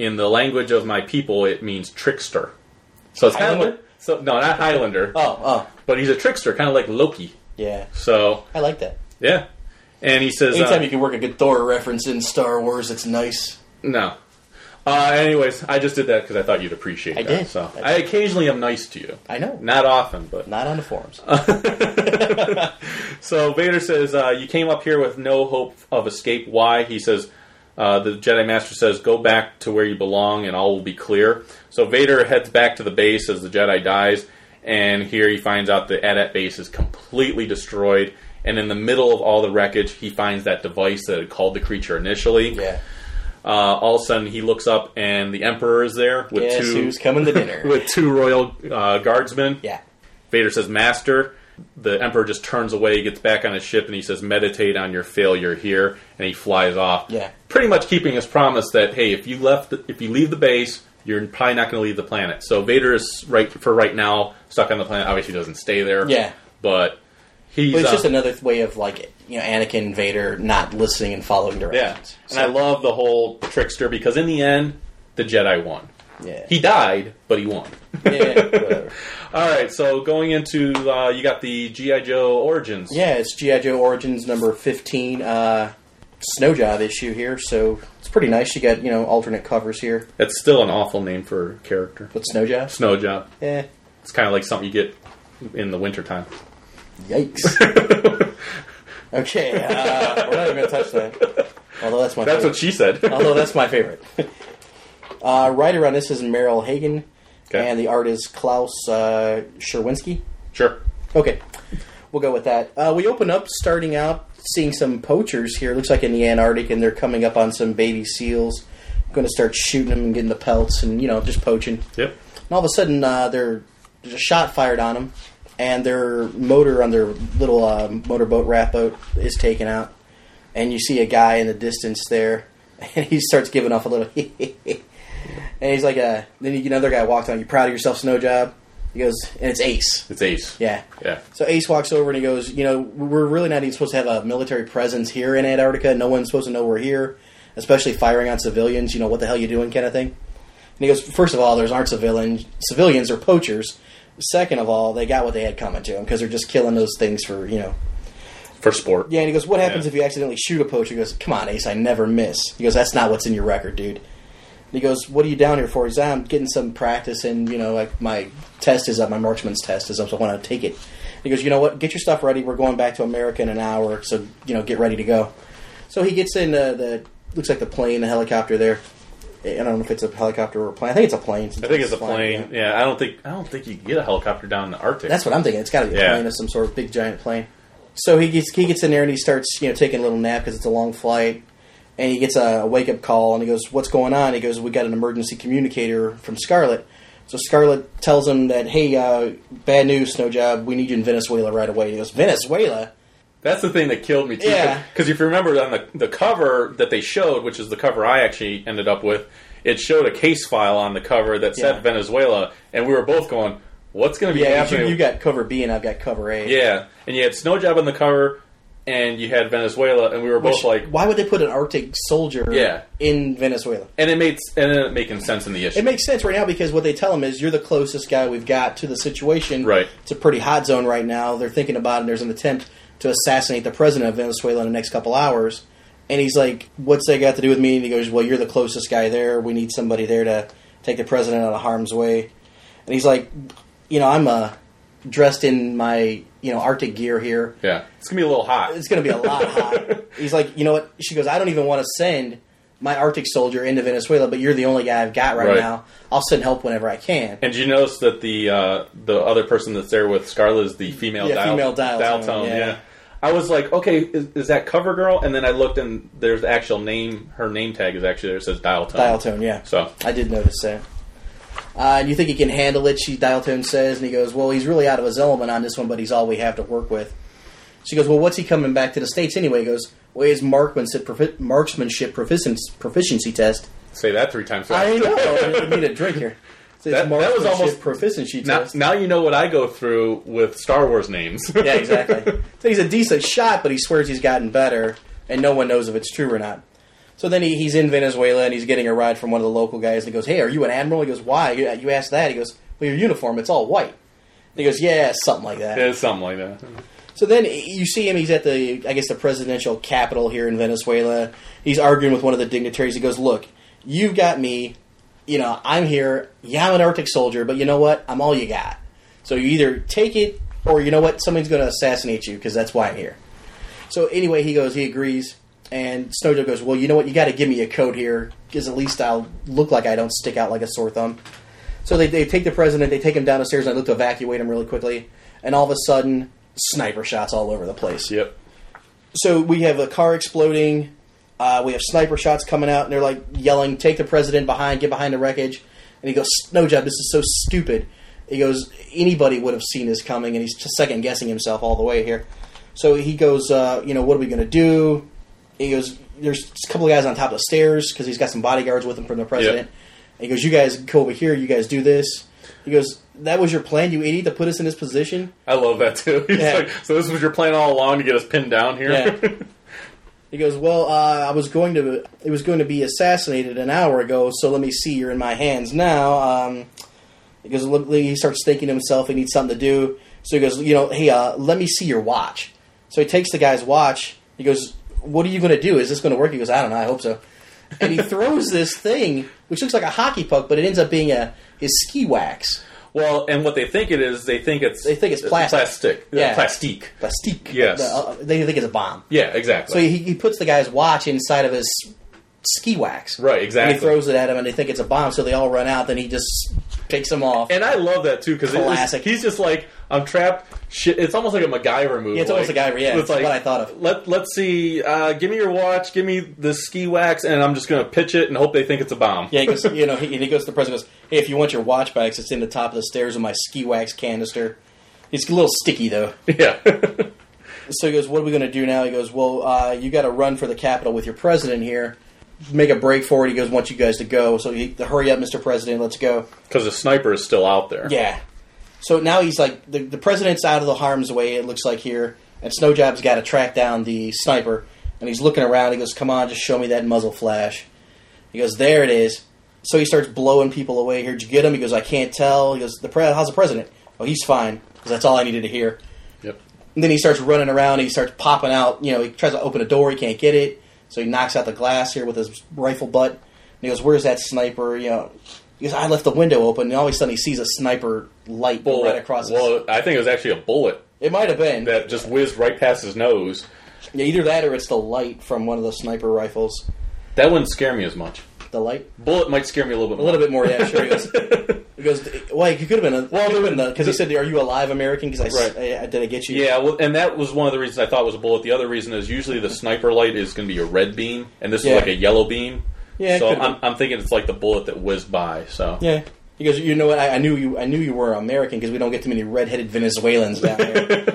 [SPEAKER 2] In the language of my people, it means trickster. So it's kind of
[SPEAKER 3] Highlander?
[SPEAKER 2] like, so no, not Highlander,
[SPEAKER 3] Oh, oh,
[SPEAKER 2] but he's a trickster, kind of like Loki.
[SPEAKER 3] yeah.
[SPEAKER 2] So
[SPEAKER 3] I like that.
[SPEAKER 2] yeah, and he says, uh,
[SPEAKER 3] Anytime you can work a good Thor reference in Star Wars, it's nice.
[SPEAKER 2] "No." Uh, anyways, I just did that because I thought you'd appreciate
[SPEAKER 3] I
[SPEAKER 2] that.
[SPEAKER 3] did.
[SPEAKER 2] So
[SPEAKER 3] I did.
[SPEAKER 2] I occasionally am nice to you.
[SPEAKER 3] I know.
[SPEAKER 2] Not often, but
[SPEAKER 3] Not on the forums.
[SPEAKER 2] Uh, So Vader says, uh, "You came up here with no hope of escape. Why?" He says, uh, "The Jedi Master says, go back to where you belong, and all will be clear." So Vader heads back to the base as the Jedi dies, and here he finds out the Adat base is completely destroyed. And in the middle of all the wreckage, he finds that device that had called the creature initially.
[SPEAKER 3] yeah.
[SPEAKER 2] Uh, all of a sudden, he looks up, and the Emperor is there with
[SPEAKER 3] Guess
[SPEAKER 2] two
[SPEAKER 3] who's coming
[SPEAKER 2] *laughs*
[SPEAKER 3] to dinner?
[SPEAKER 2] with two royal uh, guardsmen.
[SPEAKER 3] yeah.
[SPEAKER 2] Vader says, Master. The Emperor just turns away, gets back on his ship, and he says, Meditate on your failure here, and he flies off.
[SPEAKER 3] Yeah.
[SPEAKER 2] Pretty much keeping his promise that, hey, if you left the, if you leave the base, you're probably not going to leave the planet. So Vader is right for right now stuck on the planet. Obviously, he doesn't stay there.
[SPEAKER 3] Yeah.
[SPEAKER 2] But he's
[SPEAKER 3] But it's
[SPEAKER 2] uh,
[SPEAKER 3] just another th- way of like you know Anakin and Vader not listening and following
[SPEAKER 2] yeah.
[SPEAKER 3] directions.
[SPEAKER 2] And I love the whole trickster because in the end, the Jedi won.
[SPEAKER 3] yeah.
[SPEAKER 2] *laughs* He died, but he
[SPEAKER 3] *laughs*
[SPEAKER 2] won.
[SPEAKER 3] yeah, whatever.
[SPEAKER 2] All right. So going into uh, you got the GI Joe origins.
[SPEAKER 3] Yeah, it's GI Joe Origins number fifteen. Uh, snow job issue here, so it's pretty nice. You got you know alternate covers here,
[SPEAKER 2] That's still an awful name for a character.
[SPEAKER 3] but snow job.
[SPEAKER 2] Snow job.
[SPEAKER 3] Yeah.
[SPEAKER 2] *laughs* It's kind of like something you get in the wintertime.
[SPEAKER 3] Yikes. Okay, uh, we're not even gonna touch that. Although that's my
[SPEAKER 2] That's
[SPEAKER 3] favorite.
[SPEAKER 2] what she said.
[SPEAKER 3] Although that's my favorite. Uh, writer on this is Merrill Hagen,
[SPEAKER 2] Okay.
[SPEAKER 3] and the art is Klaus uh, Sherwinski.
[SPEAKER 2] *laughs* sure.
[SPEAKER 3] Okay, we'll go with that. Uh, we open up starting out seeing some poachers here. Looks like in the Antarctic, and they're coming up on some baby seals. Going to start shooting them and getting the pelts, and you know, just poaching.
[SPEAKER 2] Yep.
[SPEAKER 3] And all of a sudden, uh, they're, there's a shot fired on them, and their motor on their little uh, motorboat raft boat is taken out. And you see a guy in the distance there, *laughs* and he starts giving off a little. *laughs* and he's like, a, then you, another guy walks on. You proud of yourself, Snow Job? He goes, and it's Ace.
[SPEAKER 2] It's Ace.
[SPEAKER 3] Yeah.
[SPEAKER 2] Yeah.
[SPEAKER 3] So Ace walks over and he goes, you know, we're really not even supposed to have a military presence here in Antarctica. No one's supposed to know we're here, especially firing on civilians. You know, what the hell you doing, kind of thing. And he goes, first of all, those aren't civilians. Civilians are poachers. Second of all, they got what they had coming to them because they're just killing those things for you know.
[SPEAKER 2] For sport.
[SPEAKER 3] Yeah, and he goes, what happens
[SPEAKER 2] Yeah.
[SPEAKER 3] if you accidentally shoot a poacher? He goes, come on, Ace, I never miss. He goes, that's not what's in your record, dude. And he goes, what are you down here for? He's, I'm getting some practice, and you know, like my test is up, my marksman's test is up, so I want to take it. He goes, you know what? Get your stuff ready. We're going back to America in an hour, so you know, get ready to go. So he gets in uh, the looks like the plane, the helicopter there. I don't know if it's a helicopter or a plane. I think it's a plane.
[SPEAKER 2] I think it's a plane. Yeah. I don't think I don't think you can get a helicopter down in the Arctic.
[SPEAKER 3] That's what I'm thinking. It's got to be a
[SPEAKER 2] Yeah.
[SPEAKER 3] plane of some sort of big giant plane. So he gets he gets in there and he starts you know taking a little nap because it's a long flight, and he gets a wake up call and he goes, "What's going on?" He goes, "We got an emergency communicator from Scarlet." So Scarlet tells him that, "Hey, uh, bad news, Snow Job. We need you in Venezuela right away." He goes, "Venezuela."
[SPEAKER 2] That's the thing that killed me too.
[SPEAKER 3] Yeah.
[SPEAKER 2] Because if you remember on the the cover that they showed, which is the cover I actually ended up with, it showed a case file on the cover that said
[SPEAKER 3] Yeah.
[SPEAKER 2] Venezuela, and we were both going, "What's going to be
[SPEAKER 3] Yeah, you,
[SPEAKER 2] happening?"
[SPEAKER 3] you got cover B and I've got cover A.
[SPEAKER 2] yeah, and you had Snow Job on the cover, and you had Venezuela, and we were both
[SPEAKER 3] Which,
[SPEAKER 2] like,
[SPEAKER 3] why would they put an Arctic soldier
[SPEAKER 2] Yeah.
[SPEAKER 3] in Venezuela?
[SPEAKER 2] and it made and it ended up making sense in the issue.
[SPEAKER 3] It makes sense right now because what they tell him is you're the closest guy we've got to the situation.
[SPEAKER 2] Right.
[SPEAKER 3] It's a pretty hot zone right now. They're thinking about it. And there's an attempt to assassinate the president of Venezuela in the next couple hours. And he's like, "What's that got to do with me?" And he goes, "Well, you're the closest guy there. We need somebody there to take the president out of harm's way." And he's like, "You know, I'm uh, dressed in my you know Arctic gear here."
[SPEAKER 2] yeah, it's gonna be a little hot.
[SPEAKER 3] it's going to be a lot
[SPEAKER 2] *laughs*
[SPEAKER 3] hot. He's like, you know what? She goes, I don't even want to send my Arctic soldier into Venezuela, but you're the only guy I've got right,
[SPEAKER 2] Right.
[SPEAKER 3] now. I'll send help whenever I can.
[SPEAKER 2] And you notice that the uh, the other person that's there with Scarlett is the female
[SPEAKER 3] Yeah,
[SPEAKER 2] dial,
[SPEAKER 3] female dial tone, yeah.
[SPEAKER 2] Yeah. I was like, okay, is, is that cover girl? And then I looked, and there's the actual name. Her name tag is actually there. It says dial tone.
[SPEAKER 3] Dial tone, yeah.
[SPEAKER 2] So
[SPEAKER 3] I did notice that. Uh, and you think he can handle it? She dial tone says, and he goes, "Well, he's really out of his element on this one, but he's all we have to work with." She goes, "Well, what's he coming back to the states anyway?" He goes, "Well, his marksmanship, profi- marksmanship proficiency,
[SPEAKER 2] *laughs*
[SPEAKER 3] proficiency test."
[SPEAKER 2] say that three times.
[SPEAKER 3] I
[SPEAKER 2] fast. *laughs*
[SPEAKER 3] know. I need a drink here. It's his
[SPEAKER 2] That- that was
[SPEAKER 3] marksmanship
[SPEAKER 2] almost-
[SPEAKER 3] proficiency
[SPEAKER 2] Now,
[SPEAKER 3] test.
[SPEAKER 2] now you know what I go through with Star Wars names.
[SPEAKER 3] *laughs* Yeah,
[SPEAKER 2] *laughs*
[SPEAKER 3] exactly. so he's a decent shot, but he swears he's gotten better, and no one knows if it's true or not. So then he, he's in Venezuela and he's getting a ride from one of the local guys, and he goes, "Hey, are you an admiral?" He goes, "Why?" You, you asked that. He goes, "Well, your uniform, it's all white." He goes, "Yeah, something like that."
[SPEAKER 2] It's something like that.
[SPEAKER 3] So then you see him. He's at the, I guess, the presidential capital here in Venezuela. He's arguing with one of the dignitaries. He goes, "Look, you've got me. You know, I'm here. Yeah, I'm an Arctic soldier, but you know what? I'm all you got. So you either take it, or you know what? Somebody's going to assassinate you because that's why I'm here." So anyway, he goes. He agrees, and Snow Joe goes, "Well, you know what? You got to give me a coat here, because at least I'll look like I don't stick out like a sore thumb." So they, they take the president, they take him down the stairs, and I look to evacuate him really quickly. And all of a sudden, sniper shots all over the place.
[SPEAKER 2] Yep.
[SPEAKER 3] So we have a car exploding. Uh, we have sniper shots coming out, and they're like yelling, "Take the president behind! Get behind the wreckage!" And he goes, "No job. This is so stupid." He goes, "Anybody would have seen this coming," and he's just second guessing himself all the way here. So he goes, uh, "You know, what are we going to do?" He goes, "There's a couple of guys on top of the stairs because he's got some bodyguards with him from the president." And he goes, "You guys go over here. You guys do this." He goes, "That was your plan, you idiot, to put us in this position."
[SPEAKER 2] I love that too. *laughs* He's
[SPEAKER 3] Yeah.
[SPEAKER 2] like, so this was your plan all along to get us pinned down here. *laughs*
[SPEAKER 3] Yeah. He goes, "Well, uh, I was going to. It was going to be assassinated an hour ago. So let me see. You're in my hands now." Um, he goes. "Look," He starts thinking to himself, "He needs something to do." So he goes, "You know, hey, uh, let me see your watch." So he takes the guy's watch. He goes, "What are you going to do? Is this going to work?" He goes, "I don't know. I hope so." And he throws this thing, which looks like a hockey puck, but it ends up being a his ski wax.
[SPEAKER 2] Well, and what they think it is, they think it's
[SPEAKER 3] They think it's plastic.
[SPEAKER 2] plastic,
[SPEAKER 3] Yeah.
[SPEAKER 2] yeah. plastique.
[SPEAKER 3] Plastique.
[SPEAKER 2] Yes.
[SPEAKER 3] The- uh, they think it's a bomb.
[SPEAKER 2] Yeah, exactly.
[SPEAKER 3] So he, he puts the guy's watch inside of his ski wax.
[SPEAKER 2] right, exactly.
[SPEAKER 3] And he throws it at him, and they think it's a bomb, so they all run out. Then he just picks them off.
[SPEAKER 2] And I love that too because
[SPEAKER 3] Classic.
[SPEAKER 2] he's just like I'm trapped. Shit, it's almost like a MacGyver movie.
[SPEAKER 3] Yeah, it's almost a Guy- yeah, it's what I thought of.
[SPEAKER 2] Let Let's see. Uh, give me your watch. Give me the ski wax, and I'm just gonna pitch it and hope they think it's a bomb.
[SPEAKER 3] yeah, he goes, you know, he, and he goes to the president. and Goes, hey, if you want your watch back, it's in the top of the stairs with my ski wax canister. It's a little sticky though.
[SPEAKER 2] *laughs* yeah.
[SPEAKER 3] So he goes, "What are we going to do now?" He goes, "Well, uh, you got to run for the Capitol with your president here. Make a break for it." He goes, "Wants you guys to go." So he, hurry up, Mr. President, let's go.
[SPEAKER 2] Because the sniper is still out there.
[SPEAKER 3] Yeah. So now he's like the, the president's out of the harm's way. It looks like here, and Snowjob's got to track down the sniper, and he's looking around. He goes, "Come on, just show me that muzzle flash." He goes, "There it is." So he starts blowing people away. Here, did you get him? He goes, "I can't tell." He goes, "The pre- how's the president?" Oh, he's fine because that's all I needed to hear.
[SPEAKER 2] Yep.
[SPEAKER 3] And then he starts running around. He starts popping out. You know, he tries to open a door. He can't get it. So he knocks out the glass here with his rifle butt. And he goes, "Where's that sniper?" You know, he goes, "I left the window open." And all of a sudden, he sees a sniper light go
[SPEAKER 2] Bullet.
[SPEAKER 3] right across. his-
[SPEAKER 2] Well, I think it was actually a bullet
[SPEAKER 3] it might have been
[SPEAKER 2] that just whizzed right past his nose.
[SPEAKER 3] yeah, either that or it's the light from one of the sniper rifles.
[SPEAKER 2] That wouldn't scare me as much.
[SPEAKER 3] The light,
[SPEAKER 2] Bullet might scare me a little bit.
[SPEAKER 3] a little bit more. Yeah, sure.
[SPEAKER 2] *laughs*
[SPEAKER 3] He goes, he goes "Well, you could have been a well, because he said, "Are you alive, American?" Because I, s-
[SPEAKER 2] Right.
[SPEAKER 3] I- I- did I get you?
[SPEAKER 2] Yeah, well, and that was one of the reasons I thought it was a bullet. The other reason is usually the sniper light is going to be a red beam, and this
[SPEAKER 3] Yeah.
[SPEAKER 2] is like a yellow beam.
[SPEAKER 3] Yeah, it
[SPEAKER 2] so
[SPEAKER 3] could've
[SPEAKER 2] I'm, I'm thinking it's like the bullet that whizzed by. So
[SPEAKER 3] Yeah. He goes, you know what? I, I knew you. I knew you were American because we don't get too many red-headed Venezuelans down here.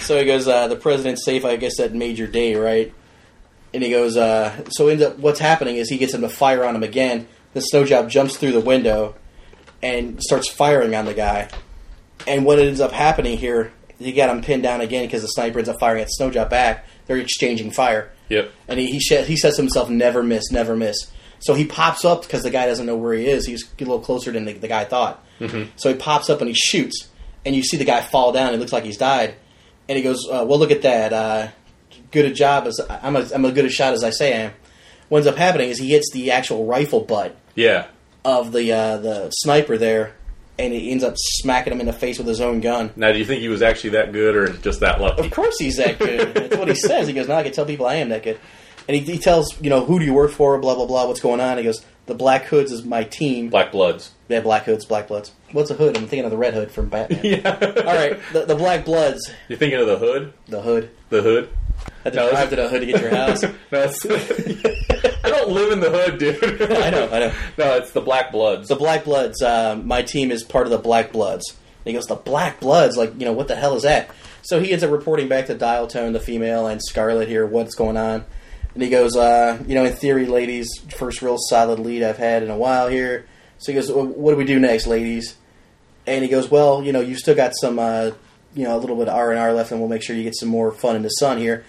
[SPEAKER 3] so he goes, uh, the president's safe. I guess that made your day, right? And he goes, uh, so ends up what's happening is he gets him to fire on him again. The snowjob jumps through the window and starts firing on the guy. And what ends up happening here, he got him pinned down again because the sniper ends up firing at Snowjob back. They're exchanging fire
[SPEAKER 2] yep,
[SPEAKER 3] and he he, sh- he says to himself, "Never miss, never miss." So he pops up because the guy doesn't know where he is. He's a little closer than the, the guy thought. So he pops up and he shoots, and you see the guy fall down. It looks like he's died, and he goes, uh, "Well, look at that. Uh, good a job as I'm as I'm as good a shot as I say I am." What ends up happening is he hits the actual rifle butt
[SPEAKER 2] yeah,
[SPEAKER 3] of the uh, the sniper there, and he ends up smacking him in the face with his own gun.
[SPEAKER 2] Now, do you think he was actually that good, or just that
[SPEAKER 3] Of
[SPEAKER 2] lucky?
[SPEAKER 3] course he's that good. That's what he says. He goes, now I can tell people I am that good. And he, he tells, you know, who do you work for, blah, blah, blah, what's going on. He goes, the Black Hoods is my team.
[SPEAKER 2] Black
[SPEAKER 3] *laughs*
[SPEAKER 2] Bloods.
[SPEAKER 3] Yeah, Black Hoods, Black Bloods. What's a hood? I'm thinking of the Red Hood from Batman.
[SPEAKER 2] *laughs* Yeah,
[SPEAKER 3] All right, the, the Black Bloods,
[SPEAKER 2] you thinking of the hood?
[SPEAKER 3] the hood.
[SPEAKER 2] The hood.
[SPEAKER 3] I had to
[SPEAKER 2] No,
[SPEAKER 3] drive
[SPEAKER 2] it's-
[SPEAKER 3] to the hood to get your house.
[SPEAKER 2] *laughs*
[SPEAKER 3] *laughs*
[SPEAKER 2] That's. I don't live in the hood, dude.
[SPEAKER 3] I know, I know.
[SPEAKER 2] *laughs* No, it's the Black Bloods.
[SPEAKER 3] The Black Bloods, uh, my team is part of the Black Bloods. And he goes, the Black Bloods? Like, you know, what the hell is that? So he ends up reporting back to Dial Tone, the female, and Scarlet here, what's going on. And he goes, uh, you know, in theory, ladies, first real solid lead I've had in a while here. So he goes, "Well, what do we do next, ladies? And he goes, well, you know, you've still got some, uh, you know, a little bit of R&R left, and we'll make sure you get some more fun in the sun here.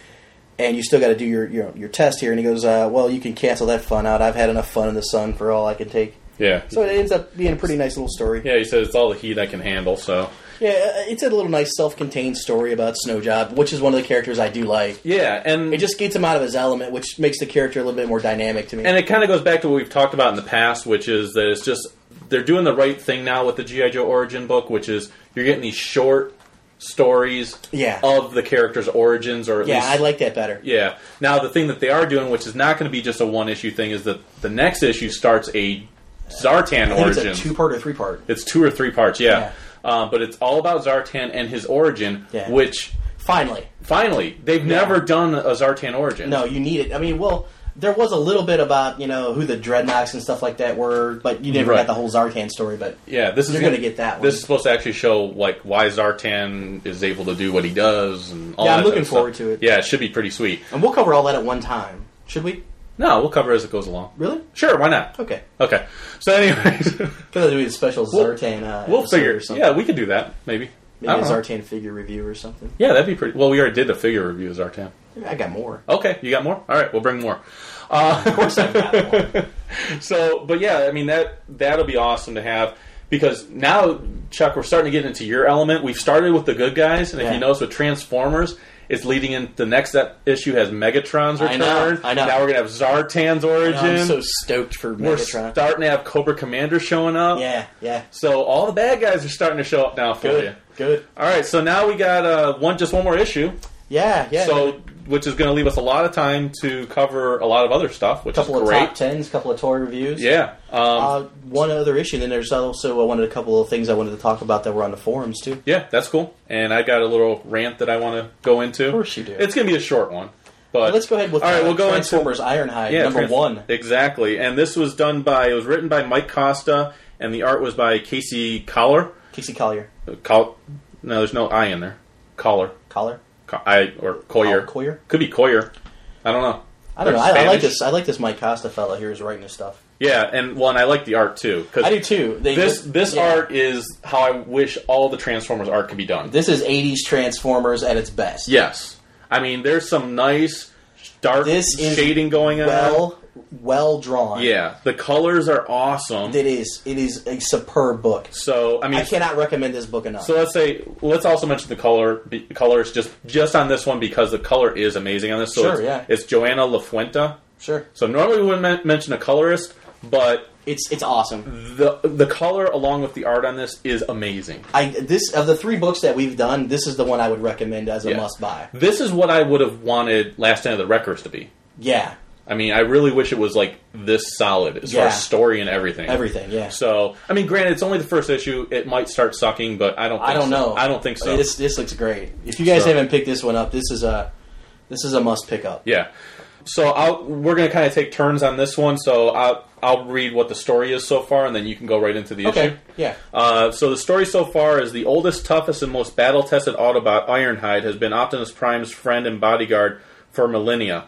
[SPEAKER 3] And you still got to do your, your your test here. And he goes, uh, well, you can cancel that fun out. I've had enough fun in the sun for all I can take.
[SPEAKER 2] yeah.
[SPEAKER 3] So it ends up being a pretty nice little story. Yeah,
[SPEAKER 2] yeah, he says it's all the heat I can handle. So
[SPEAKER 3] uh, it's a little nice self-contained story about Snowjob, which is one of the characters I do like.
[SPEAKER 2] yeah, and
[SPEAKER 3] It just gets him out of his element, which makes the character a little bit more dynamic to me.
[SPEAKER 2] and it kind of goes back to what we've talked about in the past, which is that it's just they're doing the right thing now with the GI Joe origin book, which is you're getting these short stories
[SPEAKER 3] Yeah.
[SPEAKER 2] of the characters' origins, or at
[SPEAKER 3] yeah,
[SPEAKER 2] least
[SPEAKER 3] I like that better.
[SPEAKER 2] yeah. Now the thing that they are doing, which is not going to be just a one issue thing, is that the next issue starts a Zartan
[SPEAKER 3] I think
[SPEAKER 2] origin.
[SPEAKER 3] it's a two-part or three-part.
[SPEAKER 2] It's two or three parts, yeah.
[SPEAKER 3] Yeah.
[SPEAKER 2] Uh, but it's all about Zartan and his origin,
[SPEAKER 3] Yeah.
[SPEAKER 2] which
[SPEAKER 3] Finally,
[SPEAKER 2] finally they've never done a Zartan origin.
[SPEAKER 3] no, you need it. I mean, well, there was a little bit about you know who the Dreadnoks and stuff like that were, but you never got
[SPEAKER 2] Right.
[SPEAKER 3] the whole Zartan story. But
[SPEAKER 2] Yeah, this is
[SPEAKER 3] You're gonna get that one.
[SPEAKER 2] This is supposed to actually show like why Zartan is able to do what he does and all
[SPEAKER 3] Yeah, I'm
[SPEAKER 2] that
[SPEAKER 3] looking
[SPEAKER 2] type of stuff.
[SPEAKER 3] forward to it.
[SPEAKER 2] Yeah, it should be pretty sweet.
[SPEAKER 3] and we'll cover all that at one time, should we?
[SPEAKER 2] No, we'll cover it as it goes along.
[SPEAKER 3] Really?
[SPEAKER 2] Sure, why not?
[SPEAKER 3] Okay,
[SPEAKER 2] Okay. So
[SPEAKER 3] *laughs*
[SPEAKER 2] anyways, *laughs*
[SPEAKER 3] because do a special
[SPEAKER 2] We'll-
[SPEAKER 3] Zartan. Uh,
[SPEAKER 2] we'll
[SPEAKER 3] episode
[SPEAKER 2] figure
[SPEAKER 3] Or something.
[SPEAKER 2] Yeah, we could do that maybe. I
[SPEAKER 3] maybe a
[SPEAKER 2] don't know.
[SPEAKER 3] Zartan figure review or something.
[SPEAKER 2] Yeah, that'd be pretty. Well, we already did a figure review of Zartan.
[SPEAKER 3] I got more.
[SPEAKER 2] Okay, you got more? All right, we'll bring more.
[SPEAKER 3] *laughs* Of course, I've got more.
[SPEAKER 2] So, but yeah, I mean that that'll be awesome to have because now Chuck, we're starting to get into your element. We've started with the good guys, and if
[SPEAKER 3] Yeah.
[SPEAKER 2] you notice with Transformers, it's leading in the next that issue has Megatron's
[SPEAKER 3] I
[SPEAKER 2] return.
[SPEAKER 3] know, I know.
[SPEAKER 2] Now we're gonna have Zartan's origin.
[SPEAKER 3] I'm so stoked for
[SPEAKER 2] we're
[SPEAKER 3] Megatron.
[SPEAKER 2] starting to have Cobra Commander showing up.
[SPEAKER 3] yeah, yeah.
[SPEAKER 2] So all the bad guys are starting to show up now for you.
[SPEAKER 3] Good, good.
[SPEAKER 2] All right, so now we got uh, one just one more issue.
[SPEAKER 3] Yeah, yeah.
[SPEAKER 2] So which is going to leave us a lot of time to cover a lot of other stuff, which
[SPEAKER 3] couple
[SPEAKER 2] is
[SPEAKER 3] of
[SPEAKER 2] great.
[SPEAKER 3] top tens, couple of toy reviews.
[SPEAKER 2] yeah. Um,
[SPEAKER 3] Uh, one other issue, then there's also I wanted a couple of things I wanted to talk about that were on the forums too.
[SPEAKER 2] Yeah, that's cool. And I got a little rant that I want to go into. Of
[SPEAKER 3] course you do.
[SPEAKER 2] It's going to be a short one, but
[SPEAKER 3] Let's go ahead with
[SPEAKER 2] All right,
[SPEAKER 3] uh,
[SPEAKER 2] we'll go into-
[SPEAKER 3] Transformers Ironhide
[SPEAKER 2] yeah,
[SPEAKER 3] number
[SPEAKER 2] trans-
[SPEAKER 3] one.
[SPEAKER 2] exactly. And this was done by it was written by Mike Costa, and the art was by Casey Collar.
[SPEAKER 3] Casey Collier,
[SPEAKER 2] Col- no, there's no I in there. Collar,
[SPEAKER 3] Collar,
[SPEAKER 2] Co- I or Coyer.
[SPEAKER 3] Col- Coyer?
[SPEAKER 2] could be Coyer. I don't know.
[SPEAKER 3] Oh, I don't
[SPEAKER 2] Or
[SPEAKER 3] know. I, I like
[SPEAKER 2] Spanish.
[SPEAKER 3] this. I like this Mike Costa fella here who's writing this stuff.
[SPEAKER 2] Yeah, and one I like the art too
[SPEAKER 3] I do
[SPEAKER 2] because
[SPEAKER 3] too. They
[SPEAKER 2] this this
[SPEAKER 3] yeah.
[SPEAKER 2] art is how I wish all the Transformers art could be done.
[SPEAKER 3] This is '80s Transformers at its best.
[SPEAKER 2] Yes. I mean, there's some nice dark
[SPEAKER 3] This is
[SPEAKER 2] shading going on.
[SPEAKER 3] well, well drawn.
[SPEAKER 2] yeah, the colors are awesome.
[SPEAKER 3] it is. It is a superb book.
[SPEAKER 2] so I mean,
[SPEAKER 3] I cannot recommend this book enough.
[SPEAKER 2] so let's say let's also mention the color be, colors just just on this one because the color is amazing on this. So
[SPEAKER 3] Sure,
[SPEAKER 2] it's,
[SPEAKER 3] yeah.
[SPEAKER 2] it's Joanna LaFuenta.
[SPEAKER 3] sure,
[SPEAKER 2] So normally we wouldn't men- mention a colorist, but
[SPEAKER 3] it's it's awesome.
[SPEAKER 2] the the color along with the art on this is amazing.
[SPEAKER 3] I this of the three books that we've done, this is the one I would recommend as a
[SPEAKER 2] Yeah.
[SPEAKER 3] must buy.
[SPEAKER 2] This is what I would have wanted Last Stand of the Records to be.
[SPEAKER 3] Yeah,
[SPEAKER 2] I mean, I really wish it was like this solid as far
[SPEAKER 3] Yeah.
[SPEAKER 2] as story and everything.
[SPEAKER 3] everything. Yeah,
[SPEAKER 2] So, I mean, granted, it's only the first issue. It might start sucking, but I don't. Think
[SPEAKER 3] I
[SPEAKER 2] so.
[SPEAKER 3] don't know.
[SPEAKER 2] I don't think so.
[SPEAKER 3] mean, this this looks great. If you guys
[SPEAKER 2] So-
[SPEAKER 3] haven't picked this one up, this is a this is a must pick up.
[SPEAKER 2] yeah. So I'll, we're going to kind of take turns on this one. So I'll, I'll read what the story is so far, and then you can go right into the
[SPEAKER 3] Okay.
[SPEAKER 2] issue.
[SPEAKER 3] Yeah.
[SPEAKER 2] Uh, so the story so far is the oldest, toughest, and most battle-tested Autobot, Ironhide, has been Optimus Prime's friend and bodyguard for millennia.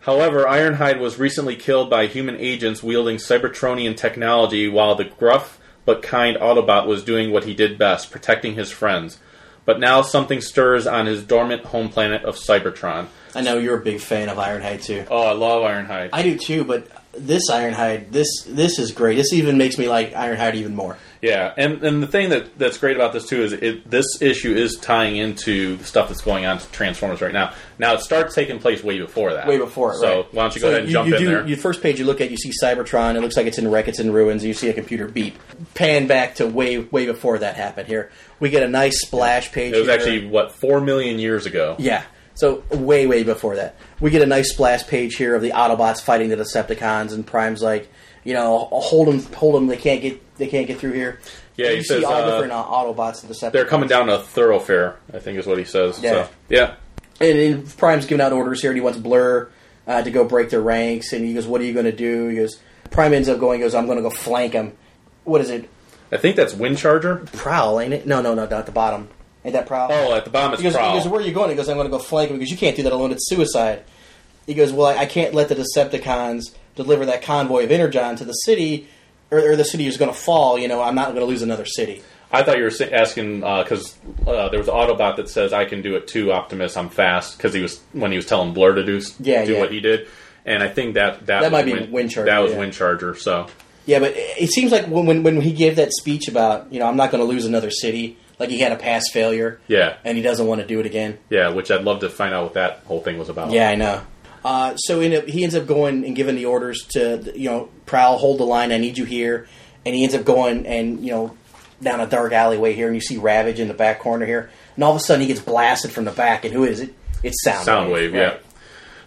[SPEAKER 2] However, Ironhide was recently killed by human agents wielding Cybertronian technology, while the gruff but kind Autobot was doing what he did best, protecting his friends. But now something stirs on his dormant home planet of Cybertron.
[SPEAKER 3] I know you're a big fan of Ironhide too.
[SPEAKER 2] Oh, I love Ironhide.
[SPEAKER 3] I do too, but this Ironhide, this this is great. This even makes me like Ironhide even more.
[SPEAKER 2] Yeah, and and the thing that that's great about this too is it, this issue is tying into the stuff that's going on to Transformers right now. Now it starts taking place way before that.
[SPEAKER 3] Way before it,
[SPEAKER 2] So
[SPEAKER 3] right?
[SPEAKER 2] why don't you go ahead and jump
[SPEAKER 3] you
[SPEAKER 2] in
[SPEAKER 3] do,
[SPEAKER 2] there?
[SPEAKER 3] You first page you look at, you see Cybertron. It looks like it's in wreck, it's in ruins. You see a computer beep. Pan back to way way before that happened. Here we get a nice splash page.
[SPEAKER 2] it was
[SPEAKER 3] here.
[SPEAKER 2] actually what four million years ago.
[SPEAKER 3] Yeah. So way, way before that, we get a nice splash page here of the Autobots fighting the Decepticons, and Prime's like, you know, hold them, hold them. They can't get, they can't get through here.
[SPEAKER 2] Yeah,
[SPEAKER 3] And
[SPEAKER 2] he
[SPEAKER 3] you
[SPEAKER 2] says,
[SPEAKER 3] see all
[SPEAKER 2] uh,
[SPEAKER 3] different uh, Autobots and Decepticons.
[SPEAKER 2] They're coming down a thoroughfare, I think is what he says.
[SPEAKER 3] Yeah.
[SPEAKER 2] So, yeah.
[SPEAKER 3] and, and Prime's giving out orders here, and he wants Blur uh, to go break their ranks. And he goes, "What are you going to do?" He goes, Prime ends up going, he goes, "I'm going to go flank him." What is it?
[SPEAKER 2] I think that's Windcharger.
[SPEAKER 3] Prowl, ain't it? No, no, no, down at the bottom. Ain't that Prowl?
[SPEAKER 2] Oh, at the bottom it's
[SPEAKER 3] He goes, he
[SPEAKER 2] Prowl.
[SPEAKER 3] goes, where are you going? He goes, I'm going to go flank him because you can't do that alone. It's suicide. He goes, well, I, I can't let the Decepticons deliver that convoy of Energon to the city, or, or the city is going to fall. You know, I'm not going to lose another city.
[SPEAKER 2] I thought you were sa- asking because uh, there was an Autobot that says I can do it too, Optimus. I'm fast because he was when he was telling Blur to do s-
[SPEAKER 3] Yeah,
[SPEAKER 2] do
[SPEAKER 3] yeah.
[SPEAKER 2] what he did, and I think that that,
[SPEAKER 3] That might be
[SPEAKER 2] Win-
[SPEAKER 3] Windcharger,
[SPEAKER 2] That was
[SPEAKER 3] yeah.
[SPEAKER 2] Windcharger. So
[SPEAKER 3] Yeah, but it it seems like when when, when he gave that speech about you know I'm not going to lose another city, like he had a past failure,
[SPEAKER 2] yeah,
[SPEAKER 3] and he doesn't want to do it again.
[SPEAKER 2] Yeah, which I'd love to find out what that whole thing was about.
[SPEAKER 3] Yeah, I know. Uh, so end up, he ends up going and giving the orders to you know Prowl, hold the line. I need you here, and he ends up going and you know down a dark alleyway here, and you see Ravage in the back corner here, and all of a sudden he gets blasted from the back, and who is it? It's Soundwave.
[SPEAKER 2] Soundwave, yeah.
[SPEAKER 3] Right.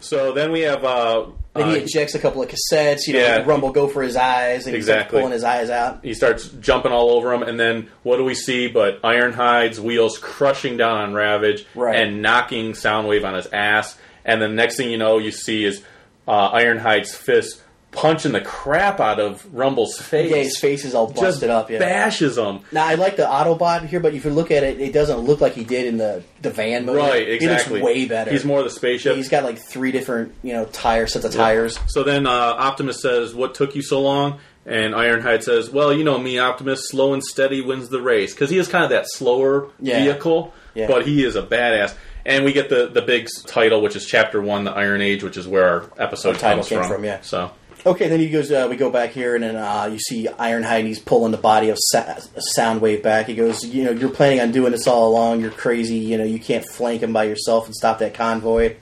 [SPEAKER 2] So then we have uh,
[SPEAKER 3] Then
[SPEAKER 2] uh,
[SPEAKER 3] he ejects a couple of cassettes. You know,
[SPEAKER 2] Yeah.
[SPEAKER 3] Rumble go for his eyes, and he's
[SPEAKER 2] Exactly.
[SPEAKER 3] pulling his eyes out.
[SPEAKER 2] he starts jumping all over him, and then what do we see? But Ironhide's wheels crushing down on Ravage
[SPEAKER 3] Right.
[SPEAKER 2] and knocking Soundwave on his ass, and the next thing you know, you see is uh, Ironhide's fist punching the crap out of Rumble's face.
[SPEAKER 3] Yeah, his face is all
[SPEAKER 2] Just
[SPEAKER 3] busted up. Yeah.
[SPEAKER 2] bashes him.
[SPEAKER 3] Now I like the Autobot here, but if you look at it, it doesn't look like he did in the the van movie.
[SPEAKER 2] Right,
[SPEAKER 3] He
[SPEAKER 2] exactly.
[SPEAKER 3] looks way better.
[SPEAKER 2] He's more of the spaceship.
[SPEAKER 3] He's got like three different, you know, tire sets of tires.
[SPEAKER 2] So then uh, Optimus says, "What took you so long?" And Ironhide says, "Well, you know me, Optimus. Slow and steady wins the race because he is kind of that slower
[SPEAKER 3] Yeah.
[SPEAKER 2] vehicle,
[SPEAKER 3] Yeah.
[SPEAKER 2] but he is a badass." And we get the the big s- title, which is Chapter One, the Iron Age, which is where our episode
[SPEAKER 3] title
[SPEAKER 2] comes
[SPEAKER 3] came
[SPEAKER 2] from.
[SPEAKER 3] from, yeah.
[SPEAKER 2] So
[SPEAKER 3] Okay, then he goes. Uh, we go back here, and then uh, you see Ironhide, and he's pulling the body of Sa- Soundwave back. He goes, "You know, you're planning on doing this all along. You're crazy. You know, you can't flank him by yourself and stop that convoy."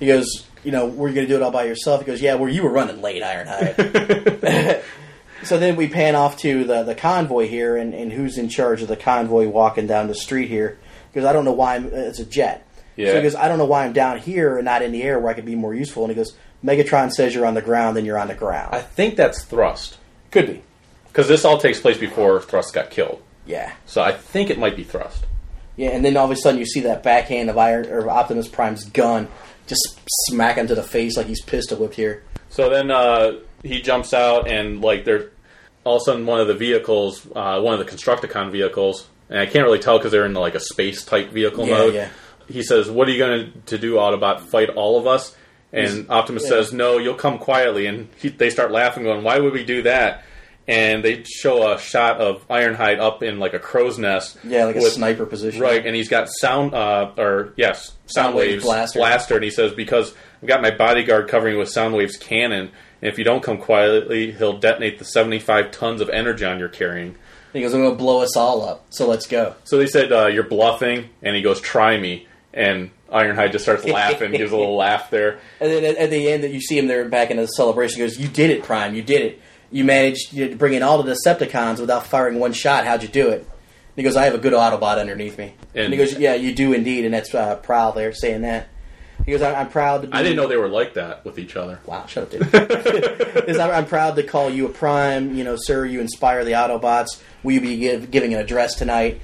[SPEAKER 3] He goes, "You know, were you going to do it all by yourself?" He goes, "Yeah, well, you were running late, Ironhide." *laughs* so then we pan off to the the convoy here, and, and who's in charge of the convoy walking down the street here? Because I don't know why I'm, it's a jet. So
[SPEAKER 2] Yeah.
[SPEAKER 3] he goes, I don't know why I'm down here and not in the air where I could be more useful. And he goes, Megatron says you're on the ground, then you're on the ground.
[SPEAKER 2] I think that's Thrust.
[SPEAKER 3] could be.
[SPEAKER 2] Because this all takes place before Thrust got killed.
[SPEAKER 3] Yeah.
[SPEAKER 2] So I think it might be Thrust.
[SPEAKER 3] Yeah, and then all of a sudden you see that backhand of Iron or Optimus Prime's gun just smack him to the face like he's pistol whipped here.
[SPEAKER 2] So then uh, he jumps out, and like they're all of a sudden one of the vehicles, uh, one of the Constructicon vehicles, and I can't really tell because they're in like a space type vehicle
[SPEAKER 3] Yeah,
[SPEAKER 2] mode.
[SPEAKER 3] yeah.
[SPEAKER 2] He says, "What are you going to do, Autobot? Fight all of us?" And Optimus
[SPEAKER 3] yeah.
[SPEAKER 2] says, "No, you'll come quietly." And he, they start laughing, going, "Why would we do that?" And they show a shot of Ironhide up in like a crow's nest.
[SPEAKER 3] Yeah, like a
[SPEAKER 2] with-
[SPEAKER 3] sniper position.
[SPEAKER 2] Right, and he's got sound, uh, or yes, sound
[SPEAKER 3] Soundwave's
[SPEAKER 2] waves
[SPEAKER 3] blaster.
[SPEAKER 2] blaster. and he says because I've got my bodyguard covering you with sound waves cannon, and if you don't come quietly, he'll detonate the seventy-five tons of energon you're carrying.
[SPEAKER 3] He goes, I'm gonna blow us all up, so let's go.
[SPEAKER 2] So they said uh, you're bluffing, and he goes, "Try me," and Ironhide just starts laughing, gives a little laugh there.
[SPEAKER 3] And then at, at the end that you see him there back in the celebration he goes, You did it, Prime, you did it. You managed you know, to bring in all the Decepticons without firing one shot, how'd you do it? And he goes, I have a good Autobot underneath me. And, he
[SPEAKER 2] And-
[SPEAKER 3] goes, Yeah, you do indeed, and that's uh, proud there saying that. He goes, I- I'm proud to be
[SPEAKER 2] I didn't know they were like that with each other.
[SPEAKER 3] Wow, shut up, dude. *laughs* Because I'm, I'm proud to call you a prime. You know, sir, you inspire the Autobots. Will you be give, giving an address tonight?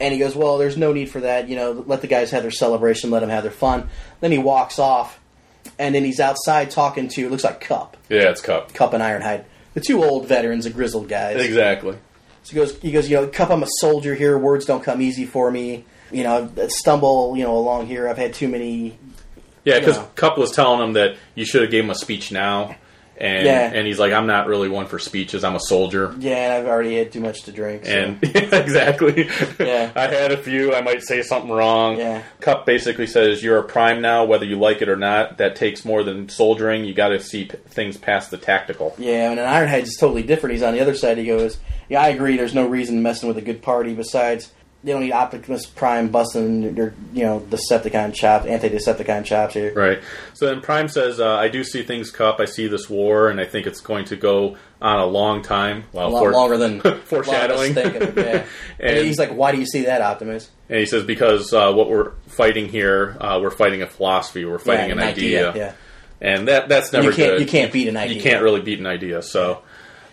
[SPEAKER 3] And he goes, well, there's no need for that. You know, let the guys have their celebration. Let them have their fun. Then he walks off, and then he's outside talking to, looks like Cup.
[SPEAKER 2] Yeah, it's Cup.
[SPEAKER 3] Cup and Ironhide. The two old veterans, the grizzled guys.
[SPEAKER 2] Exactly.
[SPEAKER 3] So he goes, he goes, you know, Cup, I'm a soldier here. Words don't come easy for me. You know, I stumble, you know, along here. I've had too many
[SPEAKER 2] Yeah, because
[SPEAKER 3] Yeah.
[SPEAKER 2] Cup was telling him that you should have gave him a speech now, and
[SPEAKER 3] Yeah.
[SPEAKER 2] and he's like, "I'm not really one for speeches. I'm a soldier."
[SPEAKER 3] Yeah, I've already had too much to drink.
[SPEAKER 2] *laughs*
[SPEAKER 3] so-
[SPEAKER 2] And exactly.
[SPEAKER 3] Yeah.
[SPEAKER 2] *laughs* I had a few. I might say something wrong.
[SPEAKER 3] Yeah.
[SPEAKER 2] Cup basically says you're a prime now, whether you like it or not. That takes more than soldiering. You got to see p- things past the tactical.
[SPEAKER 3] Yeah, and an Ironhide's totally different. He's on the other side. He goes, "Yeah, I agree. There's no reason messing with a good party. Besides, they don't need Optimus Prime busting their, you know, Decepticon chops, anti-Decepticon chops here."
[SPEAKER 2] Right. So then Prime says, uh, "I do see things, Cup. I see this war, and I think it's going to go on a long time. Well,
[SPEAKER 3] A lot
[SPEAKER 2] for-
[SPEAKER 3] longer than
[SPEAKER 2] *laughs* foreshadowing.
[SPEAKER 3] a lot of us think of
[SPEAKER 2] *laughs*
[SPEAKER 3] it, yeah. and,
[SPEAKER 2] And-
[SPEAKER 3] he's like, "Why do you see that, Optimus?"
[SPEAKER 2] And he says because uh, what we're fighting here, uh, we're fighting a philosophy. We're fighting
[SPEAKER 3] Yeah,
[SPEAKER 2] an, idea.
[SPEAKER 3] Yeah,
[SPEAKER 2] And that that's
[SPEAKER 3] And
[SPEAKER 2] never
[SPEAKER 3] you can't
[SPEAKER 2] good.
[SPEAKER 3] you can't beat an idea.
[SPEAKER 2] You can't uh, really beat an idea. So.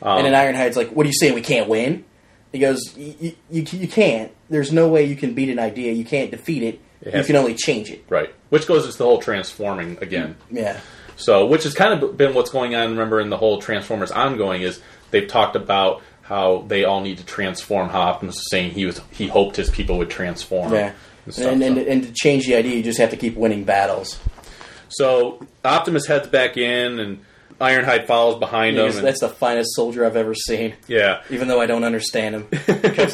[SPEAKER 3] And then Ironhide's like, "What are you saying? We can't win?" He goes, "Y- y- "You you can't. There's no way you can beat an idea. You can't defeat it. You
[SPEAKER 2] has
[SPEAKER 3] can
[SPEAKER 2] to-
[SPEAKER 3] only change it."
[SPEAKER 2] Right. Which goes into the whole transforming again.
[SPEAKER 3] Yeah.
[SPEAKER 2] So, which has kind of been what's going on, remember, in the whole Transformers ongoing, is they've talked about how they all need to transform. How Optimus was saying he was he hoped his people would transform.
[SPEAKER 3] Yeah.
[SPEAKER 2] and stuff,
[SPEAKER 3] And, and,
[SPEAKER 2] so.
[SPEAKER 3] and to change the idea, you just have to keep winning battles.
[SPEAKER 2] So Optimus heads back in, and Ironhide follows behind him.
[SPEAKER 3] Because
[SPEAKER 2] and-
[SPEAKER 3] that's the finest soldier I've ever seen.
[SPEAKER 2] yeah,
[SPEAKER 3] Even though I don't understand him, Cup's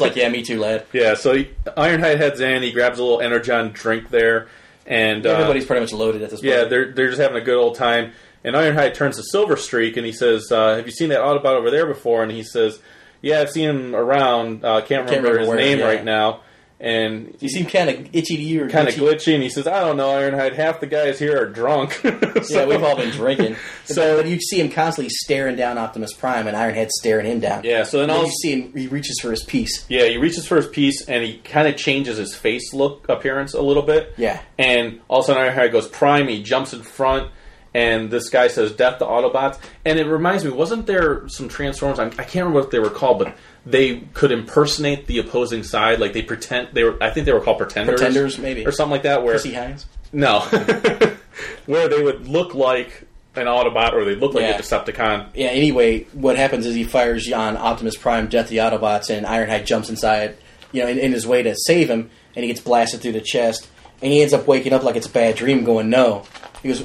[SPEAKER 2] *laughs*
[SPEAKER 3] like, "Yeah, me too, lad."
[SPEAKER 2] yeah. So he, Ironhide heads in. He grabs a little energon drink there, and uh,
[SPEAKER 3] Everybody's pretty much loaded at this point.
[SPEAKER 2] Yeah, they're they're just having a good old time. And Ironhide turns to Silver Streak and he says, uh, "Have you seen that Autobot over there before?" And he says, "Yeah, I've seen him around. Uh, can't, remember
[SPEAKER 3] remember
[SPEAKER 2] his
[SPEAKER 3] where,
[SPEAKER 2] name
[SPEAKER 3] yeah.
[SPEAKER 2] right now." And
[SPEAKER 3] you
[SPEAKER 2] he's
[SPEAKER 3] seem kind of itchy to you, or
[SPEAKER 2] kind of
[SPEAKER 3] itchy-
[SPEAKER 2] glitchy. And he says, "I don't know, Ironhide. Half the guys here are drunk." *laughs*
[SPEAKER 3] Yeah,
[SPEAKER 2] So-
[SPEAKER 3] we've all been drinking.
[SPEAKER 2] *laughs*
[SPEAKER 3] so
[SPEAKER 2] So-
[SPEAKER 3] but you see him constantly staring down Optimus Prime, and Ironhead staring him down.
[SPEAKER 2] Yeah. So then
[SPEAKER 3] and all
[SPEAKER 2] all
[SPEAKER 3] you see him, he reaches for his piece.
[SPEAKER 2] yeah, he reaches for his piece and he kind of changes his face look appearance a little bit.
[SPEAKER 3] Yeah.
[SPEAKER 2] And all of a sudden, Ironhide goes prime. He jumps in front, and this guy says, "Death to Autobots." And it reminds me, wasn't there some Transformers? I'm, I can't remember what they were called, but they could impersonate the opposing side. Like they pretend they were. I think they were called Pretenders,
[SPEAKER 3] Pretenders, maybe.
[SPEAKER 2] or something like that. Where
[SPEAKER 3] See Hines? *laughs*
[SPEAKER 2] no, *laughs* where they would look like an Autobot or they look like
[SPEAKER 3] Yeah.
[SPEAKER 2] a Decepticon.
[SPEAKER 3] Yeah. Anyway, what happens is he fires on Optimus Prime, Death the Autobots, and Ironhide jumps inside, you know, in, in his way to save him, and he gets blasted through the chest, and he ends up waking up like it's a bad dream, going no. He goes,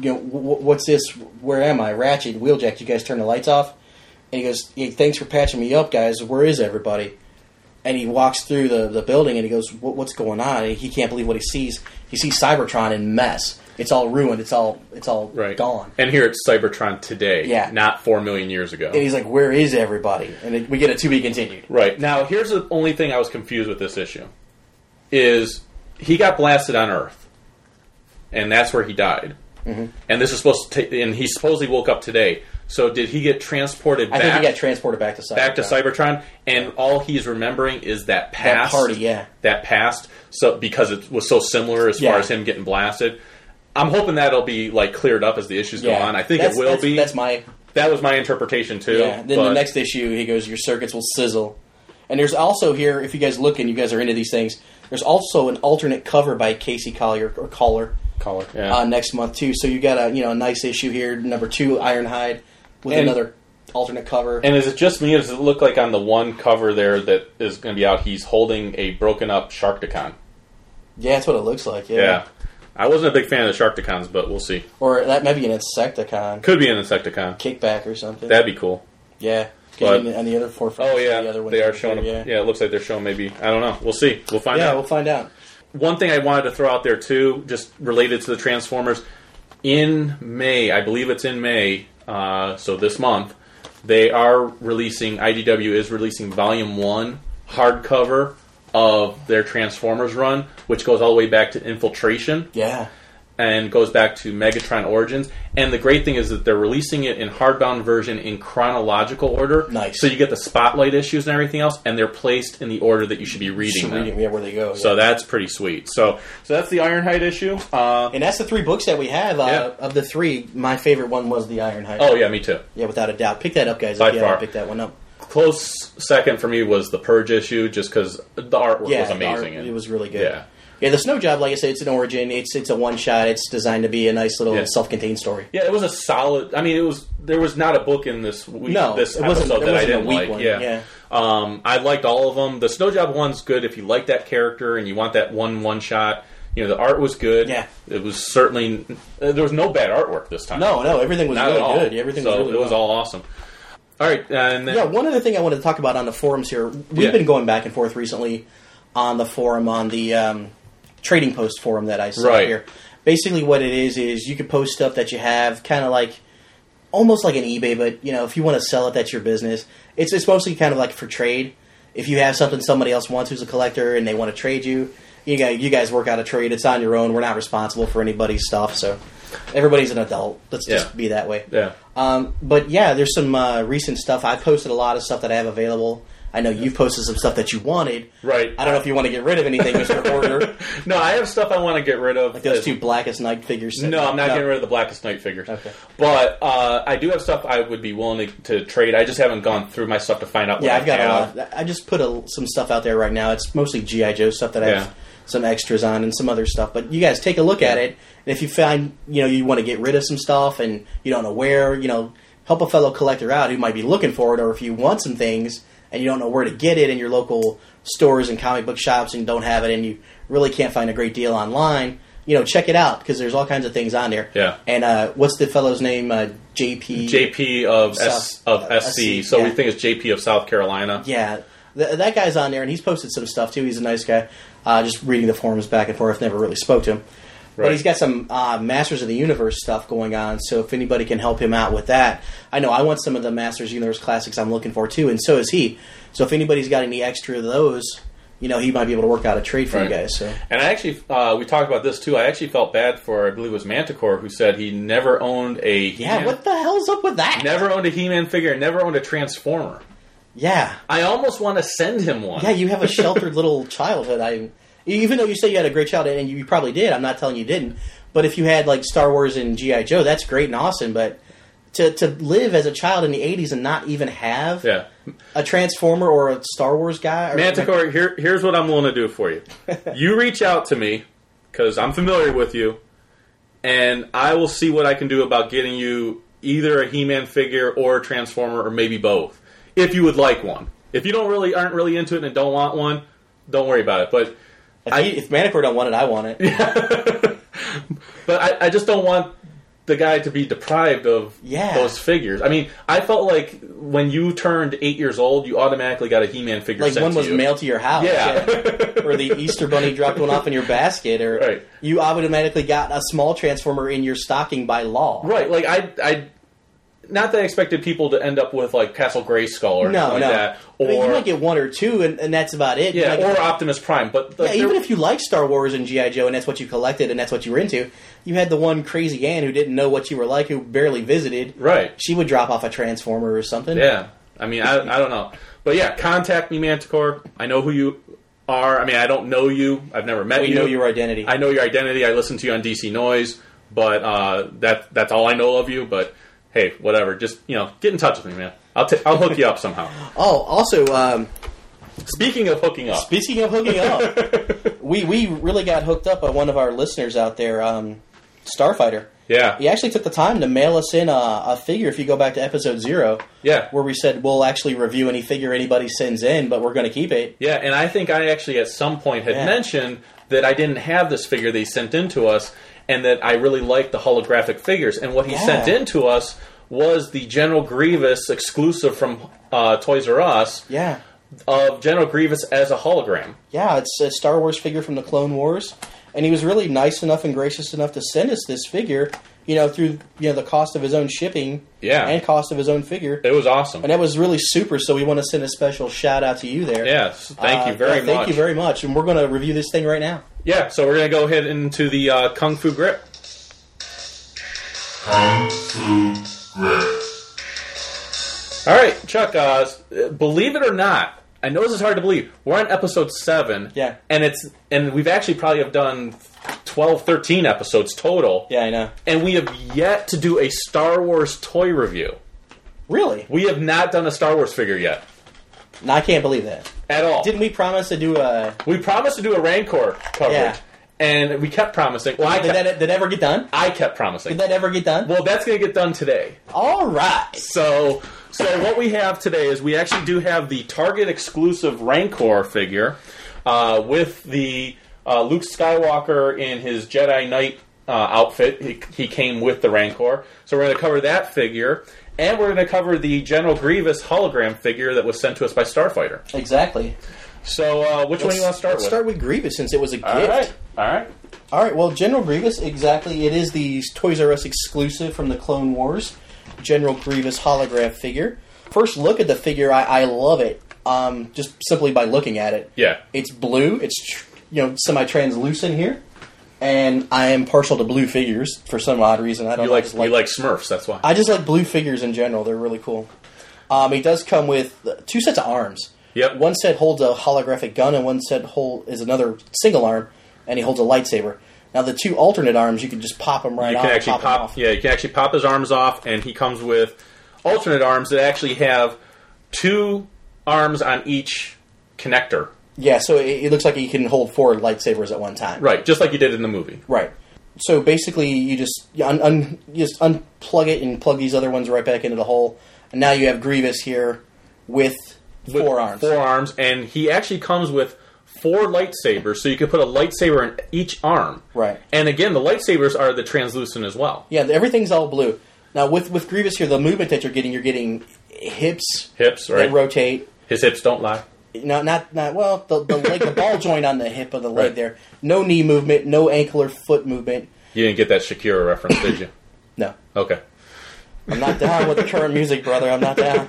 [SPEAKER 3] you know, wh- wh- what's this? Where am I? Ratchet, Wheeljack, you guys turn the lights off. And he goes, hey, thanks for patching me up, guys. Where is everybody? And he walks through the, the building and he goes, what, what's going on? And he can't believe what he sees. He sees Cybertron in mess. it's all ruined. It's all it's all
[SPEAKER 2] Right.
[SPEAKER 3] gone.
[SPEAKER 2] And here it's Cybertron today.
[SPEAKER 3] Yeah.
[SPEAKER 2] Not four million years ago.
[SPEAKER 3] And he's like, "Where is everybody?" And it, we get a to be continued.
[SPEAKER 2] Right. Now, here's the only thing I was confused with this issue is he got blasted on Earth, and that's where he died.
[SPEAKER 3] Mm-hmm.
[SPEAKER 2] And this is supposed to take, and he supposedly woke up today. So did he get transported
[SPEAKER 3] I
[SPEAKER 2] back,
[SPEAKER 3] think he got transported back to Cybertron.
[SPEAKER 2] back to Cybertron? And all he's remembering is that past
[SPEAKER 3] party, yeah.
[SPEAKER 2] that past. So because it was so similar as
[SPEAKER 3] Yeah.
[SPEAKER 2] far as him getting blasted, I'm hoping that'll be like cleared up as the issues go on. I think
[SPEAKER 3] That's-
[SPEAKER 2] it will
[SPEAKER 3] that's-
[SPEAKER 2] be.
[SPEAKER 3] That's my
[SPEAKER 2] that was my interpretation too.
[SPEAKER 3] Yeah. Then
[SPEAKER 2] but-
[SPEAKER 3] the next issue, he goes, "Your circuits will sizzle." And there's also here, if you guys look and you guys are into these things, there's also an alternate cover by Casey Collier or Collar
[SPEAKER 5] Collar.
[SPEAKER 2] Yeah.
[SPEAKER 3] uh, next month too. So you got a you know a nice issue here, number two, Ironhide, with
[SPEAKER 2] And-
[SPEAKER 3] another alternate cover.
[SPEAKER 2] And is it just me, or does it look like on the one cover there that is going to be out, he's holding a broken up Sharkticon?
[SPEAKER 3] yeah, that's what it looks like. Yeah.
[SPEAKER 2] Yeah. I wasn't a big fan of the Sharkticons, but we'll see.
[SPEAKER 3] Or that might be an Insecticon
[SPEAKER 2] Could be an Insecticon.
[SPEAKER 3] kickback or something.
[SPEAKER 2] That'd be cool.
[SPEAKER 3] yeah.
[SPEAKER 2] But-
[SPEAKER 3] and, the, and the other four.
[SPEAKER 2] Oh, yeah.
[SPEAKER 3] the other one
[SPEAKER 2] they are showing up.
[SPEAKER 3] Yeah.
[SPEAKER 2] Yeah. it looks like they're showing maybe. I don't know. We'll see. We'll find
[SPEAKER 3] Yeah,
[SPEAKER 2] out.
[SPEAKER 3] we'll find out.
[SPEAKER 2] one thing I wanted to throw out there too, just related to the Transformers, in May, I believe it's in May, uh, so this month, they are releasing IDW is releasing Volume One hardcover of their Transformers run, which goes all the way back to Infiltration
[SPEAKER 3] Yeah.
[SPEAKER 2] and goes back to Megatron Origins. And the great thing is that they're releasing it in hardbound version in chronological order.
[SPEAKER 3] Nice.
[SPEAKER 2] So you get the spotlight issues and everything else, and they're placed in the order that you should be reading
[SPEAKER 3] Should
[SPEAKER 2] them.
[SPEAKER 3] read it, yeah, where they go. yeah.
[SPEAKER 2] So that's pretty sweet. So so that's the Ironhide issue. Uh,
[SPEAKER 3] And that's the three books that we have. Uh,
[SPEAKER 2] Yeah.
[SPEAKER 3] Of the three, my favorite one was the Ironhide.
[SPEAKER 2] oh yeah, me too.
[SPEAKER 3] yeah, without a doubt. Pick that up, guys.
[SPEAKER 2] By
[SPEAKER 3] if you haven't
[SPEAKER 2] far.
[SPEAKER 3] picked that one up,
[SPEAKER 2] Close second for me was the Purge issue, just because the artwork
[SPEAKER 3] yeah,
[SPEAKER 2] was
[SPEAKER 3] the art-
[SPEAKER 2] amazing. and-
[SPEAKER 3] it was really good.
[SPEAKER 2] Yeah.
[SPEAKER 3] Yeah, the snow job, like I said, it's an origin. It's it's a one shot. It's designed to be a nice little
[SPEAKER 2] Yeah.
[SPEAKER 3] self-contained story.
[SPEAKER 2] Yeah, it was a solid. I mean, it was there was not a book in this week.
[SPEAKER 3] No,
[SPEAKER 2] this
[SPEAKER 3] it wasn't-
[SPEAKER 2] episode
[SPEAKER 3] it
[SPEAKER 2] that I
[SPEAKER 3] wasn't a
[SPEAKER 2] didn't
[SPEAKER 3] weak
[SPEAKER 2] like.
[SPEAKER 3] one,
[SPEAKER 2] Yeah,
[SPEAKER 3] yeah.
[SPEAKER 2] Um, I liked all of them. The Snowjob one's good if you like that character and you want that one one shot. You know, the art was good.
[SPEAKER 3] Yeah.
[SPEAKER 2] it was certainly uh, there was no bad artwork this time.
[SPEAKER 3] No, no, everything was
[SPEAKER 2] not
[SPEAKER 3] really
[SPEAKER 2] at all.
[SPEAKER 3] good. Everything
[SPEAKER 2] so
[SPEAKER 3] was really
[SPEAKER 2] it was
[SPEAKER 3] well.
[SPEAKER 2] all awesome. All right, and then,
[SPEAKER 3] Yeah, one other thing I wanted to talk about on the forums here. We've
[SPEAKER 2] Yeah.
[SPEAKER 3] been going back and forth recently on the forum on the um, trading post forum that I saw
[SPEAKER 2] Right.
[SPEAKER 3] here. Basically, what it is is you could post stuff that you have, kind of like almost like an eBay, but you know, if you want to sell it, that's your business. It's it's mostly kind of like for trade. If you have something somebody else wants who's a collector and they want to trade you, you guys, you guys work out a trade. It's on your own. We're not responsible for anybody's stuff, so everybody's an adult. Let's
[SPEAKER 2] Yeah.
[SPEAKER 3] just be that way.
[SPEAKER 2] yeah.
[SPEAKER 3] Um, but yeah, there's some uh, recent stuff. I posted a lot of stuff that I have available. I know you posted some stuff that you wanted.
[SPEAKER 2] Right.
[SPEAKER 3] I don't know if you want to get rid of anything,
[SPEAKER 2] *laughs*
[SPEAKER 3] Mr. Porter.
[SPEAKER 2] No, I have stuff I want to get rid of.
[SPEAKER 3] Those two Blackest Night figures.
[SPEAKER 2] No, I'm not getting rid of the Blackest Night figures.
[SPEAKER 3] Okay.
[SPEAKER 2] But uh, I do have stuff I would be willing to, to trade. I just haven't gone through my stuff to find out. What
[SPEAKER 3] Yeah,
[SPEAKER 2] I
[SPEAKER 3] I've got
[SPEAKER 2] have.
[SPEAKER 3] a lot. I just put a, some stuff out there right now. It's mostly GI Joe stuff that I
[SPEAKER 2] Yeah.
[SPEAKER 3] have some extras on and some other stuff. But you guys take a look at it, and if you find you know you want to get rid of some stuff and you don't know where, you know, help a fellow collector out who might be looking for it, or if you want some things and you don't know where to get it in your local stores and comic book shops and don't have it, and you really can't find a great deal online. You know, check it out because there's all kinds of things on there.
[SPEAKER 2] Yeah.
[SPEAKER 3] And uh, what's the fellow's name? Uh, JP.
[SPEAKER 2] JP of S,
[SPEAKER 3] South-
[SPEAKER 2] of
[SPEAKER 3] uh,
[SPEAKER 2] SC.
[SPEAKER 3] SC,
[SPEAKER 2] so we
[SPEAKER 3] yeah.
[SPEAKER 2] think it's JP of South Carolina.
[SPEAKER 3] Yeah, Th- that guy's on there, and he's posted some stuff too. He's a nice guy. Uh, just reading the forums back and forth, never really spoke to him.
[SPEAKER 2] Right.
[SPEAKER 3] But he's got some uh, Masters of the Universe stuff going on, so if anybody can help him out with that, I know I want some of the Masters of the Universe classics I'm looking for too, and so is he. So if anybody's got any extra of those, you know, he might be able to work out a trade for
[SPEAKER 2] Right.
[SPEAKER 3] you guys. So
[SPEAKER 2] And I actually, uh, we talked about this too. I actually felt bad for, I believe it was Manticore who said he never owned a
[SPEAKER 3] yeah,
[SPEAKER 2] He-Man,
[SPEAKER 3] what the hell's up with that?
[SPEAKER 2] never owned a He-Man figure, and never owned a Transformer.
[SPEAKER 3] Yeah,
[SPEAKER 2] I almost want to send him one.
[SPEAKER 3] yeah, you have a sheltered little childhood. I, even though you say you had a great childhood, and you probably did. I'm not telling you didn't. But if you had like Star Wars and GI Joe, that's great and awesome. But to to live as a child in the '80s and not even have
[SPEAKER 2] yeah.
[SPEAKER 3] a Transformer or a Star Wars guy, or
[SPEAKER 2] Manticore, here, here's what I'm willing to do
[SPEAKER 3] *laughs*
[SPEAKER 2] for you. You reach out to me because I'm familiar with you, and I will see what I can do about getting you either a He-Man figure or a Transformer or maybe both, if you would like one. If you don't really aren't really into it and don't want one, don't worry about it. But
[SPEAKER 3] if, I, if Manticore don't want it, I want it.
[SPEAKER 2] but I, I just don't want the guy to be deprived of
[SPEAKER 3] Yeah.
[SPEAKER 2] those figures. I mean, I felt like when you turned eight years old, you automatically got a He-Man figure.
[SPEAKER 3] Like
[SPEAKER 2] sent
[SPEAKER 3] one
[SPEAKER 2] to
[SPEAKER 3] was
[SPEAKER 2] you.
[SPEAKER 3] mailed to your house.
[SPEAKER 2] Yeah.
[SPEAKER 3] or the Easter Bunny dropped one off in your basket, or
[SPEAKER 2] Right.
[SPEAKER 3] you automatically got a small transformer in your stocking by law.
[SPEAKER 2] Right, like I, I, not that I expected people to end up with like Castle Grayskull or
[SPEAKER 3] No,
[SPEAKER 2] anything
[SPEAKER 3] no.
[SPEAKER 2] like that,
[SPEAKER 3] I mean, you
[SPEAKER 2] or
[SPEAKER 3] might get one or two, and, and that's about it. You
[SPEAKER 2] yeah,
[SPEAKER 3] might get-
[SPEAKER 2] or Optimus Prime. But like,
[SPEAKER 3] yeah, even
[SPEAKER 2] there-
[SPEAKER 3] if you like Star Wars and GI Joe, and that's what you collected, and that's what you were into, you had the one crazy Ann who didn't know what you were like, who barely visited.
[SPEAKER 2] right,
[SPEAKER 3] She would drop off a transformer or something.
[SPEAKER 2] yeah. I mean, I, I don't know, but yeah, contact me, Manticore. I know who you are. I mean, I don't know you. I've never met
[SPEAKER 3] we
[SPEAKER 2] you.
[SPEAKER 3] know your identity.
[SPEAKER 2] I know your identity. I listen to you on DC Noise, but uh, that that's all I know of you. But hey, whatever. Just you know, get in touch with me, man. I'll i I'll hook you up somehow.
[SPEAKER 3] oh, also, um,
[SPEAKER 2] Speaking of hooking up,
[SPEAKER 3] Speaking of *laughs* hooking up, we we really got hooked up by one of our listeners out there, um, Starfighter.
[SPEAKER 2] yeah,
[SPEAKER 3] He actually took the time to mail us in a, a figure. If you go back to episode zero,
[SPEAKER 2] yeah.
[SPEAKER 3] where we said we'll actually review any figure anybody sends in, but we're going to keep it.
[SPEAKER 2] Yeah, and I think I actually at some point had
[SPEAKER 3] Yeah.
[SPEAKER 2] mentioned that I didn't have this figure they sent in to us, and that I really liked the holographic figures. And what he
[SPEAKER 3] Yeah.
[SPEAKER 2] sent in to us was the General Grievous exclusive from uh, Toys R Us
[SPEAKER 3] Yeah,
[SPEAKER 2] of General Grievous as a hologram.
[SPEAKER 3] yeah, it's a Star Wars figure from the Clone Wars, and he was really nice enough and gracious enough to send us this figure. You know, through you know the cost of his own shipping,
[SPEAKER 2] Yeah.
[SPEAKER 3] and cost of his own figure,
[SPEAKER 2] It was awesome.
[SPEAKER 3] and that was really super. So we want to send a special shout out to you there.
[SPEAKER 2] Yes, thank
[SPEAKER 3] Uh,
[SPEAKER 2] you very
[SPEAKER 3] yeah, Thank
[SPEAKER 2] much.
[SPEAKER 3] you very much. And we're going to review this thing right now.
[SPEAKER 2] yeah, so we're gonna go ahead into the uh, Kung Fu Grip.
[SPEAKER 4] Kung Fu Grip.
[SPEAKER 2] All right, Chuck. Uh, s- believe it or not, I know this is hard to believe. We're on episode seven.
[SPEAKER 3] Yeah.
[SPEAKER 2] and it's and we've actually probably have done 12, 13 episodes total.
[SPEAKER 3] Yeah, I know.
[SPEAKER 2] and we have yet to do a Star Wars toy review.
[SPEAKER 3] Really?
[SPEAKER 2] We have not done a Star Wars figure yet
[SPEAKER 3] No, I can't believe that.
[SPEAKER 2] at all.
[SPEAKER 3] Didn't we promise to do a?
[SPEAKER 2] we promised to do a Rancor coverage,
[SPEAKER 3] Yeah.
[SPEAKER 2] and we kept promising. Well, I
[SPEAKER 3] Did
[SPEAKER 2] kept,
[SPEAKER 3] that, did that ever get done?
[SPEAKER 2] I kept
[SPEAKER 3] Did
[SPEAKER 2] promising.
[SPEAKER 3] that ever get done?
[SPEAKER 2] Well, that's going to get done today.
[SPEAKER 3] All right.
[SPEAKER 2] So, so what we have today is we actually do have the Target exclusive Rancor figure uh, with the uh, Luke Skywalker in his Jedi Knight uh, outfit. He, he came with the Rancor, so we're going to cover that figure, and we're going to cover the General Grievous hologram figure that was sent to us by Starfighter.
[SPEAKER 3] Exactly.
[SPEAKER 2] So, uh, which one do you want to start
[SPEAKER 3] let's
[SPEAKER 2] with?
[SPEAKER 3] start with Grievous since it was a gift.
[SPEAKER 2] All right, all right.
[SPEAKER 3] All right, Well, General Grievous. Exactly. It is the Toys R Us exclusive from the Clone Wars. General Grievous holograph figure. First look at the figure. I, I love it. Um, just simply by looking at it.
[SPEAKER 2] Yeah,
[SPEAKER 3] It's blue. It's tr- you know semi translucent here, and I am partial to blue figures for some odd reason. I don't
[SPEAKER 2] you
[SPEAKER 3] know, I
[SPEAKER 2] like
[SPEAKER 3] just
[SPEAKER 2] you like Smurfs, that's why.
[SPEAKER 3] I just like blue figures in general. They're really cool. Um, he does come with two sets of arms.
[SPEAKER 2] Yep.
[SPEAKER 3] One set holds a holographic gun, and one set hold is another single arm, and he holds a lightsaber. Now the two alternate arms, you can just pop them right
[SPEAKER 2] you
[SPEAKER 3] off.
[SPEAKER 2] can actually
[SPEAKER 3] pop,
[SPEAKER 2] pop,
[SPEAKER 3] 'em off.
[SPEAKER 2] yeah you can actually pop his arms off and he comes with alternate arms that actually have two arms on each connector
[SPEAKER 3] Yeah, So it, it looks like he can hold four lightsabers at one time.
[SPEAKER 2] right just like you did in the movie
[SPEAKER 3] Right. So basically, you just you un, un, you just unplug it and plug these other ones right back into the hole, and now you have Grievous here with,
[SPEAKER 2] With
[SPEAKER 3] four arms.
[SPEAKER 2] four arms and he actually comes with four lightsabers so you can put a lightsaber in each arm
[SPEAKER 3] Right.
[SPEAKER 2] and again the lightsabers are the translucent as well
[SPEAKER 3] Yeah, everything's all blue. Now with with Grievous here, the movement that you're getting, you're getting hips
[SPEAKER 2] hips
[SPEAKER 3] that
[SPEAKER 2] right
[SPEAKER 3] rotate.
[SPEAKER 2] his hips don't lie
[SPEAKER 3] No, not not well. The
[SPEAKER 2] *laughs*
[SPEAKER 3] the leg, the ball joint on the hip of the leg
[SPEAKER 2] Right.
[SPEAKER 3] there. No knee movement. No ankle or foot movement.
[SPEAKER 2] you didn't get that shakira reference did
[SPEAKER 3] *coughs*
[SPEAKER 2] you
[SPEAKER 3] No,
[SPEAKER 2] okay
[SPEAKER 3] I'm not down with the current music, brother. I'm
[SPEAKER 2] *laughs*
[SPEAKER 3] not down.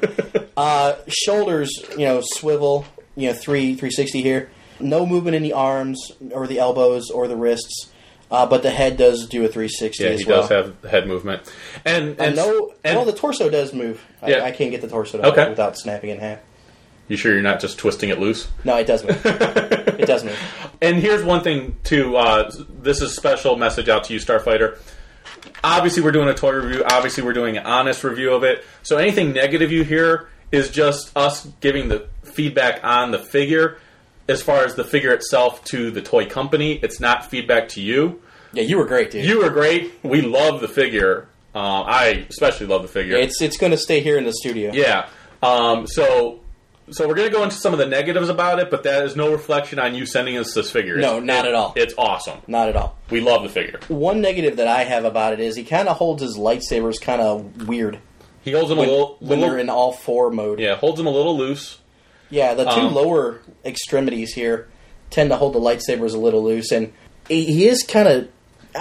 [SPEAKER 3] Uh, shoulders, you know, swivel. You know, three three sixty here. No movement in the arms or the elbows or the wrists, uh, but the head does do a three sixty
[SPEAKER 2] yeah
[SPEAKER 3] as
[SPEAKER 2] he
[SPEAKER 3] well.
[SPEAKER 2] does have head movement and
[SPEAKER 3] and
[SPEAKER 2] and
[SPEAKER 3] no,
[SPEAKER 2] and-
[SPEAKER 3] well, the torso does move.
[SPEAKER 2] Yeah.
[SPEAKER 3] I, I can't get the torso to
[SPEAKER 2] Okay.
[SPEAKER 3] move without snapping in half.
[SPEAKER 2] you sure you're not just twisting it loose
[SPEAKER 3] No, it does move.
[SPEAKER 2] *laughs*
[SPEAKER 3] it does move.
[SPEAKER 2] And here's one thing too. Uh, this is a special message out to you, Starfighter. Obviously, we're doing a toy review. Obviously, we're doing an honest review of it. So anything negative you hear is just us giving the feedback on the figure. As far as the figure itself to the toy company, it's not feedback to you.
[SPEAKER 3] Yeah, you were great, dude.
[SPEAKER 2] You were great. We love the figure. Uh, I especially love the figure.
[SPEAKER 3] it's it's going to stay here in the studio.
[SPEAKER 2] Yeah. Um, so so we're gonna go into some of the negatives about it, but that is no reflection on you sending us this figure.
[SPEAKER 3] No,
[SPEAKER 2] It's-
[SPEAKER 3] not
[SPEAKER 2] it-
[SPEAKER 3] at all.
[SPEAKER 2] It's awesome.
[SPEAKER 3] Not at all.
[SPEAKER 2] We love the figure.
[SPEAKER 3] One negative that I have about it is he kind of holds his lightsabers kind of weird
[SPEAKER 2] He holds them a
[SPEAKER 3] when,
[SPEAKER 2] little,
[SPEAKER 3] when
[SPEAKER 2] little-
[SPEAKER 3] they're in all four mode.
[SPEAKER 2] yeah, holds them a little loose.
[SPEAKER 3] Yeah, the two
[SPEAKER 2] Um,
[SPEAKER 3] lower extremities here tend to hold the lightsabers a little loose, and he, he is ah, kind of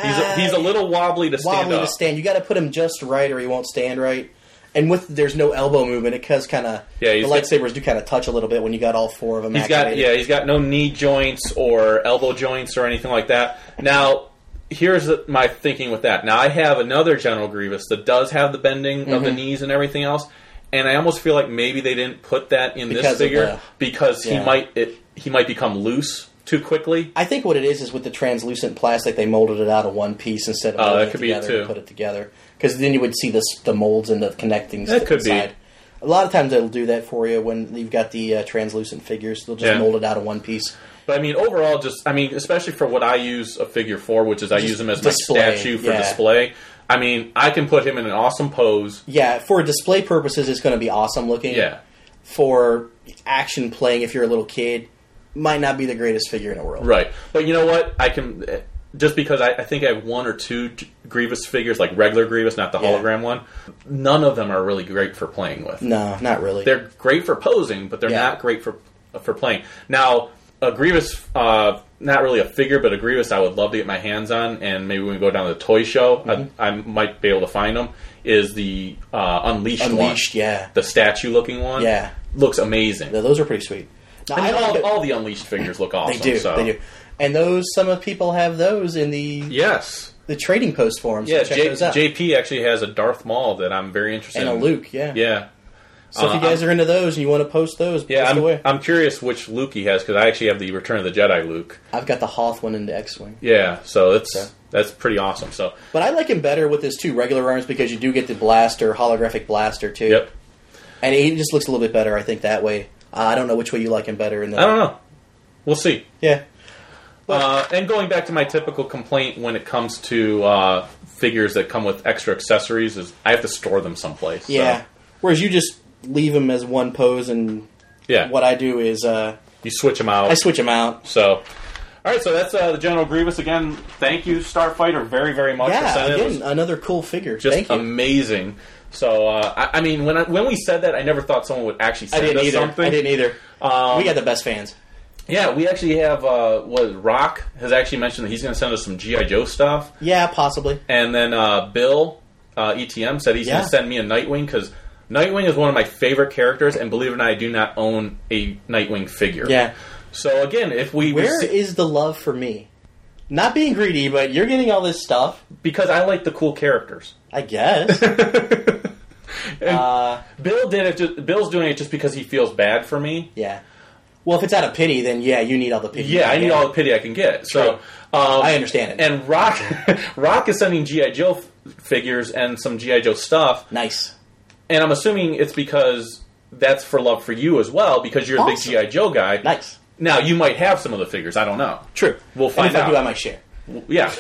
[SPEAKER 2] He's a, he's a little wobbly to stand
[SPEAKER 3] Uh, wobbly
[SPEAKER 2] up.
[SPEAKER 3] to stand. You got to put him just right, or he won't stand right. And with there's no elbow movement, it does kind of
[SPEAKER 2] Yeah,
[SPEAKER 3] the
[SPEAKER 2] he's got-
[SPEAKER 3] lightsabers do kind of touch a little bit when you got all four of them.
[SPEAKER 2] He's got
[SPEAKER 3] activated.
[SPEAKER 2] yeah, he's got no knee joints or elbow joints or anything like that. Now, here's the- my thinking with that. Now, I have another General Grievous that does have the bending of
[SPEAKER 3] Mm-hmm.
[SPEAKER 2] the knees and everything else, and I almost feel like maybe they didn't put that in
[SPEAKER 3] Because
[SPEAKER 2] this
[SPEAKER 3] of
[SPEAKER 2] figure
[SPEAKER 3] the-
[SPEAKER 2] because
[SPEAKER 3] yeah.
[SPEAKER 2] he might it, he might become loose too quickly.
[SPEAKER 3] I think what it is is with the translucent plastic, they molded it out of one piece instead of
[SPEAKER 2] Oh,
[SPEAKER 3] molding
[SPEAKER 2] that
[SPEAKER 3] it
[SPEAKER 2] could be it,
[SPEAKER 3] together
[SPEAKER 2] too.
[SPEAKER 3] and put it together. Because then you would see this, the molds and the connecting
[SPEAKER 2] That
[SPEAKER 3] stuff
[SPEAKER 2] could be.
[SPEAKER 3] inside. A lot of times they'll do that for you when you've got the uh, translucent figures. They'll just
[SPEAKER 2] Yeah.
[SPEAKER 3] mold it out of one piece.
[SPEAKER 2] But I mean, overall, just I mean, especially for what I use a figure for, which is I use him as my
[SPEAKER 3] display,
[SPEAKER 2] statue for
[SPEAKER 3] yeah.
[SPEAKER 2] display. I mean, I can put him in an awesome pose.
[SPEAKER 3] Yeah, for display purposes, it's going to be awesome looking.
[SPEAKER 2] Yeah.
[SPEAKER 3] For action playing, if you're a little kid, might not be the greatest figure in the world.
[SPEAKER 2] Right. But you know what? I can just because I, I think I have one or two G- Grievous figures, like regular Grievous, not the
[SPEAKER 3] Yeah.
[SPEAKER 2] hologram one. None of them are really great for playing with.
[SPEAKER 3] No, not really.
[SPEAKER 2] They're great for posing, but they're
[SPEAKER 3] Yeah.
[SPEAKER 2] not great for uh, for playing. Now, a Grievous, uh, not really a figure, but a Grievous, I would love to get my hands on, and maybe when we go down to the toy show,
[SPEAKER 3] Mm-hmm.
[SPEAKER 2] I, I might be able to find them. Is the uh, Unleashed,
[SPEAKER 3] Unleashed,
[SPEAKER 2] one.
[SPEAKER 3] yeah.
[SPEAKER 2] the statue looking one?
[SPEAKER 3] Yeah.
[SPEAKER 2] looks amazing.
[SPEAKER 3] Now, those are pretty sweet. Now,
[SPEAKER 2] I mean,
[SPEAKER 3] I like
[SPEAKER 2] all,
[SPEAKER 3] it-
[SPEAKER 2] all the Unleashed figures look awesome.
[SPEAKER 3] they do,
[SPEAKER 2] so-
[SPEAKER 3] they do. And those, some of people have those in the
[SPEAKER 2] Yes.
[SPEAKER 3] the trading post forums.
[SPEAKER 2] Yeah,
[SPEAKER 3] check
[SPEAKER 2] J-
[SPEAKER 3] those out.
[SPEAKER 2] JP actually has a Darth Maul that I'm very interested
[SPEAKER 3] and a
[SPEAKER 2] in.
[SPEAKER 3] Luke, yeah.
[SPEAKER 2] Yeah.
[SPEAKER 3] So if
[SPEAKER 2] Uh,
[SPEAKER 3] you guys are into those and you want to post those,
[SPEAKER 2] Yeah,
[SPEAKER 3] post away.
[SPEAKER 2] I'm, I'm curious which Luke he has because I actually have the Return of the Jedi Luke.
[SPEAKER 3] I've got the Hoth one in the X-wing,
[SPEAKER 2] Yeah, so that's
[SPEAKER 3] Okay.
[SPEAKER 2] that's pretty awesome. So,
[SPEAKER 3] but I like him better with his two regular arms because you do get the blaster, holographic blaster too.
[SPEAKER 2] yep.
[SPEAKER 3] And he just looks a little bit better, I think, that way. Uh, I don't know which way you like him better. In the,
[SPEAKER 2] I don't know. We'll see.
[SPEAKER 3] Yeah,
[SPEAKER 2] Uh, and going back to my typical complaint when it comes to uh, figures that come with extra accessories is I have to store them someplace. so-
[SPEAKER 3] yeah. Whereas you just leave him as one pose, and
[SPEAKER 2] yeah.
[SPEAKER 3] what I do is uh,
[SPEAKER 2] you switch them out.
[SPEAKER 3] I switch him out.
[SPEAKER 2] So, all right. So that's uh, the General Grievous again. Thank you, Starfighter, very very much. for
[SPEAKER 3] Yeah,
[SPEAKER 2] sending it. It
[SPEAKER 3] again,
[SPEAKER 2] was
[SPEAKER 3] another cool figure.
[SPEAKER 2] just
[SPEAKER 3] Thank you.
[SPEAKER 2] amazing. So uh, I, I mean, when I, when we said that, I never thought someone would actually
[SPEAKER 3] I
[SPEAKER 2] send
[SPEAKER 3] didn't
[SPEAKER 2] us
[SPEAKER 3] either.
[SPEAKER 2] something.
[SPEAKER 3] I didn't either.
[SPEAKER 2] Um,
[SPEAKER 3] we got the best fans.
[SPEAKER 2] yeah, we actually have. Uh, what Rock has actually mentioned that he's going to send us some GI Joe stuff,
[SPEAKER 3] Yeah, possibly.
[SPEAKER 2] and then uh, Bill uh, ETM said he's going
[SPEAKER 3] Yeah.
[SPEAKER 2] to send me a Nightwing because Nightwing is one of my favorite characters, and believe it or not, I do not own a Nightwing figure.
[SPEAKER 3] Yeah.
[SPEAKER 2] So again, if we
[SPEAKER 3] Where
[SPEAKER 2] rece-
[SPEAKER 3] is the love for me? Not being greedy, but you're getting all this stuff,
[SPEAKER 2] because I like the cool characters.
[SPEAKER 3] I *laughs* guess. uh,
[SPEAKER 2] Bill did it. Just, Bill's doing it just because he feels bad for me.
[SPEAKER 3] yeah. Well, if it's out of pity, then yeah, you need all the pity.
[SPEAKER 2] Yeah, I need all the pity I can get. So
[SPEAKER 3] True.
[SPEAKER 2] um,
[SPEAKER 3] I understand it.
[SPEAKER 2] And Rock, *laughs* Rock is sending GI Joe f- figures and some GI Joe stuff,
[SPEAKER 3] nice.
[SPEAKER 2] and I'm assuming it's because that's for love for you as well, because you're
[SPEAKER 3] Awesome.
[SPEAKER 2] a big GI Joe guy.
[SPEAKER 3] Nice.
[SPEAKER 2] Now you might have some of the figures. I don't know.
[SPEAKER 3] True.
[SPEAKER 2] We'll
[SPEAKER 3] And
[SPEAKER 2] find
[SPEAKER 3] if I
[SPEAKER 2] out.
[SPEAKER 3] do, I might share. *laughs*
[SPEAKER 2] Yeah,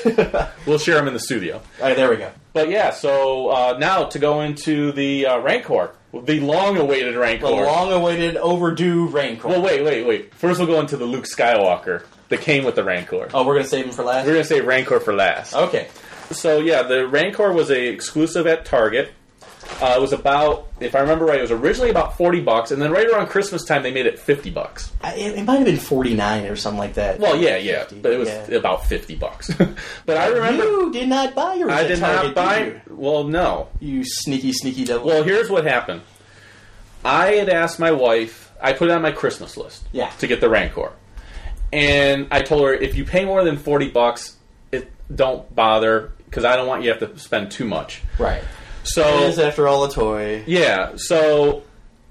[SPEAKER 2] we'll share them in the studio.
[SPEAKER 3] All right, there we go.
[SPEAKER 2] But yeah, so uh, now to go into the uh, Rancor, the long-awaited Rancor.
[SPEAKER 3] The long-awaited overdue Rancor.
[SPEAKER 2] well, wait, wait, wait. First, we'll go into the Luke Skywalker that came with the Rancor.
[SPEAKER 3] oh, we're gonna save him for last.
[SPEAKER 2] We're gonna say Rancor for last.
[SPEAKER 3] Okay.
[SPEAKER 2] So yeah, the Rancor was a exclusive at Target. Uh, it was about, if I remember right, it was originally about forty bucks, and then right around Christmas time they made it fifty bucks.
[SPEAKER 3] I, it, it might have been forty-nine or something like that.
[SPEAKER 2] Well, yeah, yeah,
[SPEAKER 3] 50,
[SPEAKER 2] but it was
[SPEAKER 3] yeah.
[SPEAKER 2] about fifty
[SPEAKER 3] *laughs*
[SPEAKER 2] bucks. but I remember
[SPEAKER 3] you did not buy yours.
[SPEAKER 2] I
[SPEAKER 3] at
[SPEAKER 2] did
[SPEAKER 3] Target,
[SPEAKER 2] not buy.
[SPEAKER 3] did
[SPEAKER 2] Well, no.
[SPEAKER 3] you? You sneaky, sneaky devil.
[SPEAKER 2] Well, here's what happened. I had asked my wife. I put it on my Christmas list.
[SPEAKER 3] Yeah.
[SPEAKER 2] To get the Rancor, and I told her if you pay more than forty bucks, it don't bother because I don't want you to have to spend too much.
[SPEAKER 3] right.
[SPEAKER 2] So
[SPEAKER 3] It is, after all, a toy.
[SPEAKER 2] Yeah, so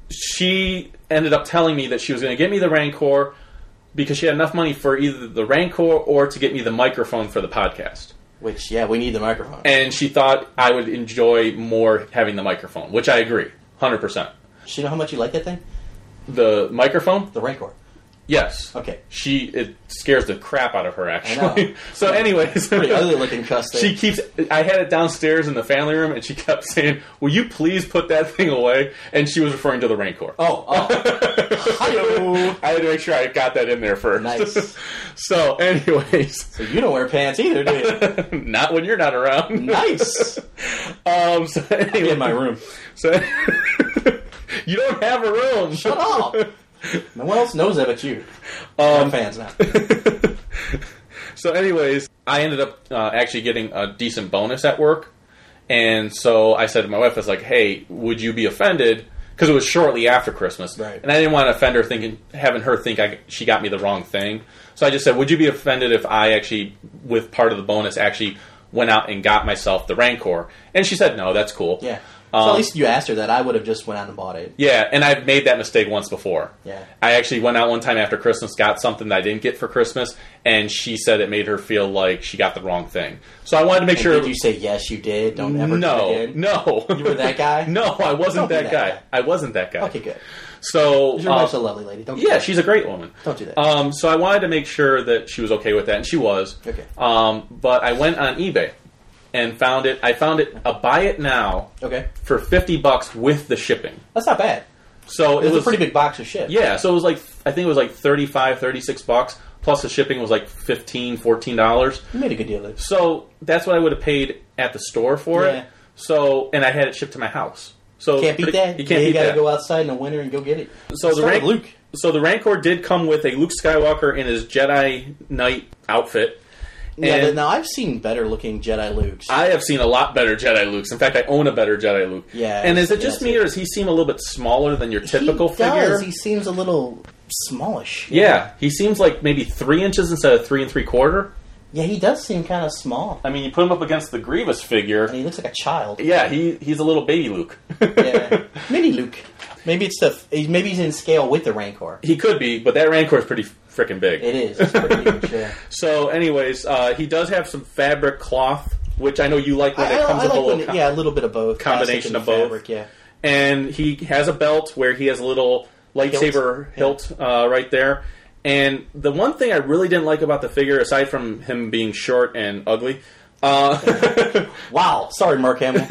[SPEAKER 2] she ended up telling me that she was going to get me the Rancor because she had enough money for either the Rancor or to get me the microphone for the podcast.
[SPEAKER 3] Which, yeah, we need the microphone.
[SPEAKER 2] And she thought I would enjoy more having the microphone, which I agree, 100%.
[SPEAKER 3] She know how much you like that thing?
[SPEAKER 2] The microphone?
[SPEAKER 3] The Rancor.
[SPEAKER 2] Yes.
[SPEAKER 3] Okay.
[SPEAKER 2] She it scares the crap out of her actually.
[SPEAKER 3] know.
[SPEAKER 2] *laughs* so anyways,
[SPEAKER 3] Pretty
[SPEAKER 2] *laughs*
[SPEAKER 3] ugly looking cuss thing.
[SPEAKER 2] She keeps. I had it downstairs in the family room, and she *laughs* kept saying, "Will you please put that thing away?" And she was referring to the Rancor.
[SPEAKER 3] oh, oh. Hi-yo.
[SPEAKER 2] *laughs* I had to make sure I got that in there first.
[SPEAKER 3] Nice.
[SPEAKER 2] *laughs* so, anyways, *laughs*
[SPEAKER 3] So you don't wear pants either, do you?
[SPEAKER 2] not when you're not around.
[SPEAKER 3] nice.
[SPEAKER 2] Um, so anyway,
[SPEAKER 3] In my room.
[SPEAKER 2] So *laughs* you don't have a room.
[SPEAKER 3] Shut up. No one else knows that but you.
[SPEAKER 2] Um,
[SPEAKER 3] I'm fans now.
[SPEAKER 2] so, anyways, I ended up uh, actually getting a decent bonus at work, and so I said to my wife, "I was like, hey, would you be offended?" Because it was shortly after Christmas,
[SPEAKER 3] Right.
[SPEAKER 2] and I didn't want to offend her, thinking having her think I, she got me the wrong thing. So I just said, "Would you be offended if I actually, with part of the bonus, actually went out and got myself the Rancor?" And she said, "No, that's cool."
[SPEAKER 3] Yeah. So
[SPEAKER 2] Um,
[SPEAKER 3] at least you asked her that. I would have just went out and bought it.
[SPEAKER 2] Yeah, and I've made that mistake once before.
[SPEAKER 3] Yeah.
[SPEAKER 2] I actually went out one time after Christmas, got something that I didn't get for Christmas, and she said it made her feel like she got the wrong thing. So I wanted to make
[SPEAKER 3] And
[SPEAKER 2] sure.
[SPEAKER 3] Did you say yes? You did. Don't ever do it
[SPEAKER 2] no,
[SPEAKER 3] again.
[SPEAKER 2] no,
[SPEAKER 3] You were that
[SPEAKER 2] *laughs*
[SPEAKER 3] guy?
[SPEAKER 2] No, I wasn't
[SPEAKER 3] Don't be
[SPEAKER 2] that,
[SPEAKER 3] that
[SPEAKER 2] guy.
[SPEAKER 3] guy.
[SPEAKER 2] I wasn't that guy.
[SPEAKER 3] Okay, good.
[SPEAKER 2] So
[SPEAKER 3] Your
[SPEAKER 2] um,
[SPEAKER 3] wife's a Oh, lovely lady. Don't.
[SPEAKER 2] yeah, she's a great woman.
[SPEAKER 3] Don't do that.
[SPEAKER 2] Um, so I wanted to make sure that she was okay with that, and she was.
[SPEAKER 3] Okay.
[SPEAKER 2] Um, but I went on eBay and found it. I found it a buy it now
[SPEAKER 3] Okay.
[SPEAKER 2] for fifty bucks with the shipping.
[SPEAKER 3] That's not bad.
[SPEAKER 2] So
[SPEAKER 3] It was,
[SPEAKER 2] it was
[SPEAKER 3] a pretty big box of shit.
[SPEAKER 2] yeah, so it was like I think it was like 35, 36 bucks plus the shipping was like 15, 14 dollars.
[SPEAKER 3] You made a good deal. There.
[SPEAKER 2] So that's what I would have paid at the store for
[SPEAKER 3] Yeah.
[SPEAKER 2] it. So and I had it shipped to my house. So
[SPEAKER 3] Can't beat
[SPEAKER 2] pretty-
[SPEAKER 3] that.
[SPEAKER 2] You can't
[SPEAKER 3] you
[SPEAKER 2] beat
[SPEAKER 3] gotta
[SPEAKER 2] that.
[SPEAKER 3] go outside in the winter and go get it.
[SPEAKER 2] So the
[SPEAKER 3] Start
[SPEAKER 2] rank-
[SPEAKER 3] with Luke.
[SPEAKER 2] So the Rancor did come with a Luke Skywalker in his Jedi Knight outfit.
[SPEAKER 3] yeah.
[SPEAKER 2] and-
[SPEAKER 3] but Now I've seen better looking Jedi Luke's.
[SPEAKER 2] I have seen a lot better Jedi Lukes. In fact, I own a better Jedi Luke.
[SPEAKER 3] Yeah,
[SPEAKER 2] And is it
[SPEAKER 3] yeah,
[SPEAKER 2] just
[SPEAKER 3] I
[SPEAKER 2] me,
[SPEAKER 3] see.
[SPEAKER 2] or does he seem a little bit smaller than your typical
[SPEAKER 3] he does.
[SPEAKER 2] figure?
[SPEAKER 3] He seems a little smallish.
[SPEAKER 2] yeah, he seems like maybe three inches instead of three and three quarter.
[SPEAKER 3] Yeah, he does seem kind of small.
[SPEAKER 2] I mean, you put him up against the Grievous
[SPEAKER 3] And
[SPEAKER 2] figure.
[SPEAKER 3] he looks like a child.
[SPEAKER 2] Yeah, he he's a little baby Luke. *laughs*
[SPEAKER 3] yeah. Mini Luke. Maybe it's the. f- Maybe he's in scale with the Rancor.
[SPEAKER 2] he could be, but that Rancor is pretty freaking big.
[SPEAKER 3] It is. It's pretty huge. Yeah.
[SPEAKER 2] *laughs* So, anyways, uh, he does have some fabric cloth, which I know you like when
[SPEAKER 3] I,
[SPEAKER 2] it
[SPEAKER 3] I-
[SPEAKER 2] comes
[SPEAKER 3] I
[SPEAKER 2] with a
[SPEAKER 3] like
[SPEAKER 2] little
[SPEAKER 3] when it-
[SPEAKER 2] co-
[SPEAKER 3] yeah, a little bit of both. plastic
[SPEAKER 2] combination
[SPEAKER 3] and
[SPEAKER 2] of both.
[SPEAKER 3] fabric, yeah.
[SPEAKER 2] And he has a belt where he has a little lightsaber
[SPEAKER 3] Hilt.
[SPEAKER 2] hilt, uh, right there. And the one thing I really didn't like about the figure, aside from him being short and ugly, uh,
[SPEAKER 3] Wow. Sorry,
[SPEAKER 2] *laughs*
[SPEAKER 3] Mark Hamill.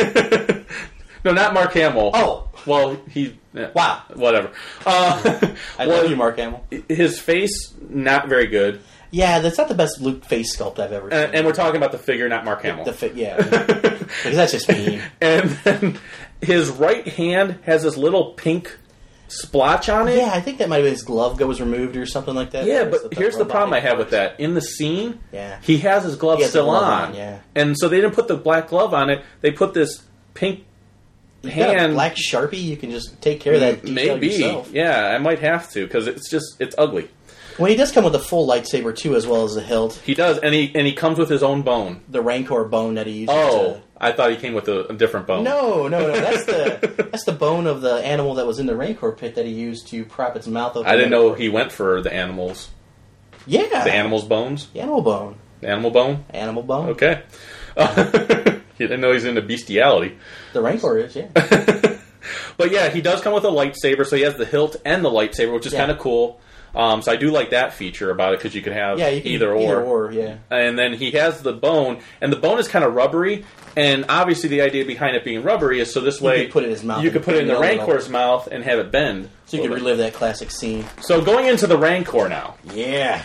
[SPEAKER 2] no, not Mark Hamill.
[SPEAKER 3] Oh.
[SPEAKER 2] well, he
[SPEAKER 3] Wow.
[SPEAKER 2] whatever. Uh,
[SPEAKER 3] *laughs*
[SPEAKER 2] *laughs*
[SPEAKER 3] I
[SPEAKER 2] well,
[SPEAKER 3] love you, Mark Hamill.
[SPEAKER 2] his face not very good
[SPEAKER 3] Yeah, that's not the best Luke face sculpt I've ever seen.
[SPEAKER 2] Uh, and, and we're talking about the figure not mark hamill
[SPEAKER 3] the
[SPEAKER 2] *laughs*
[SPEAKER 3] fit, yeah, because that's just me.
[SPEAKER 2] and then *laughs* his right hand has this little pink splotch on it
[SPEAKER 3] Yeah, I think that might have been his glove that was removed or something like that.
[SPEAKER 2] Yeah,
[SPEAKER 3] Or is
[SPEAKER 2] but
[SPEAKER 3] it
[SPEAKER 2] here's the problem I
[SPEAKER 3] robotic
[SPEAKER 2] have with
[SPEAKER 3] parts?
[SPEAKER 2] that. In the scene,
[SPEAKER 3] Yeah.
[SPEAKER 2] he has his glove
[SPEAKER 3] He has the
[SPEAKER 2] still
[SPEAKER 3] glove
[SPEAKER 2] on.
[SPEAKER 3] on, yeah.
[SPEAKER 2] And so they didn't put the black glove on it. They put this pink
[SPEAKER 3] You got a
[SPEAKER 2] hand.
[SPEAKER 3] black sharpie. You can just take care of that. Detail
[SPEAKER 2] maybe.
[SPEAKER 3] yourself.
[SPEAKER 2] Yeah, I might have to because it's just it's ugly.
[SPEAKER 3] When he does come with a full lightsaber too, as well as the hilt,
[SPEAKER 2] He does, and he and he comes with his own bone.
[SPEAKER 3] the rancor bone that he uses.
[SPEAKER 2] Oh,
[SPEAKER 3] to-
[SPEAKER 2] I thought he came with a, a different bone.
[SPEAKER 3] No, no, no. That's the that's the bone of the animal that was in the rancor pit that he used to prop its mouth open.
[SPEAKER 2] I didn't know he went for the animals.
[SPEAKER 3] Yeah,
[SPEAKER 2] The animals' bones.
[SPEAKER 3] The animal bone,
[SPEAKER 2] The animal bone.
[SPEAKER 3] animal bone.
[SPEAKER 2] Okay. *laughs* he didn't know he's into bestiality.
[SPEAKER 3] The rancor is
[SPEAKER 2] *laughs*
[SPEAKER 3] yeah.
[SPEAKER 2] But yeah, he does come with a lightsaber, so he has the hilt and the lightsaber, which is
[SPEAKER 3] Yeah.
[SPEAKER 2] kind of cool. Um, so I do like that feature about it because you can have
[SPEAKER 3] Yeah, you can,
[SPEAKER 2] either, or.
[SPEAKER 3] or yeah.
[SPEAKER 2] And then he has the bone, and the bone is kind of rubbery. And obviously, the idea behind it being rubbery is so this way
[SPEAKER 3] could put it in his mouth
[SPEAKER 2] You
[SPEAKER 3] and
[SPEAKER 2] could put it in the
[SPEAKER 3] nail it all.
[SPEAKER 2] Rancor's mouth and have it bend.
[SPEAKER 3] So you can relive that classic scene.
[SPEAKER 2] So going into the Rancor now,
[SPEAKER 3] Yeah,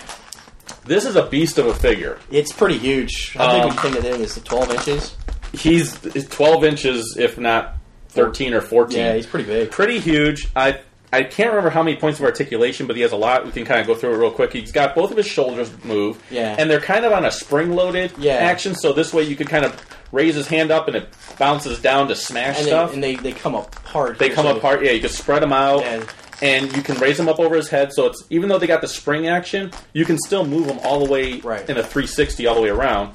[SPEAKER 2] this is a beast of a figure.
[SPEAKER 3] it's pretty huge. I think
[SPEAKER 2] Um,
[SPEAKER 3] when you think of it, it's the twelve inches.
[SPEAKER 2] He's twelve inches, if not thirteen or fourteen.
[SPEAKER 3] Yeah, he's pretty big.
[SPEAKER 2] pretty huge. I I can't remember how many points of articulation, but he has a lot. We can kind of go through it real quick. He's got both of his shoulders move,
[SPEAKER 3] Yeah.
[SPEAKER 2] and they're kind of on a spring-loaded
[SPEAKER 3] Yeah.
[SPEAKER 2] action. So this way, you could kind of raise his hand up, and it bounces down to smash
[SPEAKER 3] And,
[SPEAKER 2] stuff.
[SPEAKER 3] They, and they they come apart.
[SPEAKER 2] they come
[SPEAKER 3] So-
[SPEAKER 2] apart. Yeah, you can spread them out,
[SPEAKER 3] Yeah.
[SPEAKER 2] and you can raise them up over his head. So it's even though they got the spring action, you can still move them all the way
[SPEAKER 3] Right.
[SPEAKER 2] in a 360 all the way around.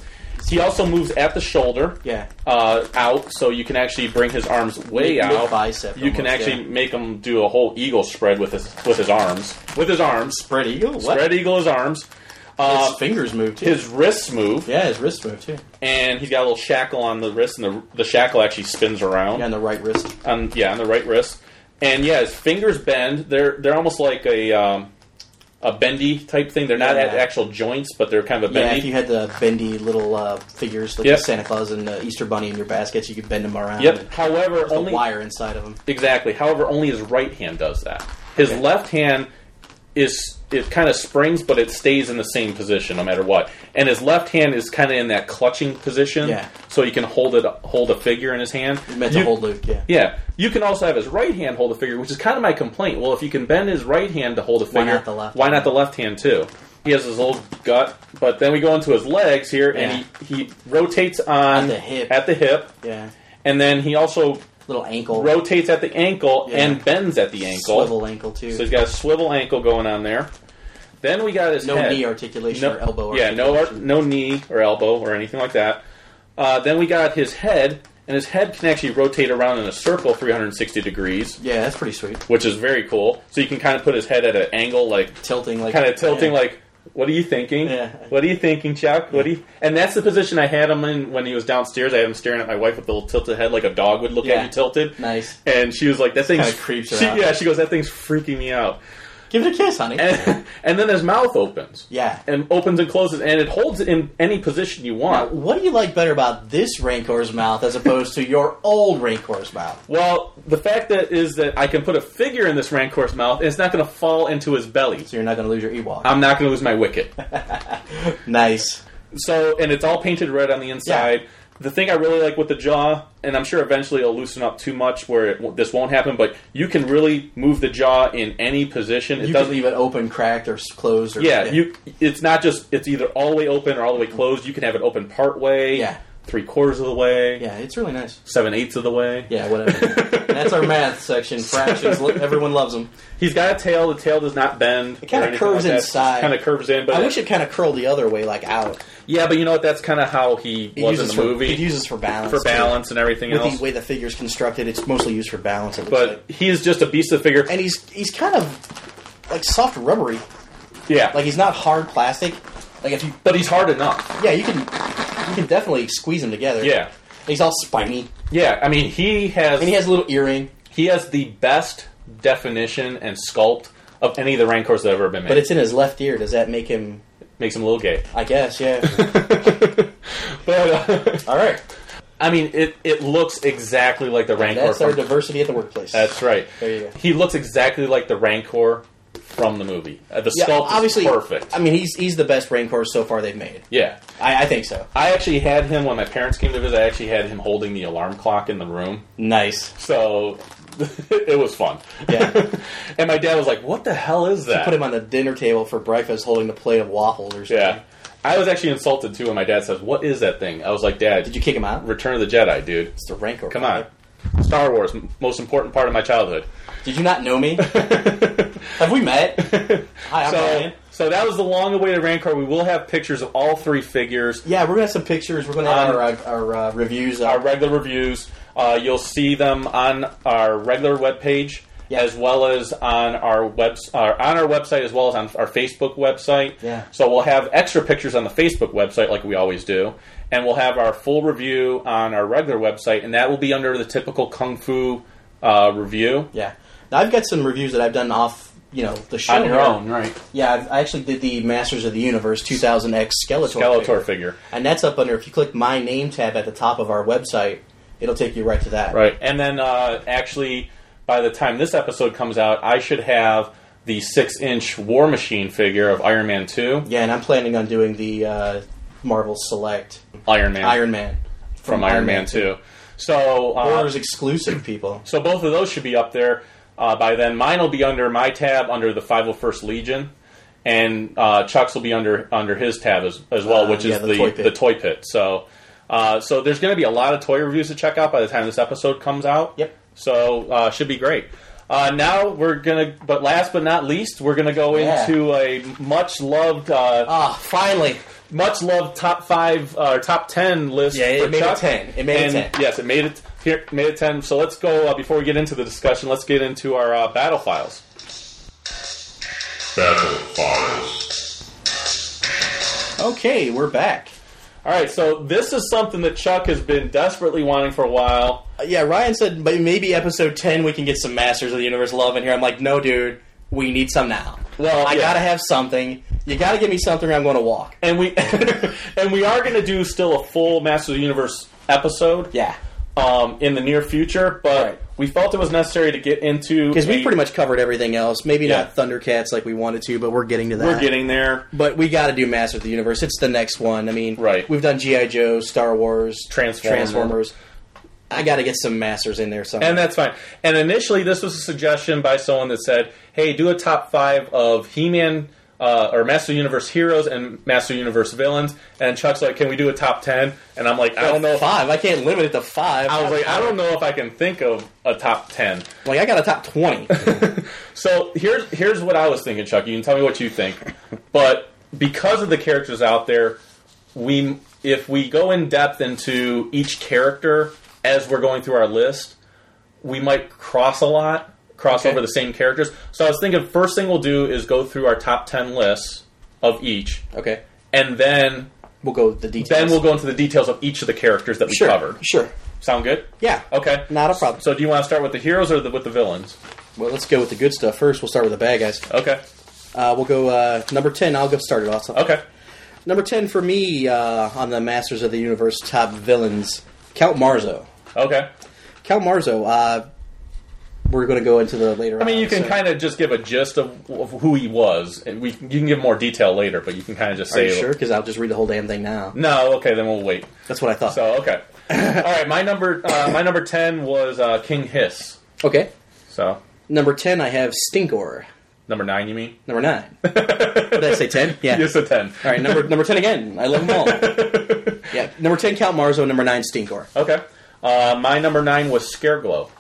[SPEAKER 2] He also moves at the shoulder
[SPEAKER 3] Yeah,
[SPEAKER 2] uh, out, so you can actually bring his arms way
[SPEAKER 3] Mid-
[SPEAKER 2] out.
[SPEAKER 3] mid-bicep
[SPEAKER 2] you can
[SPEAKER 3] almost,
[SPEAKER 2] actually make him do a whole eagle spread with his with his arms, with his arms.
[SPEAKER 3] spread eagle. What?
[SPEAKER 2] Spread eagle his arms.
[SPEAKER 3] his
[SPEAKER 2] Uh,
[SPEAKER 3] fingers move too.
[SPEAKER 2] his wrists move,
[SPEAKER 3] yeah, his wrist move too.
[SPEAKER 2] and he's got a little shackle on the wrist, and the the shackle actually spins around.
[SPEAKER 3] Yeah, on the right wrist.
[SPEAKER 2] on yeah on the right wrist, and yeah, his fingers bend. They're they're almost like a um, a bendy type thing. They're not
[SPEAKER 3] Yeah.
[SPEAKER 2] at actual joints, but they're kind of a
[SPEAKER 3] Yeah, if
[SPEAKER 2] bendy.
[SPEAKER 3] you had the bendy little uh, figures like
[SPEAKER 2] Yep.
[SPEAKER 3] the Santa Claus and the Easter Bunny in your baskets, you could bend them around.
[SPEAKER 2] yep. However,
[SPEAKER 3] The
[SPEAKER 2] only
[SPEAKER 3] wire inside of them.
[SPEAKER 2] Exactly. However, only his right hand does that. His left hand is it kind of springs, but it stays in the same position no matter what. And his left hand is kind of in that clutching position,
[SPEAKER 3] Yeah.
[SPEAKER 2] so he can hold it hold a figure in his hand.
[SPEAKER 3] meant
[SPEAKER 2] You-
[SPEAKER 3] to hold Luke. Yeah.
[SPEAKER 2] yeah, you can also have his right hand hold a figure, which is kind of my complaint. Well, if you can bend his right hand to hold a figure,
[SPEAKER 3] not the left
[SPEAKER 2] why not the left hand too? He has his old gut, but then we go into his legs here, and he, he rotates on
[SPEAKER 3] At the hip.
[SPEAKER 2] at the hip,
[SPEAKER 3] yeah.
[SPEAKER 2] and then he also
[SPEAKER 3] Little ankle,
[SPEAKER 2] rotates at the ankle
[SPEAKER 3] Yeah.
[SPEAKER 2] and bends at the ankle.
[SPEAKER 3] swivel ankle too.
[SPEAKER 2] So he's got a swivel ankle going on there. Then we got his
[SPEAKER 3] no
[SPEAKER 2] head.
[SPEAKER 3] knee articulation or elbow.
[SPEAKER 2] Yeah, no, ar-
[SPEAKER 3] articulation.
[SPEAKER 2] no knee or elbow or anything like that. Uh, then we got his head, and his head can actually rotate around in a circle 360 degrees,
[SPEAKER 3] Yeah, that's pretty sweet.
[SPEAKER 2] which is very cool. So you can kind of put his head at an angle, like
[SPEAKER 3] Tilting like
[SPEAKER 2] kind of tilting,
[SPEAKER 3] yeah.
[SPEAKER 2] like. What are you thinking?
[SPEAKER 3] Yeah.
[SPEAKER 2] What are you thinking, Chuck? What are you? And that's the position I had him in when he was downstairs. I had him staring at my wife with the little tilted head, like a dog would look
[SPEAKER 3] Yeah.
[SPEAKER 2] at you tilted.
[SPEAKER 3] nice.
[SPEAKER 2] And she was like, "That thing's
[SPEAKER 3] Kinda creeps her
[SPEAKER 2] she,
[SPEAKER 3] out.
[SPEAKER 2] Yeah, she goes, "That thing's freaking me out."
[SPEAKER 3] Give it a
[SPEAKER 2] *laughs*
[SPEAKER 3] kiss, honey.
[SPEAKER 2] and, and then his mouth opens.
[SPEAKER 3] Yeah.
[SPEAKER 2] And opens and closes, and it holds it in any position you
[SPEAKER 3] Now,
[SPEAKER 2] want.
[SPEAKER 3] Uh, what do you like better about this Rancor's mouth as opposed to your old Rancor's mouth?
[SPEAKER 2] Well, the fact that is that I can put a figure in this Rancor's mouth, and it's not going to fall into his belly.
[SPEAKER 3] So you're not going to lose your Ewok.
[SPEAKER 2] I'm not going to lose my
[SPEAKER 3] *laughs*
[SPEAKER 2] wicket.
[SPEAKER 3] nice.
[SPEAKER 2] So, and it's all painted red on the inside. The thing I really like with the jaw, and I'm sure eventually it'll loosen up too much where it, w- this won't happen, but you can really move the jaw in any position. It
[SPEAKER 3] you can
[SPEAKER 2] doesn't
[SPEAKER 3] leave it open, cracked, or s- closed. Or,
[SPEAKER 2] Yeah, you. It's not just. It's either all the way open or all the way closed. You can have it open part way,
[SPEAKER 3] Yeah.
[SPEAKER 2] three quarters of the way,
[SPEAKER 3] Yeah, it's really nice.
[SPEAKER 2] seven eighths of the way.
[SPEAKER 3] Yeah, whatever.
[SPEAKER 2] *laughs*
[SPEAKER 3] And that's our math section. Fractions. lo- Everyone loves them.
[SPEAKER 2] He's got a tail. The tail does not bend.
[SPEAKER 3] It kinda curves inside.
[SPEAKER 2] Kind of curves in, but
[SPEAKER 3] I wish it kind of curled the other way, like out.
[SPEAKER 2] yeah, but you know what? That's kind of how he
[SPEAKER 3] It
[SPEAKER 2] was in
[SPEAKER 3] uses
[SPEAKER 2] the
[SPEAKER 3] for,
[SPEAKER 2] movie
[SPEAKER 3] It uses for balance.
[SPEAKER 2] for
[SPEAKER 3] too.
[SPEAKER 2] balance and everything
[SPEAKER 3] With
[SPEAKER 2] else.
[SPEAKER 3] the way the figure's constructed, it's mostly used for balance. It looks
[SPEAKER 2] but
[SPEAKER 3] like.
[SPEAKER 2] he's just a beast of figure.
[SPEAKER 3] and he's he's kind of like soft rubbery.
[SPEAKER 2] yeah,
[SPEAKER 3] Like he's not hard plastic. Like if you
[SPEAKER 2] but he's hard enough.
[SPEAKER 3] yeah, you can you can definitely squeeze them together.
[SPEAKER 2] Yeah,
[SPEAKER 3] He's all spiny.
[SPEAKER 2] yeah. I mean, he has
[SPEAKER 3] And he has a little earring,
[SPEAKER 2] he has the best definition and sculpt of any of the rancors that have ever been made.
[SPEAKER 3] but it's in his left ear. Does that make him
[SPEAKER 2] makes him a little gay.
[SPEAKER 3] I guess,
[SPEAKER 2] *laughs*
[SPEAKER 3] yeah.
[SPEAKER 2] But uh, *laughs*
[SPEAKER 3] all right.
[SPEAKER 2] I mean, it it looks exactly like the rancor.
[SPEAKER 3] That's our
[SPEAKER 2] from-
[SPEAKER 3] diversity at the workplace.
[SPEAKER 2] That's right.
[SPEAKER 3] There you go.
[SPEAKER 2] He looks exactly like the Rancor from the movie. Uh, the
[SPEAKER 3] yeah,
[SPEAKER 2] sculpt
[SPEAKER 3] obviously
[SPEAKER 2] is perfect.
[SPEAKER 3] I mean, he's he's the best Rancor so far they've made.
[SPEAKER 2] yeah.
[SPEAKER 3] I, I think so.
[SPEAKER 2] I actually had him when my parents came to visit. I actually had him holding the alarm clock in the room,
[SPEAKER 3] Nice.
[SPEAKER 2] so *laughs* it was fun.
[SPEAKER 3] Yeah.
[SPEAKER 2] *laughs* and my dad was like, "What the hell is that?"
[SPEAKER 3] Put him on the dinner table for breakfast, holding the plate of waffles or something.
[SPEAKER 2] yeah, I was actually insulted too when my dad says, "What is that thing?" I was like, "Dad,
[SPEAKER 3] Did you kick him out?
[SPEAKER 2] Return of the Jedi, dude?
[SPEAKER 3] It's the Rancor.
[SPEAKER 2] Come on,
[SPEAKER 3] brother.
[SPEAKER 2] Star Wars, m- most important part of my childhood."
[SPEAKER 3] Did you not
[SPEAKER 2] *laughs*
[SPEAKER 3] know me? Have we met? Hi, I'm
[SPEAKER 2] So,
[SPEAKER 3] Ryan.
[SPEAKER 2] so that was the long-awaited Rancor. We will have pictures of all three figures.
[SPEAKER 3] Yeah, we're gonna have some pictures. We're gonna have
[SPEAKER 2] Um,
[SPEAKER 3] our, uh, our uh, reviews.
[SPEAKER 2] our
[SPEAKER 3] Up.
[SPEAKER 2] regular reviews. Uh, you'll see them on our regular webpage,
[SPEAKER 3] Yeah.
[SPEAKER 2] as well as on our webs- uh, on our website, as well as on our Facebook website.
[SPEAKER 3] Yeah.
[SPEAKER 2] So we'll have extra pictures on the Facebook website, like we always do, and we'll have our full review on our regular website, and that will be under the typical kung fu uh, review
[SPEAKER 3] yeah. Now I've got some reviews that I've done off, you know, the show.
[SPEAKER 2] on your
[SPEAKER 3] here.
[SPEAKER 2] own, right?
[SPEAKER 3] Yeah, I've, I actually did the Masters of the Universe 2000X Skeletor. figure.
[SPEAKER 2] Skeletor figure,
[SPEAKER 3] And that's up under, if you click my name tab at the top of our website, it'll take you right to that.
[SPEAKER 2] right? And then uh, actually, by the time this episode comes out, I should have the six-inch War Machine figure of Iron Man Two,
[SPEAKER 3] Yeah, and I'm planning on doing the uh, Marvel Select
[SPEAKER 2] Iron Man,
[SPEAKER 3] Iron Man
[SPEAKER 2] from, Iron, Man, 2. So, uh,
[SPEAKER 3] Orders exclusive, people.
[SPEAKER 2] so both of those should be up there uh, by then. Mine will be under my tab under the 501st Legion, and uh, Chuck's will be under under his tab as, as well,
[SPEAKER 3] Uh,
[SPEAKER 2] which
[SPEAKER 3] yeah,
[SPEAKER 2] is
[SPEAKER 3] the
[SPEAKER 2] the
[SPEAKER 3] toy pit.
[SPEAKER 2] the toy pit. So, uh, so there's going to be a lot of toy reviews to check out by the time this episode comes out.
[SPEAKER 3] Yep.
[SPEAKER 2] So uh, should be great. Uh, now we're gonna, but last but not least, we're gonna go
[SPEAKER 3] Yeah.
[SPEAKER 2] into a much loved, uh,
[SPEAKER 3] Ah, finally.
[SPEAKER 2] much loved top five or top ten list.
[SPEAKER 3] Yeah, it
[SPEAKER 2] for
[SPEAKER 3] made
[SPEAKER 2] Chuck.
[SPEAKER 3] it 10. It made it
[SPEAKER 2] And,
[SPEAKER 3] 10.
[SPEAKER 2] Yes, it made it here, made it ten. So let's go uh, before we get into the discussion. Let's get into our uh, battle files.
[SPEAKER 4] Battle Files.
[SPEAKER 3] Okay, we're back.
[SPEAKER 2] All right, so this is something that Chuck has been desperately wanting for a while.
[SPEAKER 3] Uh, yeah, Ryan said "But maybe episode 10 we can get some Masters of the Universe love in here. I'm like, no, dude, we need some now.
[SPEAKER 2] Well,
[SPEAKER 3] I
[SPEAKER 2] yeah.
[SPEAKER 3] gotta have something. You gotta give me something or I'm gonna walk.
[SPEAKER 2] and we *laughs* and we are going to do still a full Masters of the Universe episode.
[SPEAKER 3] Yeah.
[SPEAKER 2] um, in the near future, but
[SPEAKER 3] Right.
[SPEAKER 2] we felt it was necessary to get into
[SPEAKER 3] because we
[SPEAKER 2] a-
[SPEAKER 3] pretty much covered everything else. Maybe
[SPEAKER 2] Yeah.
[SPEAKER 3] not Thundercats like we wanted to, but we're getting to that.
[SPEAKER 2] we're getting there.
[SPEAKER 3] But we got to do Master of the Universe. It's the next one. I mean,
[SPEAKER 2] Right.
[SPEAKER 3] We've done GI Joe, Star Wars,
[SPEAKER 2] Transformers.
[SPEAKER 3] Transformers. I got to get some Masters in there. Somewhere.
[SPEAKER 2] And that's fine. And initially, this was a suggestion by someone that said, "Hey, do a top five of He-Man uh, or Master Universe heroes and Master Universe villains." And Chuck's like, "Can we do a top 10? And I'm like, "I don't know." If,
[SPEAKER 3] five. I can't limit it to five.
[SPEAKER 2] I was like, "I don't know if I can think of a top 10.
[SPEAKER 3] Like I got a top
[SPEAKER 2] *laughs*
[SPEAKER 3] twenty.
[SPEAKER 2] So here's here's what I was thinking, Chuck. You can tell me what you think. But because of the characters out there, we if we go in depth into each character as we're going through our list, we might cross a lot, cross
[SPEAKER 3] Okay.
[SPEAKER 2] over the same characters. So I was thinking first thing we'll do is go through our top ten lists of each,
[SPEAKER 3] okay,
[SPEAKER 2] and then
[SPEAKER 3] we'll go with the details.
[SPEAKER 2] then we'll go into the details of each of the characters that we
[SPEAKER 3] sure,
[SPEAKER 2] covered.
[SPEAKER 3] sure,
[SPEAKER 2] Sound good?
[SPEAKER 3] yeah,
[SPEAKER 2] Okay.
[SPEAKER 3] not a problem.
[SPEAKER 2] So do you want to start with the heroes or the, with the villains?
[SPEAKER 3] Well, let's go with the good stuff first. We'll start with the bad guys.
[SPEAKER 2] Okay.
[SPEAKER 3] Uh, we'll go uh, number ten. I'll go start it off.
[SPEAKER 2] Okay.
[SPEAKER 3] Number ten for me uh, on the Masters of the Universe top villains, Count Marzo.
[SPEAKER 2] Okay.
[SPEAKER 3] Count Marzo. Uh, we're going to go into the later.
[SPEAKER 2] I mean, you can kind of just give a gist of, of who he was, and we you can give more detail later, but you can kind of just
[SPEAKER 3] Are
[SPEAKER 2] say
[SPEAKER 3] you sure? Because I'll just read the whole damn thing now.
[SPEAKER 2] no. Okay, then we'll wait.
[SPEAKER 3] That's what I thought.
[SPEAKER 2] So
[SPEAKER 3] *laughs*
[SPEAKER 2] okay, all right. My number uh, my number ten was uh, King Hiss.
[SPEAKER 3] Okay.
[SPEAKER 2] So
[SPEAKER 3] Number ten, I have Stinkor.
[SPEAKER 2] number nine, you mean? *laughs*
[SPEAKER 3] Number nine. What Did I say ten? Yeah.
[SPEAKER 2] Yes, a ten.
[SPEAKER 3] All right, number number ten again. I love them
[SPEAKER 2] *laughs*
[SPEAKER 3] all. yeah, number ten, Count Marzo. Number nine, Stinkor.
[SPEAKER 2] Okay. Uh, my number nine was Scareglow.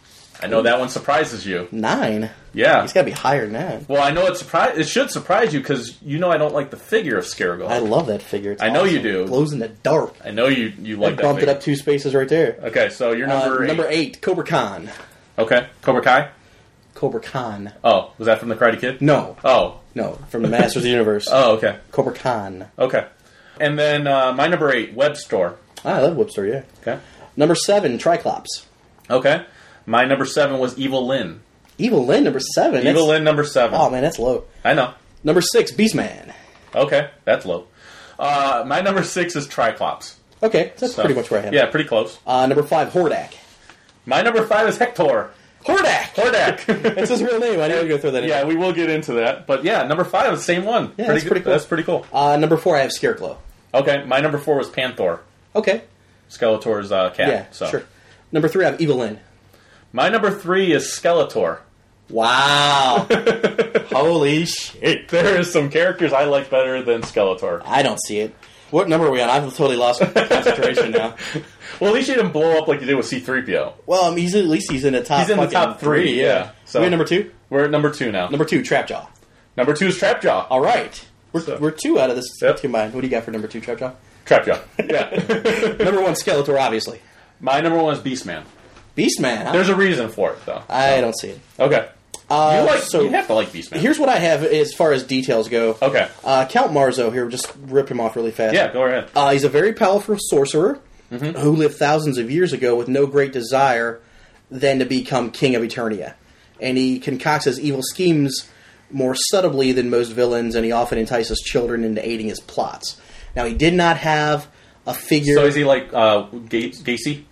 [SPEAKER 2] I know that one surprises you.
[SPEAKER 3] Nine.
[SPEAKER 2] Yeah.
[SPEAKER 3] He's got to be higher than that.
[SPEAKER 2] Well, I know it surprise it should surprise you because you know I don't like the figure of Scareglow.
[SPEAKER 3] I
[SPEAKER 2] I,
[SPEAKER 3] love that figure. It's
[SPEAKER 2] I know you
[SPEAKER 3] awesome.
[SPEAKER 2] do.
[SPEAKER 3] Glows in the dark.
[SPEAKER 2] know you you
[SPEAKER 3] I
[SPEAKER 2] like that.
[SPEAKER 3] bumped it
[SPEAKER 2] figure.
[SPEAKER 3] up two spaces right there.
[SPEAKER 2] Okay, so you're number
[SPEAKER 3] uh,
[SPEAKER 2] eight.
[SPEAKER 3] number eight, Cobra Khan.
[SPEAKER 2] Okay, Cobra Kai.
[SPEAKER 3] Cobra Khan.
[SPEAKER 2] Oh, was that from the Karate Kid?
[SPEAKER 3] No,
[SPEAKER 2] Oh.
[SPEAKER 3] no, from the Masters of the Universe.
[SPEAKER 2] Oh, okay.
[SPEAKER 3] Cobra Khan.
[SPEAKER 2] Okay. And then uh, my number eight, web store.
[SPEAKER 3] Ah, I love Webster. Yeah.
[SPEAKER 2] Okay.
[SPEAKER 3] Number seven, Triclops.
[SPEAKER 2] Okay. My number seven was Evil Lynn.
[SPEAKER 3] Evil Lynn. Number seven.
[SPEAKER 2] Evil
[SPEAKER 3] That's-
[SPEAKER 2] Lynn number seven.
[SPEAKER 3] Oh man, that's low.
[SPEAKER 2] I know.
[SPEAKER 3] Number six, Beastman.
[SPEAKER 2] Okay. That's low. Uh, my number six is Triclops.
[SPEAKER 3] Okay, that's
[SPEAKER 2] So-
[SPEAKER 3] pretty much where I have. it.
[SPEAKER 2] Yeah, pretty close.
[SPEAKER 3] Uh, number five, Hordak.
[SPEAKER 2] My number five is Hector.
[SPEAKER 3] Hordak.
[SPEAKER 2] Hordak.
[SPEAKER 3] *laughs* That's his real name. I didn't go throw that. in.
[SPEAKER 2] yeah, we will get into that. But yeah, number five, same one.
[SPEAKER 3] Yeah, that's
[SPEAKER 2] good-
[SPEAKER 3] pretty cool.
[SPEAKER 2] That's pretty cool.
[SPEAKER 3] Uh, number four, I have Scarecrow.
[SPEAKER 2] Okay. My number four was Panther.
[SPEAKER 3] Okay.
[SPEAKER 2] Skeletor's uh, cat.
[SPEAKER 3] Yeah,
[SPEAKER 2] so.
[SPEAKER 3] sure. Number three, I have Evil Lynn.
[SPEAKER 2] My number three is Skeletor. *laughs*
[SPEAKER 3] Wow. Holy shit.
[SPEAKER 2] Hey, there is some characters I like better than Skeletor.
[SPEAKER 3] I don't see it. What number are we on? I've totally lost *laughs* concentration now.
[SPEAKER 2] Well, at least you didn't blow up like you did with C3PO.
[SPEAKER 3] Well, um, he's, at least he's in the top
[SPEAKER 2] He's in the
[SPEAKER 3] fucking
[SPEAKER 2] top three, yeah. So-
[SPEAKER 3] We're number two?
[SPEAKER 2] We're at number two now.
[SPEAKER 3] Number two, Trapjaw.
[SPEAKER 2] Number two is Oh, Trapjaw.
[SPEAKER 3] All right. We're,
[SPEAKER 2] So-
[SPEAKER 3] we're two out of this
[SPEAKER 2] Yep.
[SPEAKER 3] combined. What do you got for number two, Trapjaw?
[SPEAKER 2] Trapjaw. Yeah.
[SPEAKER 3] number one, Skeletor, obviously.
[SPEAKER 2] *laughs* My number one is Beastman.
[SPEAKER 3] Beastman. huh?
[SPEAKER 2] There's a reason for it, though.
[SPEAKER 3] I don't see it.
[SPEAKER 2] Okay.
[SPEAKER 3] Uh,
[SPEAKER 2] you like?
[SPEAKER 3] so
[SPEAKER 2] you have to like Beastman.
[SPEAKER 3] here's what I have as far as details go.
[SPEAKER 2] okay.
[SPEAKER 3] Uh, Count Marzo here, just rip him off really fast.
[SPEAKER 2] Yeah, go ahead.
[SPEAKER 3] Uh, he's a very powerful sorcerer who lived thousands of years ago with no great desire than to become king of Eternia. And he concocts his evil schemes more subtly than most villains, and he often entices children into aiding his plots. Now, he did not have a figure.
[SPEAKER 2] So is he like uh, Ga- Gacy?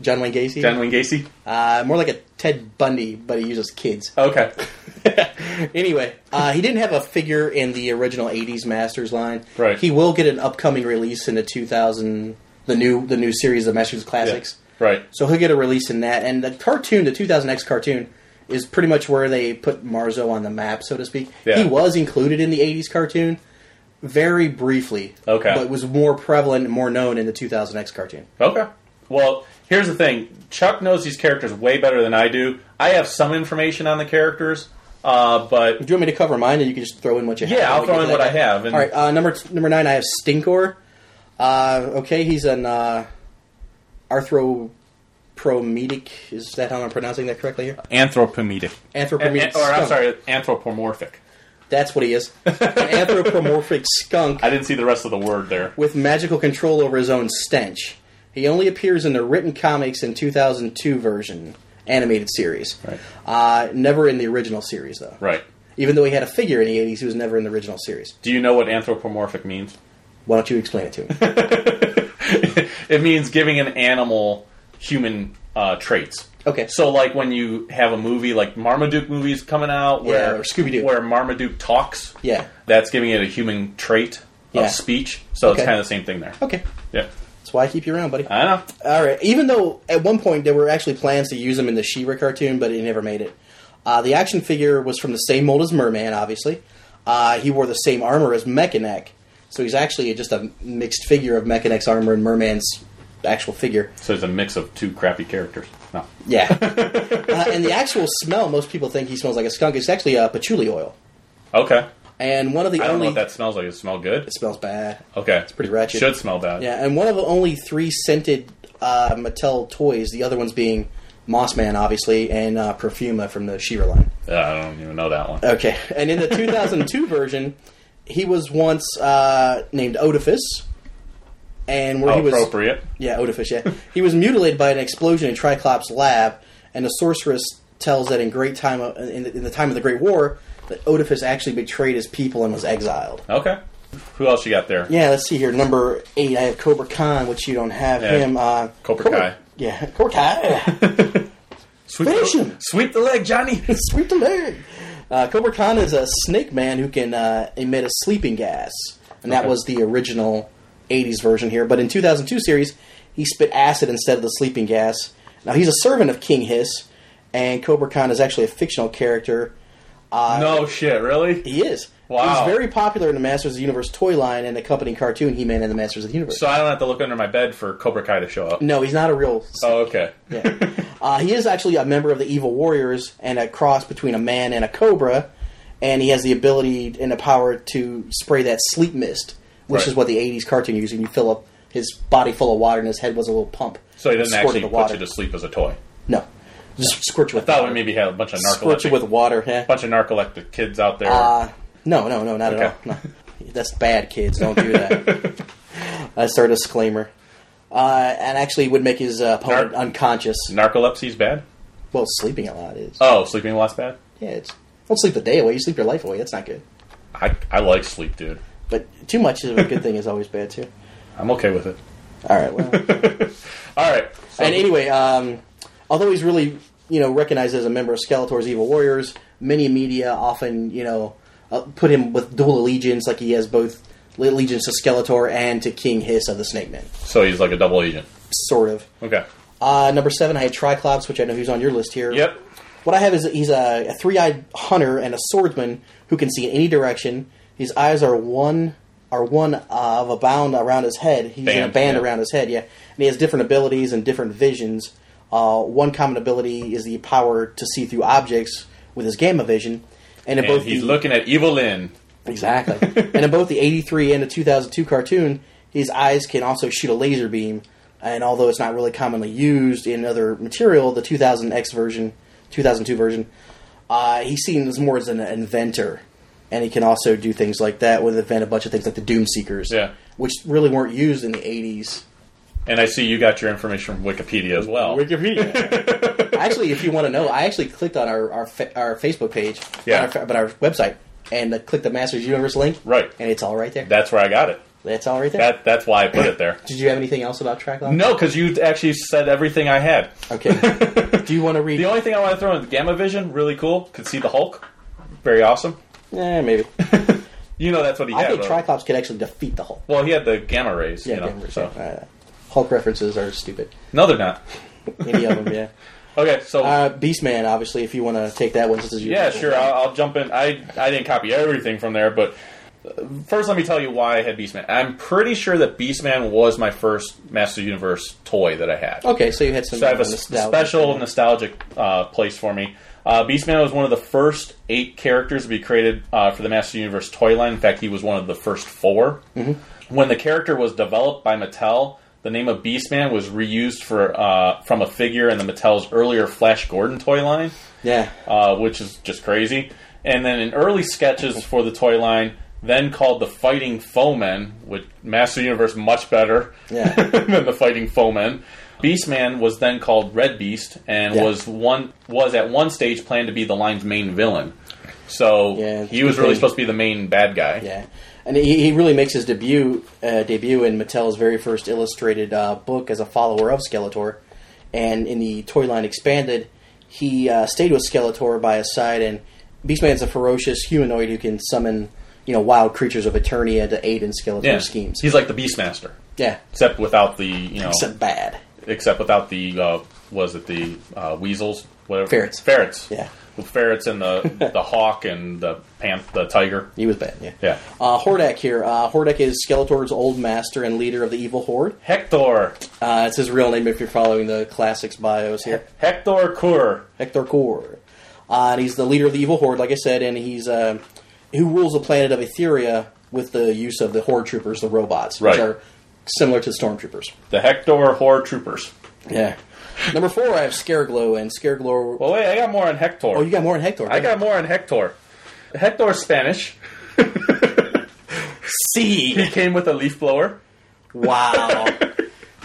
[SPEAKER 3] John Wayne Gacy?
[SPEAKER 2] John Wayne Gacy?
[SPEAKER 3] Uh, more like a Ted Bundy, but he uses kids.
[SPEAKER 2] Okay.
[SPEAKER 3] *laughs* Anyway, uh, he didn't have a figure in the original '80s Masters line.
[SPEAKER 2] Right.
[SPEAKER 3] He will get an upcoming release in the 2000, the new the new series of Masters Classics.
[SPEAKER 2] Right.
[SPEAKER 3] So he'll get a release in that, and the cartoon, the 2000X cartoon, is pretty much where they put Marzo on the map, so to speak.
[SPEAKER 2] Yeah.
[SPEAKER 3] He was included in the '80s cartoon, very briefly.
[SPEAKER 2] Okay.
[SPEAKER 3] But was more prevalent and more known in the 2000X cartoon.
[SPEAKER 2] Okay. Well, here's the thing. Chuck knows these characters way better than I do. I have some information on the characters, uh, but
[SPEAKER 3] Do you want me to cover mine, and you can just throw in what you have?
[SPEAKER 2] Yeah, I'll
[SPEAKER 3] when we
[SPEAKER 2] throw in
[SPEAKER 3] get to that
[SPEAKER 2] what I
[SPEAKER 3] guy?
[SPEAKER 2] have, and-
[SPEAKER 3] All right, uh, number number nine, I have Stinkor. Uh, okay, he's an uh, arthropromedic. Is that how I'm pronouncing that correctly here?
[SPEAKER 2] anthropomedic.
[SPEAKER 3] Anthropomedic.
[SPEAKER 2] or I'm
[SPEAKER 3] skunk.
[SPEAKER 2] sorry, anthropomorphic.
[SPEAKER 3] that's what
[SPEAKER 2] *laughs*
[SPEAKER 3] he is. An anthropomorphic skunk
[SPEAKER 2] I didn't see the rest of the word there.
[SPEAKER 3] with magical control over his own stench. He only appears in the written comics in 2002 version animated series.
[SPEAKER 2] Right.
[SPEAKER 3] Uh, never in the original series though.
[SPEAKER 2] Right.
[SPEAKER 3] Even though he had a figure in the 80s, he was never in the original series.
[SPEAKER 2] Do you know what anthropomorphic means? *laughs*
[SPEAKER 3] Why don't you explain it to me?
[SPEAKER 2] it means giving an animal human uh, traits.
[SPEAKER 3] Okay.
[SPEAKER 2] So like when you have a movie like Marmaduke movies coming out where
[SPEAKER 3] Yeah, or Scooby-Doo.
[SPEAKER 2] where Marmaduke talks,
[SPEAKER 3] Yeah.
[SPEAKER 2] that's giving it a human trait
[SPEAKER 3] Yeah.
[SPEAKER 2] of speech. So it's
[SPEAKER 3] Okay.
[SPEAKER 2] kind of the same thing there.
[SPEAKER 3] Okay.
[SPEAKER 2] Yeah,
[SPEAKER 3] That's why I keep you around, buddy.
[SPEAKER 2] I know.
[SPEAKER 3] All right. Even though at one point there were actually plans to use him in the She-Ra cartoon, but it never made it. Uh, the action figure was from the same mold as Merman, obviously. Uh, he wore the same armor as Mechanek, so he's actually just a mixed figure of Mechanek's armor and Merman's actual figure.
[SPEAKER 2] So it's a mix of two crappy characters. No, *laughs*
[SPEAKER 3] Yeah. uh, and the actual smell, most people think he smells like a skunk. It's actually uh, patchouli oil.
[SPEAKER 2] okay.
[SPEAKER 3] And one of the
[SPEAKER 2] I don't
[SPEAKER 3] only
[SPEAKER 2] know what that smells like. Does It smell good.
[SPEAKER 3] it smells bad.
[SPEAKER 2] Okay, it's
[SPEAKER 3] pretty ratchet.
[SPEAKER 2] Should smell bad.
[SPEAKER 3] Yeah, and one of the only three scented uh, Mattel toys. The other ones being Mossman, obviously, and uh, Perfuma from the She-Ra line.
[SPEAKER 2] Uh, I don't even know that one.
[SPEAKER 3] Okay, *laughs* and in the 2002 version, he was once uh, named Oedipus, and where
[SPEAKER 2] How
[SPEAKER 3] he was
[SPEAKER 2] Oh, appropriate.
[SPEAKER 3] yeah Oedipus, yeah, he was mutilated by an explosion in Triclops' lab, and the sorceress tells that in great time of, in, the, in the time of the Great War that Oedipus actually betrayed his people and was exiled.
[SPEAKER 2] Okay. Who else you got there?
[SPEAKER 3] Yeah, let's see here. Number eight, I have Cobra Khan, which you don't have
[SPEAKER 2] Yeah.
[SPEAKER 3] him. Uh,
[SPEAKER 2] Cobra Kai.
[SPEAKER 3] Yeah, *laughs* Cobra Kai.
[SPEAKER 2] *laughs* Sweep,
[SPEAKER 3] Finish
[SPEAKER 2] the,
[SPEAKER 3] him.
[SPEAKER 2] sweep the leg, Johnny.
[SPEAKER 3] Sweep the leg. Uh, Cobra Khan is a snake man who can uh, emit a sleeping gas, and that
[SPEAKER 2] Okay.
[SPEAKER 3] was the original '80s version here. But in 2002 series, he spit acid instead of the sleeping gas. Now he's a servant of King Hiss, and Cobra Khan is actually a fictional character.
[SPEAKER 2] no shit, really.
[SPEAKER 3] He is.
[SPEAKER 2] Wow.
[SPEAKER 3] He's very popular in the Masters of the Universe toy line and the company cartoon He-Man and the Masters of the Universe.
[SPEAKER 2] So I don't have to look under my bed for Cobra Kai to show up.
[SPEAKER 3] no, he's not a real
[SPEAKER 2] Oh, okay.
[SPEAKER 3] Mm. Yeah. Uh, he is actually a member of the Evil Warriors and a cross between a man and a cobra, and he has the ability and the power to spray that sleep mist, which
[SPEAKER 2] Right.
[SPEAKER 3] is what the '80s cartoon used. And you fill up his body full of water, and his head was a little pump.
[SPEAKER 2] *laughs* So he doesn't
[SPEAKER 3] Squirted
[SPEAKER 2] actually
[SPEAKER 3] the
[SPEAKER 2] put
[SPEAKER 3] water.
[SPEAKER 2] you to sleep as a toy.
[SPEAKER 3] No, just squirt you with
[SPEAKER 2] Thought
[SPEAKER 3] water.
[SPEAKER 2] we maybe had a bunch of
[SPEAKER 3] squirt you
[SPEAKER 2] narcoleptic,
[SPEAKER 3] with water. Yeah.
[SPEAKER 2] bunch of narcoleptic kids out there.
[SPEAKER 3] Uh, no, no, no, not
[SPEAKER 2] Okay.
[SPEAKER 3] at all. No. That's bad, kids. Don't
[SPEAKER 2] *laughs*
[SPEAKER 3] do that. That's our disclaimer. Uh, and actually, would make his uh, opponent
[SPEAKER 2] Nar-
[SPEAKER 3] unconscious.
[SPEAKER 2] Narcolepsy's bad.
[SPEAKER 3] Well, sleeping a lot is.
[SPEAKER 2] Oh, sleeping a lot's bad.
[SPEAKER 3] Yeah, it's don't sleep the day away. You sleep your life away. That's not good.
[SPEAKER 2] I I like sleep, dude.
[SPEAKER 3] But too much of a good thing is always bad too.
[SPEAKER 2] I'm okay with it.
[SPEAKER 3] All right. Well, and
[SPEAKER 2] *laughs* All right. So,
[SPEAKER 3] anyway, um, although he's really you know recognized as a member of Skeletor's Evil Warriors, many media often you know uh, put him with dual allegiance, like he has both allegiance to Skeletor and to King Hiss of the Snake Man.
[SPEAKER 2] so he's like a double agent.
[SPEAKER 3] Sort of.
[SPEAKER 2] Okay.
[SPEAKER 3] Uh, number seven, I had Triclops, which I know who's on your list here.
[SPEAKER 2] Yep.
[SPEAKER 3] What I have is he's a, a three-eyed hunter and a swordsman who can see in any direction. His eyes are one are one of a bound around his head. He's in a
[SPEAKER 2] Band,
[SPEAKER 3] band
[SPEAKER 2] yeah.
[SPEAKER 3] around his head, yeah. And he has different abilities and different visions. Uh, one common ability is the power to see through objects with his gamma vision. And, in
[SPEAKER 2] And
[SPEAKER 3] both
[SPEAKER 2] he's
[SPEAKER 3] the,
[SPEAKER 2] looking at Evil Lynn. *laughs*
[SPEAKER 3] exactly. and in both the '83 and the 2002 cartoon, his eyes can also shoot a laser beam. And although it's not really commonly used in other material, the 2000X version, 2002 version, uh, he's seen as more as an inventor, and he can also do things like that with invent a bunch of things like the Doom Seekers,
[SPEAKER 2] Yeah.
[SPEAKER 3] which really weren't used in the 80s.
[SPEAKER 2] And I see you got your information from Wikipedia as well.
[SPEAKER 3] Wikipedia. *laughs* actually, if you want to know, I actually clicked on our our, fa- our Facebook page,
[SPEAKER 2] Yeah.
[SPEAKER 3] but our, but our website, and uh, clicked the Masters Universe link,
[SPEAKER 2] Right.
[SPEAKER 3] and it's all right there.
[SPEAKER 2] That's where I got it.
[SPEAKER 3] That's all right there.
[SPEAKER 2] That that's why I put it there.
[SPEAKER 3] Did you have anything else about track lock?
[SPEAKER 2] No, because you actually said everything I had. *laughs*
[SPEAKER 3] Okay. Do you want to read?
[SPEAKER 2] The only thing I want to throw in is Gamma Vision, really cool. Could see the Hulk. Very awesome. *laughs*
[SPEAKER 3] Eh, maybe.
[SPEAKER 2] You know that's what he
[SPEAKER 3] I
[SPEAKER 2] had.
[SPEAKER 3] think
[SPEAKER 2] right?
[SPEAKER 3] Triclops could actually defeat the Hulk.
[SPEAKER 2] well, he had the gamma rays.
[SPEAKER 3] Yeah,
[SPEAKER 2] you know,
[SPEAKER 3] Gamma Ray,
[SPEAKER 2] so.
[SPEAKER 3] yeah. Uh, Hulk references are stupid.
[SPEAKER 2] No, they're not.
[SPEAKER 3] Any of
[SPEAKER 2] *laughs*
[SPEAKER 3] them, yeah.
[SPEAKER 2] Okay, so
[SPEAKER 3] Uh, Beastman, obviously, if you want to take that one, since it's your
[SPEAKER 2] yeah, sure. I'll, I'll jump in. I I didn't copy everything from there, but uh, first let me tell you why I had Beastman. I'm pretty sure that Beastman was my first Master Universe toy that I had.
[SPEAKER 3] Okay, so you had some.
[SPEAKER 2] So I have a s-
[SPEAKER 3] nostalgia.
[SPEAKER 2] special nostalgic uh, place for me. Uh, Beastman was one of the first eight characters to be created uh, for the Master Universe toy line. In fact, he was one of the first 4 When the character was developed by Mattel, the name of Beastman was reused for uh, from a figure in the Mattel's earlier Flash Gordon toy line
[SPEAKER 3] Yeah.
[SPEAKER 2] uh, which is just crazy. And then in early sketches for the toy line, then called the Fighting Foemen, which Master Universe much better *laughs*
[SPEAKER 3] Yeah.
[SPEAKER 2] than the Fighting Foemen. Beastman was then called Red Beast and
[SPEAKER 3] Yeah.
[SPEAKER 2] was one was at one stage planned to be the line's main villain. So
[SPEAKER 3] Yeah, it's
[SPEAKER 2] he was
[SPEAKER 3] the
[SPEAKER 2] really
[SPEAKER 3] thing.
[SPEAKER 2] supposed to be the main bad guy.
[SPEAKER 3] Yeah, and he, he really makes his debut uh, debut in Mattel's very first illustrated uh, book as a follower of Skeletor, and in the toy line expanded, he uh, stayed with Skeletor by his side. And Beastman's a ferocious humanoid who can summon, you know, wild creatures of Eternia to aid in Skeletor's
[SPEAKER 2] Yeah.
[SPEAKER 3] schemes.
[SPEAKER 2] He's like the Beastmaster,
[SPEAKER 3] yeah,
[SPEAKER 2] except without the you know,
[SPEAKER 3] except
[SPEAKER 2] except,
[SPEAKER 3] bad.
[SPEAKER 2] without the uh, was it the uh, weasels, whatever
[SPEAKER 3] Ferrets.
[SPEAKER 2] ferrets,
[SPEAKER 3] Yeah.
[SPEAKER 2] the ferrets and
[SPEAKER 3] *laughs*
[SPEAKER 2] the the hawk and the panth, the tiger,
[SPEAKER 3] He was bad. Yeah.
[SPEAKER 2] yeah.
[SPEAKER 3] Uh, Hordak here. Uh, Hordak is Skeletor's old master and leader of the evil horde.
[SPEAKER 2] Hector,
[SPEAKER 3] Uh, it's his real name if you're following the classics bios here.
[SPEAKER 2] Hector Kur,
[SPEAKER 3] Hector Kor. Uh, and he's the leader of the evil horde, like I said, and he's uh, who rules the planet of Etheria with the use of the horde troopers, the robots,
[SPEAKER 2] Right.
[SPEAKER 3] which are similar to stormtroopers.
[SPEAKER 2] the Hector Horde Troopers.
[SPEAKER 3] Yeah. Number four, I have Scareglow, and Scareglow.
[SPEAKER 2] Well, wait, I got more on Hector.
[SPEAKER 3] oh, you got more on Hector.
[SPEAKER 2] I got more on Hector. Hector's Spanish. He
[SPEAKER 3] C.
[SPEAKER 2] came with a leaf blower.
[SPEAKER 3] Wow.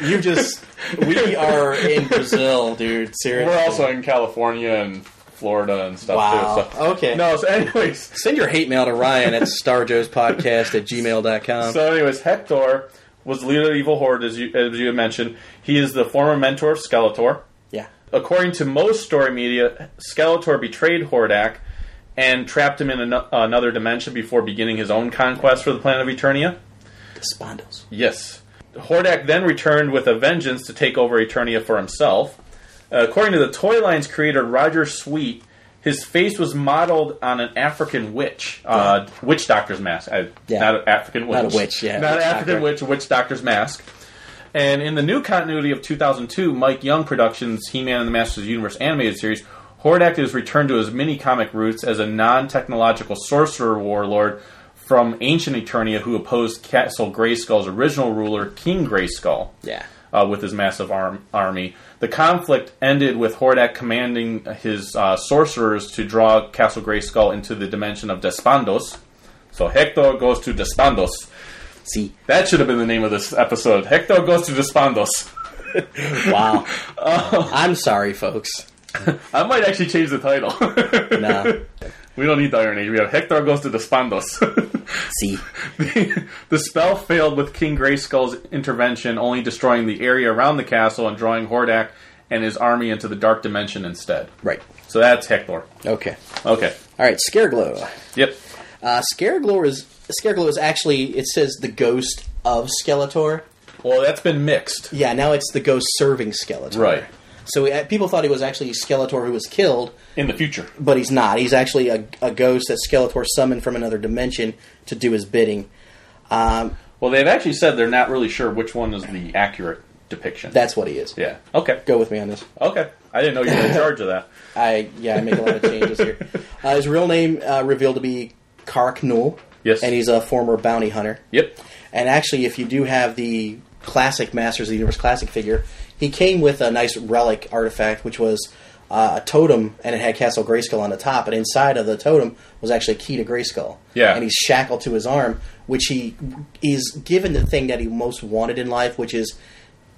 [SPEAKER 3] you just. We are in Brazil, dude. Seriously.
[SPEAKER 2] We're also in California and Florida and stuff
[SPEAKER 3] Wow.
[SPEAKER 2] too. So.
[SPEAKER 3] Okay.
[SPEAKER 2] No, so anyways, *laughs*
[SPEAKER 3] Send your hate mail to Ryan at starjoespodcast at gmail.com.
[SPEAKER 2] so anyways, Hector was the leader of the evil horde, as you as you had mentioned. He is the former mentor of Skeletor.
[SPEAKER 3] yeah.
[SPEAKER 2] According to most story media, Skeletor betrayed Hordak and trapped him in ano- another dimension before beginning his own conquest for the planet of Eternia.
[SPEAKER 3] Despondos.
[SPEAKER 2] Yes. Hordak then returned with a vengeance to take over Eternia for himself. Uh, according to the toy line's creator Roger Sweet, his face was modeled on an African witch, uh, witch doctor's mask. Uh,
[SPEAKER 3] Yeah.
[SPEAKER 2] Not an African witch.
[SPEAKER 3] Not a witch, yeah,
[SPEAKER 2] Not an
[SPEAKER 3] witch
[SPEAKER 2] African
[SPEAKER 3] doctor.
[SPEAKER 2] witch, a witch doctor's mask. And in the new continuity of 2002, Mike Young Productions' He Man and the Masters of the Universe animated series, Hordak is returned to his mini comic roots as a non technological sorcerer warlord from ancient Eternia who opposed Castle Grayskull's original ruler, King Grayskull,
[SPEAKER 3] Yeah.
[SPEAKER 2] uh, with his massive arm- army. The conflict ended with Hordak commanding his uh, sorcerers to draw Castle Grayskull into the dimension of Despandos. So Hector goes to Despandos.
[SPEAKER 3] C.
[SPEAKER 2] That should have been the name of this episode. Hector goes to Despandos. *laughs*
[SPEAKER 3] Wow.
[SPEAKER 2] Oh.
[SPEAKER 3] I'm sorry, folks.
[SPEAKER 2] I might actually change the title. *laughs*
[SPEAKER 3] No.
[SPEAKER 2] we don't need the Iron Age. We have Hector goes to Despandos.
[SPEAKER 3] C.
[SPEAKER 2] *laughs* the spell failed with King Grayskull's intervention, only destroying the area around the castle and drawing Hordak and his army into the dark dimension instead.
[SPEAKER 3] Right.
[SPEAKER 2] So that's Hector.
[SPEAKER 3] Okay.
[SPEAKER 2] Okay.
[SPEAKER 3] All right, Scareglow.
[SPEAKER 2] Yep.
[SPEAKER 3] Uh, Scareglow is Scareglow is actually it says the ghost of Skeletor.
[SPEAKER 2] Well, that's been mixed.
[SPEAKER 3] Yeah, now it's the ghost serving Skeletor.
[SPEAKER 2] Right.
[SPEAKER 3] So uh, people thought he was actually Skeletor who was killed,
[SPEAKER 2] In the future.
[SPEAKER 3] but he's not. He's actually a, a ghost that Skeletor summoned from another dimension to do his bidding.
[SPEAKER 2] Well, they've actually said they're not really sure which one is the accurate depiction.
[SPEAKER 3] That's what he is.
[SPEAKER 2] yeah. Okay.
[SPEAKER 3] Go with me on this.
[SPEAKER 2] Okay. I didn't know you were in charge of that.
[SPEAKER 3] I yeah, I make a lot of
[SPEAKER 2] *laughs*
[SPEAKER 3] changes here. Uh, his real name uh, revealed to be Kark Null.
[SPEAKER 2] Yes.
[SPEAKER 3] and he's a former bounty hunter.
[SPEAKER 2] Yep.
[SPEAKER 3] And actually, if you do have the classic Masters of the Universe classic figure, he came with a nice relic artifact, which was uh, a totem, and it had Castle Grayskull on the top. And inside of the totem was actually a key to Grayskull.
[SPEAKER 2] Yeah.
[SPEAKER 3] And he's shackled to his arm, which he is given the thing that he most wanted in life, which is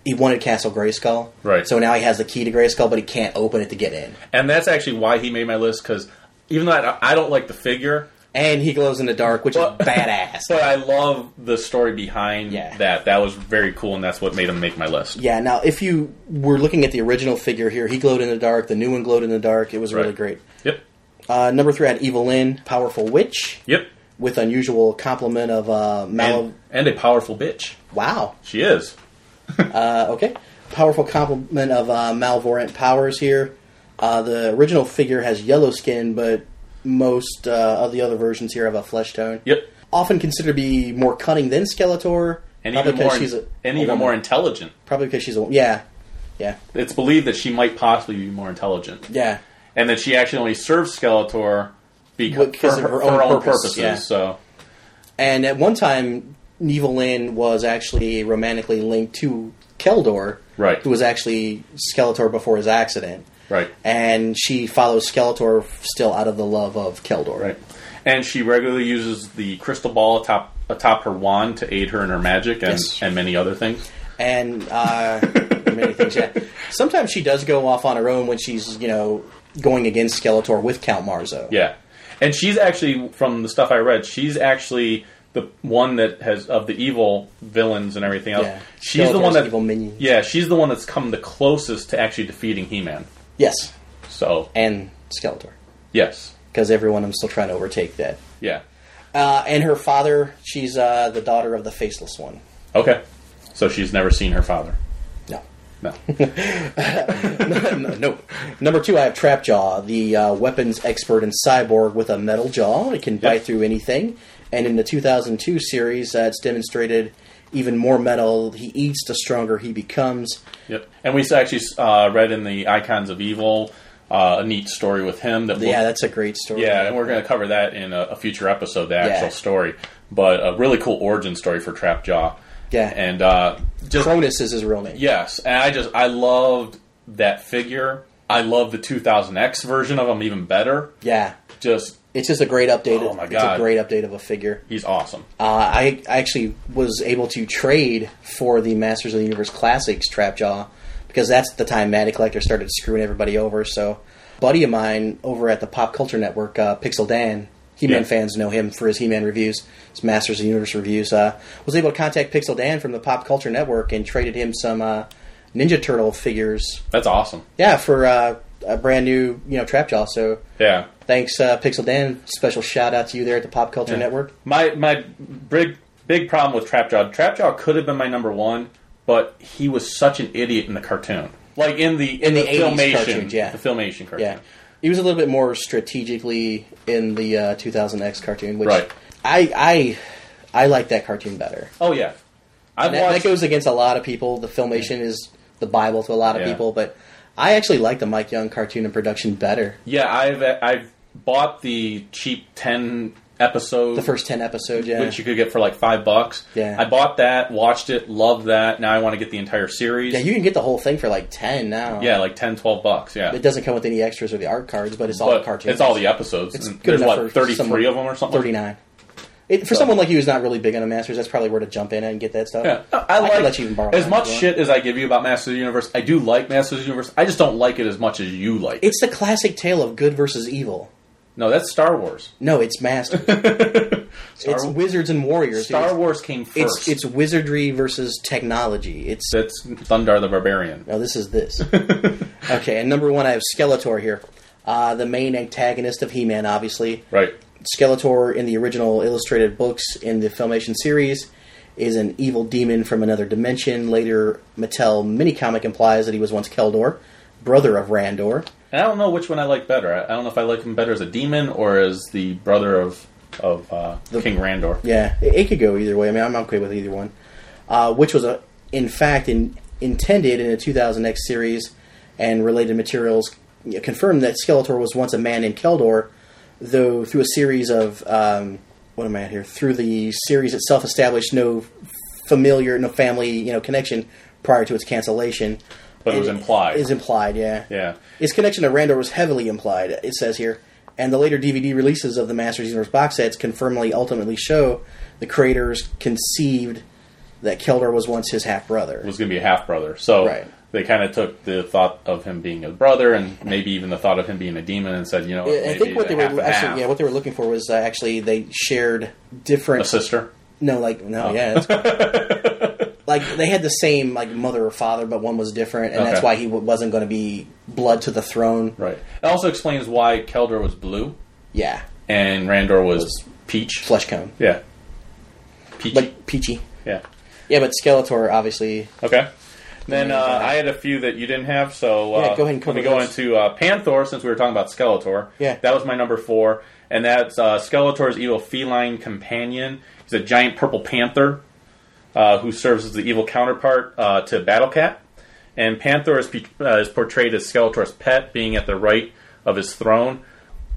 [SPEAKER 3] he wanted Castle Grayskull.
[SPEAKER 2] Right.
[SPEAKER 3] So now he has the key to Grayskull, but he can't open it to get in.
[SPEAKER 2] And that's actually why he made my list because even though I, I don't like the figure,
[SPEAKER 3] And he glows in the dark, which *laughs*
[SPEAKER 2] Well-
[SPEAKER 3] is badass.
[SPEAKER 2] but I love the story behind
[SPEAKER 3] Yeah.
[SPEAKER 2] that. That was very cool, and that's what made him make my list.
[SPEAKER 3] Yeah, now if you were looking at the original figure here, he glowed in the dark, the new one glowed in the dark. It was really
[SPEAKER 2] Right.
[SPEAKER 3] great.
[SPEAKER 2] Yep.
[SPEAKER 3] Uh, number three, I had Evil Lynn, Powerful Witch,
[SPEAKER 2] Yep.
[SPEAKER 3] with unusual complement of uh, Mallow.
[SPEAKER 2] And, and a powerful bitch.
[SPEAKER 3] wow.
[SPEAKER 2] She is.
[SPEAKER 3] Uh, okay. Powerful complement of uh, Malvorant powers here. Uh, the original figure has yellow skin, but most uh, of the other versions here have a flesh tone.
[SPEAKER 2] Yep.
[SPEAKER 3] Often considered to be more cunning than Skeletor.
[SPEAKER 2] And
[SPEAKER 3] probably
[SPEAKER 2] even more,
[SPEAKER 3] she's a,
[SPEAKER 2] and
[SPEAKER 3] a
[SPEAKER 2] even
[SPEAKER 3] woman.
[SPEAKER 2] more intelligent.
[SPEAKER 3] Probably because she's a yeah, yeah,
[SPEAKER 2] It's believed that she might possibly be more intelligent,
[SPEAKER 3] yeah.
[SPEAKER 2] and that she actually only serves Skeletor because
[SPEAKER 3] Because
[SPEAKER 2] for,
[SPEAKER 3] of her
[SPEAKER 2] for
[SPEAKER 3] own
[SPEAKER 2] her own
[SPEAKER 3] purpose,
[SPEAKER 2] purposes.
[SPEAKER 3] yeah.
[SPEAKER 2] So
[SPEAKER 3] And at one time, Neville Lynn was actually romantically linked to Keldor,
[SPEAKER 2] Right.
[SPEAKER 3] Who was actually Skeletor before his accident,
[SPEAKER 2] right,
[SPEAKER 3] And she follows Skeletor still out of the love of Keldor,
[SPEAKER 2] right, and she regularly uses the crystal ball atop atop her wand to aid her in her magic and,
[SPEAKER 3] Yes.
[SPEAKER 2] and many other things.
[SPEAKER 3] And uh, *laughs* many things. Yeah, sometimes she does go off on her own when she's you know going against Skeletor with Count Marzo.
[SPEAKER 2] Yeah. And she's actually, from the stuff I read, she's actually the one that has of the evil villains and everything else.
[SPEAKER 3] Yeah.
[SPEAKER 2] She's the
[SPEAKER 3] Skeletor's
[SPEAKER 2] one that
[SPEAKER 3] evil minions.
[SPEAKER 2] yeah, she's the one that's come the closest to actually defeating He-Man.
[SPEAKER 3] Yes,
[SPEAKER 2] So
[SPEAKER 3] and Skeletor,
[SPEAKER 2] yes,
[SPEAKER 3] because everyone I'm still trying to overtake that.
[SPEAKER 2] yeah,
[SPEAKER 3] Uh, and her father, she's uh, the daughter of the faceless one.
[SPEAKER 2] okay. So she's never seen her father.
[SPEAKER 3] No. *laughs*
[SPEAKER 2] No.
[SPEAKER 3] no, no. Number two, I have Trapjaw, the uh, weapons expert in Cyborg with a metal jaw. It can bite through anything. And in the 2002 series, uh, it's demonstrated even more metal he eats, the stronger he becomes.
[SPEAKER 2] Yep. And we actually uh, read in the Icons of Evil uh, a neat story with him that
[SPEAKER 3] yeah,
[SPEAKER 2] we'll-
[SPEAKER 3] that's a great story.
[SPEAKER 2] yeah, and we're going to cover that in a, a future episode, the actual
[SPEAKER 3] Yeah.
[SPEAKER 2] story. But a really cool origin story for Trapjaw.
[SPEAKER 3] Yeah.
[SPEAKER 2] And uh, just
[SPEAKER 3] Cronus is his real name.
[SPEAKER 2] yes, and I just I loved that figure. I love the 2000X version of him even better.
[SPEAKER 3] Yeah.
[SPEAKER 2] Just
[SPEAKER 3] It's just a great update.
[SPEAKER 2] Oh my
[SPEAKER 3] It's a
[SPEAKER 2] God.
[SPEAKER 3] great update of a figure.
[SPEAKER 2] he's awesome.
[SPEAKER 3] Uh, I, I actually was able to trade for the Masters of the Universe Classics Trapjaw because that's the time Matty Collector started screwing everybody over. So, a buddy of mine over at the Pop Culture Network, uh, Pixel Dan, He Man
[SPEAKER 2] Yeah.
[SPEAKER 3] fans know him for his He Man reviews, his Masters of the Universe reviews, uh, was able to contact Pixel Dan from the Pop Culture Network and traded him some uh, Ninja Turtle figures.
[SPEAKER 2] That's awesome.
[SPEAKER 3] Yeah, for uh, a brand new you know Trapjaw. So,
[SPEAKER 2] Yeah.
[SPEAKER 3] thanks, uh, Pixel Dan. Special shout out to you there at the Pop Culture Network.
[SPEAKER 2] My my big big problem with Trapjaw. Trapjaw could have been my number one, but he was such an idiot in the cartoon. Like in the in,
[SPEAKER 3] the 80s
[SPEAKER 2] filmation,
[SPEAKER 3] cartoon, yeah.
[SPEAKER 2] the filmation cartoon.
[SPEAKER 3] Yeah, he was a little bit more strategically in the uh, 2000X cartoon, which
[SPEAKER 2] Right.
[SPEAKER 3] I I I like that cartoon better.
[SPEAKER 2] Oh yeah, I've
[SPEAKER 3] And that, that
[SPEAKER 2] watched.
[SPEAKER 3] goes against a lot of people. The filmation is the bible to a lot of
[SPEAKER 2] Yeah.
[SPEAKER 3] people, but I actually like the Mike Young cartoon and production better.
[SPEAKER 2] yeah, I've I've bought the cheap ten episode,
[SPEAKER 3] The first ten episodes, yeah,
[SPEAKER 2] which you could get for like five bucks.
[SPEAKER 3] Yeah.
[SPEAKER 2] I bought that, watched it, loved that. Now I want to get the entire series.
[SPEAKER 3] yeah, you can get the whole thing for like ten now.
[SPEAKER 2] Yeah, like 10, 12 bucks. Yeah,
[SPEAKER 3] it doesn't come with any extras or the art cards, but it's all
[SPEAKER 2] but
[SPEAKER 3] the cartoons.
[SPEAKER 2] it's all the episodes.
[SPEAKER 3] It's
[SPEAKER 2] And
[SPEAKER 3] good
[SPEAKER 2] There's
[SPEAKER 3] enough
[SPEAKER 2] what
[SPEAKER 3] for
[SPEAKER 2] thirty three
[SPEAKER 3] someone-
[SPEAKER 2] of them or something.
[SPEAKER 3] Thirty nine. It, for
[SPEAKER 2] So-
[SPEAKER 3] someone like you who's not really big on the Masters, that's probably where to jump in and get that stuff.
[SPEAKER 2] Yeah, I, I
[SPEAKER 3] could
[SPEAKER 2] like
[SPEAKER 3] let you even borrow
[SPEAKER 2] as
[SPEAKER 3] mine
[SPEAKER 2] much
[SPEAKER 3] if you want.
[SPEAKER 2] shit as I give you about Masters of the Universe. I do like Masters of the Universe. I just don't like it as much as you like. It.
[SPEAKER 3] It's the classic tale of good versus evil.
[SPEAKER 2] No, that's Star Wars.
[SPEAKER 3] No, it's
[SPEAKER 2] *laughs*
[SPEAKER 3] masters. it's wizards and warriors. dude.
[SPEAKER 2] Star Wars came
[SPEAKER 3] It's,
[SPEAKER 2] first.
[SPEAKER 3] it's wizardry versus technology. It's
[SPEAKER 2] that's Thunder the Barbarian.
[SPEAKER 3] no, this is
[SPEAKER 2] *laughs*
[SPEAKER 3] this. okay, and number one, I have Skeletor here, uh, the main antagonist of He-Man. Obviously,
[SPEAKER 2] Right.
[SPEAKER 3] Skeletor in the original illustrated books in the Filmation series is an evil demon from another dimension. Later, Mattel minicomic implies that he was once Keldor, brother of Randor.
[SPEAKER 2] And I don't know which one I like better. I, I don't know if I like him better as a demon or as the brother of of uh, King Randor.
[SPEAKER 3] Yeah, it, it could go either way. I mean, I'm okay with either one. Uh, which was, a, in fact, in, intended in a 2000X series and related materials you know, confirmed that Skeletor was once a man in Keldor, though through a series of um, what am I at here? Through the series itself established no familiar, no family, you know, connection prior to its cancellation.
[SPEAKER 2] But it was implied.
[SPEAKER 3] Is implied, yeah.
[SPEAKER 2] Yeah.
[SPEAKER 3] His connection to Randor was heavily implied, it says here, and the later DVD releases of the Masters Universe box sets confirmly ultimately show the creators conceived that Keldor was once his half brother.
[SPEAKER 2] was going to be a half brother. So
[SPEAKER 3] Right.
[SPEAKER 2] they kind of took the thought of him being a brother and maybe even the thought of him being a demon and said, you know,
[SPEAKER 3] I think what they were actually, yeah, what they were looking for was uh, actually they shared different
[SPEAKER 2] a sister. Oh.
[SPEAKER 3] No, like no,
[SPEAKER 2] *laughs*
[SPEAKER 3] yeah. that's- like they had the same like mother or father, but one was different, and that's
[SPEAKER 2] Okay.
[SPEAKER 3] why he w- wasn't going to be blood to the throne.
[SPEAKER 2] Right. It also explains why Keldor was blue
[SPEAKER 3] Yeah,
[SPEAKER 2] and Randor was peach.
[SPEAKER 3] flesh cone,
[SPEAKER 2] Yeah. Peach.
[SPEAKER 3] like peachy.
[SPEAKER 2] yeah.
[SPEAKER 3] Yeah, but Skeletor obviously
[SPEAKER 2] Okay. Then uh, I had a few that you didn't have, so uh,
[SPEAKER 3] Yeah, go ahead and
[SPEAKER 2] let me
[SPEAKER 3] cover
[SPEAKER 2] go
[SPEAKER 3] those.
[SPEAKER 2] into uh, Panther since we were talking about Skeletor.
[SPEAKER 3] Yeah.
[SPEAKER 2] that was my number four, and that's uh, Skeletor's evil feline companion. He's a giant purple panther uh, who serves as the evil counterpart uh, to Battle Cat. And Panther is, pe- uh, is portrayed as Skeletor's pet, being at the right of his throne.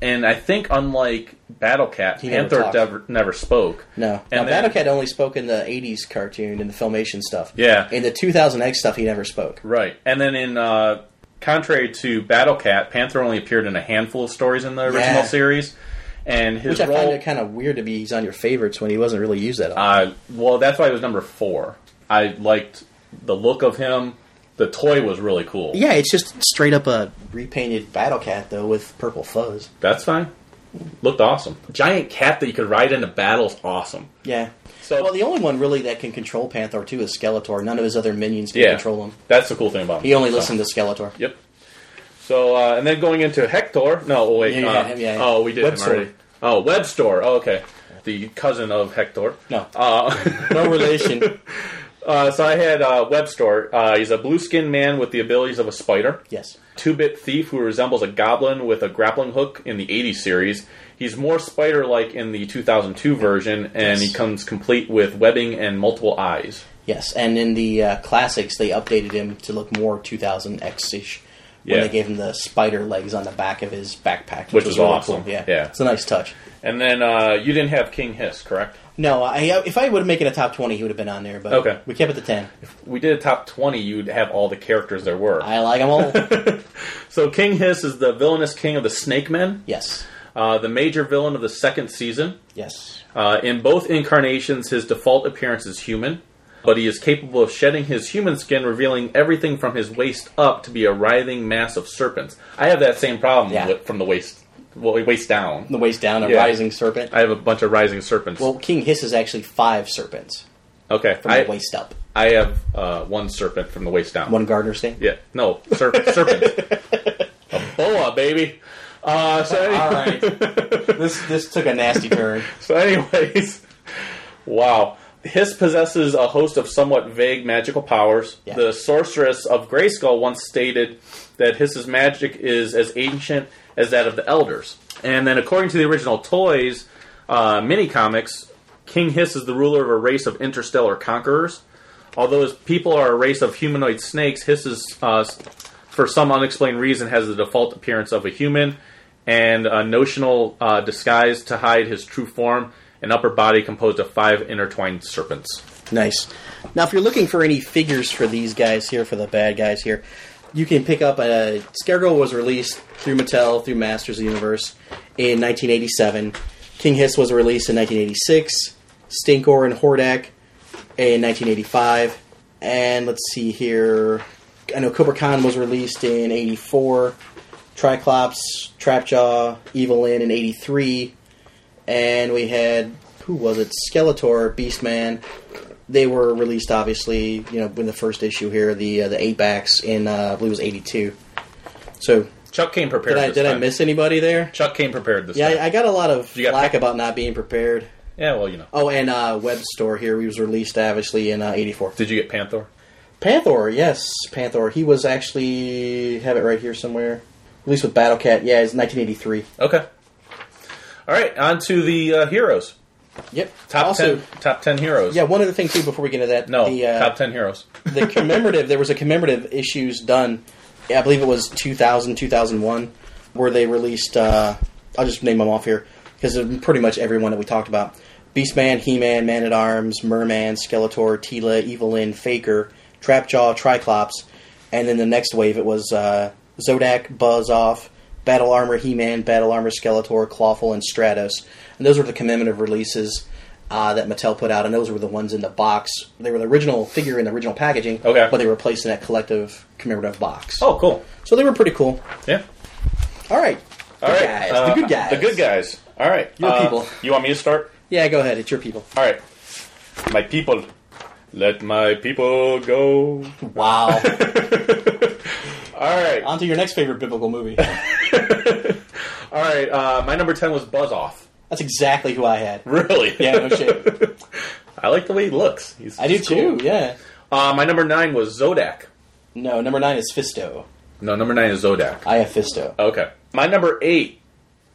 [SPEAKER 2] And I think, unlike Battle Cat,
[SPEAKER 3] never
[SPEAKER 2] Panther
[SPEAKER 3] talked.
[SPEAKER 2] never, never spoke.
[SPEAKER 3] No.
[SPEAKER 2] And
[SPEAKER 3] now,
[SPEAKER 2] then-
[SPEAKER 3] Battlecat only spoke in the 80s cartoon and the Filmation stuff.
[SPEAKER 2] Yeah.
[SPEAKER 3] In the 2000X stuff, he never spoke.
[SPEAKER 2] Right. And then in uh, contrary to Battle Cat, Panther only appeared in a handful of stories in the original
[SPEAKER 3] Yeah.
[SPEAKER 2] series, and his
[SPEAKER 3] Which I find
[SPEAKER 2] role.
[SPEAKER 3] it kind of weird to be he's on your favorites when he wasn't really used that often.
[SPEAKER 2] uh, well, that's why he was number four. I liked the look of him. The toy was really cool.
[SPEAKER 3] yeah, it's just straight up a repainted Battlecat, though, with purple fuzz.
[SPEAKER 2] That's fine. Looked awesome. Giant cat that you could ride into battles, awesome.
[SPEAKER 3] Yeah.
[SPEAKER 2] So-
[SPEAKER 3] well, the only one really that can control Panther too is Skeletor. None of his other minions can
[SPEAKER 2] Yeah,
[SPEAKER 3] control him.
[SPEAKER 2] That's the cool thing about him.
[SPEAKER 3] He only
[SPEAKER 2] So-
[SPEAKER 3] listened to Skeletor.
[SPEAKER 2] Yep. So uh, and then going into Hector. No, oh, wait.
[SPEAKER 3] Yeah, yeah,
[SPEAKER 2] uh,
[SPEAKER 3] him, yeah, yeah.
[SPEAKER 2] Oh, we did
[SPEAKER 3] Web
[SPEAKER 2] him
[SPEAKER 3] Store.
[SPEAKER 2] already. Oh, Web Store. Oh, okay. The cousin of Hector.
[SPEAKER 3] No,
[SPEAKER 2] Uh, *laughs*
[SPEAKER 3] no relation.
[SPEAKER 2] uh, so I had uh, Web Store. Uh, he's a blue-skinned man with the abilities of a spider.
[SPEAKER 3] yes.
[SPEAKER 2] Two-bit thief who resembles a goblin with a grappling hook in the '80s series. He's more spider-like in the 2002 version, and
[SPEAKER 3] Yes.
[SPEAKER 2] he comes complete with webbing and multiple eyes.
[SPEAKER 3] Yes, and in the uh, classics, they updated him to look more 2000 X ish. When
[SPEAKER 2] Yeah.
[SPEAKER 3] they gave him the spider legs on the back of his backpack,
[SPEAKER 2] Which
[SPEAKER 3] which, was
[SPEAKER 2] is
[SPEAKER 3] really
[SPEAKER 2] awesome.
[SPEAKER 3] cool. Yeah.
[SPEAKER 2] Yeah.
[SPEAKER 3] it's a nice touch.
[SPEAKER 2] And then uh, you didn't have King Hiss, correct?
[SPEAKER 3] No, I, if I would have made it a top twenty, he would have been on there. But
[SPEAKER 2] Okay.
[SPEAKER 3] we kept it to ten.
[SPEAKER 2] We did a top 20. You'd have all the characters there were.
[SPEAKER 3] I like them
[SPEAKER 2] *laughs*
[SPEAKER 3] all.
[SPEAKER 2] So King Hiss is the villainous king of the Snake Men,
[SPEAKER 3] yes,
[SPEAKER 2] uh, the major villain of the second season.
[SPEAKER 3] yes,
[SPEAKER 2] Uh, in both incarnations, his default appearance is human, but he is capable of shedding his human skin, revealing everything from his waist up to be a writhing mass of serpents. I have that same problem
[SPEAKER 3] Yeah.
[SPEAKER 2] with, from the waist, well, waist down.
[SPEAKER 3] the waist down, a
[SPEAKER 2] Yeah.
[SPEAKER 3] rising serpent.
[SPEAKER 2] I have a bunch of rising serpents.
[SPEAKER 3] Well, King Hiss is actually five serpents
[SPEAKER 2] okay,
[SPEAKER 3] from the
[SPEAKER 2] I,
[SPEAKER 3] waist up.
[SPEAKER 2] I have uh, one serpent from the waist down.
[SPEAKER 3] One Gardner state.
[SPEAKER 2] Yeah, no, serp-
[SPEAKER 3] *laughs*
[SPEAKER 2] serpent. a boa, baby. Uh, so
[SPEAKER 3] All
[SPEAKER 2] *laughs*
[SPEAKER 3] right, this this took a nasty turn.
[SPEAKER 2] So, anyways, *laughs* wow. Hiss possesses a host of somewhat vague magical powers.
[SPEAKER 3] Yeah.
[SPEAKER 2] The sorceress of Grayskull once stated that Hiss's magic is as ancient as that of the Elders. And then, according to the original Toys uh, mini comics, King Hiss is the ruler of a race of interstellar conquerors. Although his people are a race of humanoid snakes, Hiss is, uh, s- for some unexplained reason, has the default appearance of a human and a notional uh, disguise to hide his true form, an upper body composed of five intertwined serpents.
[SPEAKER 3] Nice. Now, if you're looking for any figures for these guys here, for the bad guys here, you can pick up a Scarecrow was released through Mattel through Masters of the Universe in 1987. King Hiss was released in 1986. Stinkor and Hordak in 1985. And let's see here. I know Cobra Khan was released in 84. Triclops, Trapjaw, Evelyn in 83. And we had, who was it? Skeletor, Beastman. They were released, obviously, you know, in the first issue here, the uh, the eight backs in, uh, I believe it was 82. So,
[SPEAKER 2] Chuck came prepared.
[SPEAKER 3] did I,
[SPEAKER 2] this
[SPEAKER 3] did I
[SPEAKER 2] time.
[SPEAKER 3] miss anybody there?
[SPEAKER 2] Chuck came prepared this
[SPEAKER 3] Yeah,
[SPEAKER 2] time.
[SPEAKER 3] I, I got a lot of
[SPEAKER 2] You got
[SPEAKER 3] flack
[SPEAKER 2] picked?
[SPEAKER 3] about not being prepared.
[SPEAKER 2] yeah, well, you know.
[SPEAKER 3] Oh, and uh, Web Store here, he was released, obviously, in uh, 84.
[SPEAKER 2] Did you get Panther?
[SPEAKER 3] Panther, yes, Panther. He was actually have it right here somewhere. At least with Battle Cat, yeah, it's 1983.
[SPEAKER 2] Okay. All right, on to the uh, heroes.
[SPEAKER 3] Yep.
[SPEAKER 2] Top
[SPEAKER 3] also,
[SPEAKER 2] ten. Top ten heroes.
[SPEAKER 3] yeah. One other thing too, before we get into that,
[SPEAKER 2] No,
[SPEAKER 3] the, uh,
[SPEAKER 2] top ten heroes.
[SPEAKER 3] the commemorative. There was a commemorative issues done. I believe it was 2000, 2001, where they released. Uh, I'll just name them off here because pretty much everyone that we talked about: Beastman, He-Man, Man at Arms, Merman, Skeletor, Tila, Evelyn, Faker, Trapjaw, Triclops, and then the next wave it was uh, Zodak, Buzz Off, Battle Armor, He-Man, Battle Armor, Skeletor, Clawful, and Stratos. And those were the commemorative releases uh, that Mattel put out, and those were the ones in the box. They were the original figure in the original packaging,
[SPEAKER 2] Okay.
[SPEAKER 3] but they were placed in that collective commemorative box.
[SPEAKER 2] Oh, cool.
[SPEAKER 3] So they were pretty cool.
[SPEAKER 2] Yeah.
[SPEAKER 3] All right.
[SPEAKER 2] All
[SPEAKER 3] The
[SPEAKER 2] right.
[SPEAKER 3] guys,
[SPEAKER 2] uh,
[SPEAKER 3] the good guys.
[SPEAKER 2] The good guys. All right.
[SPEAKER 3] Your
[SPEAKER 2] uh,
[SPEAKER 3] people.
[SPEAKER 2] You want me to start?
[SPEAKER 3] Yeah, go ahead. It's your people.
[SPEAKER 2] All right. My people. Let my people go.
[SPEAKER 3] Wow. *laughs*
[SPEAKER 2] All right.
[SPEAKER 3] On to your next favorite biblical movie.
[SPEAKER 2] All right. Uh, my number ten was Buzz Off. *laughs*
[SPEAKER 3] That's exactly who I had.
[SPEAKER 2] Really?
[SPEAKER 3] Yeah, no shit.
[SPEAKER 2] I like the way he looks. He's,
[SPEAKER 3] *laughs* I do
[SPEAKER 2] he's cool.
[SPEAKER 3] too, yeah.
[SPEAKER 2] Uh, my number nine was Zodak.
[SPEAKER 3] No, number nine is Fisto.
[SPEAKER 2] No, number nine is Zodak.
[SPEAKER 3] I have Fisto.
[SPEAKER 2] Okay. My number eight.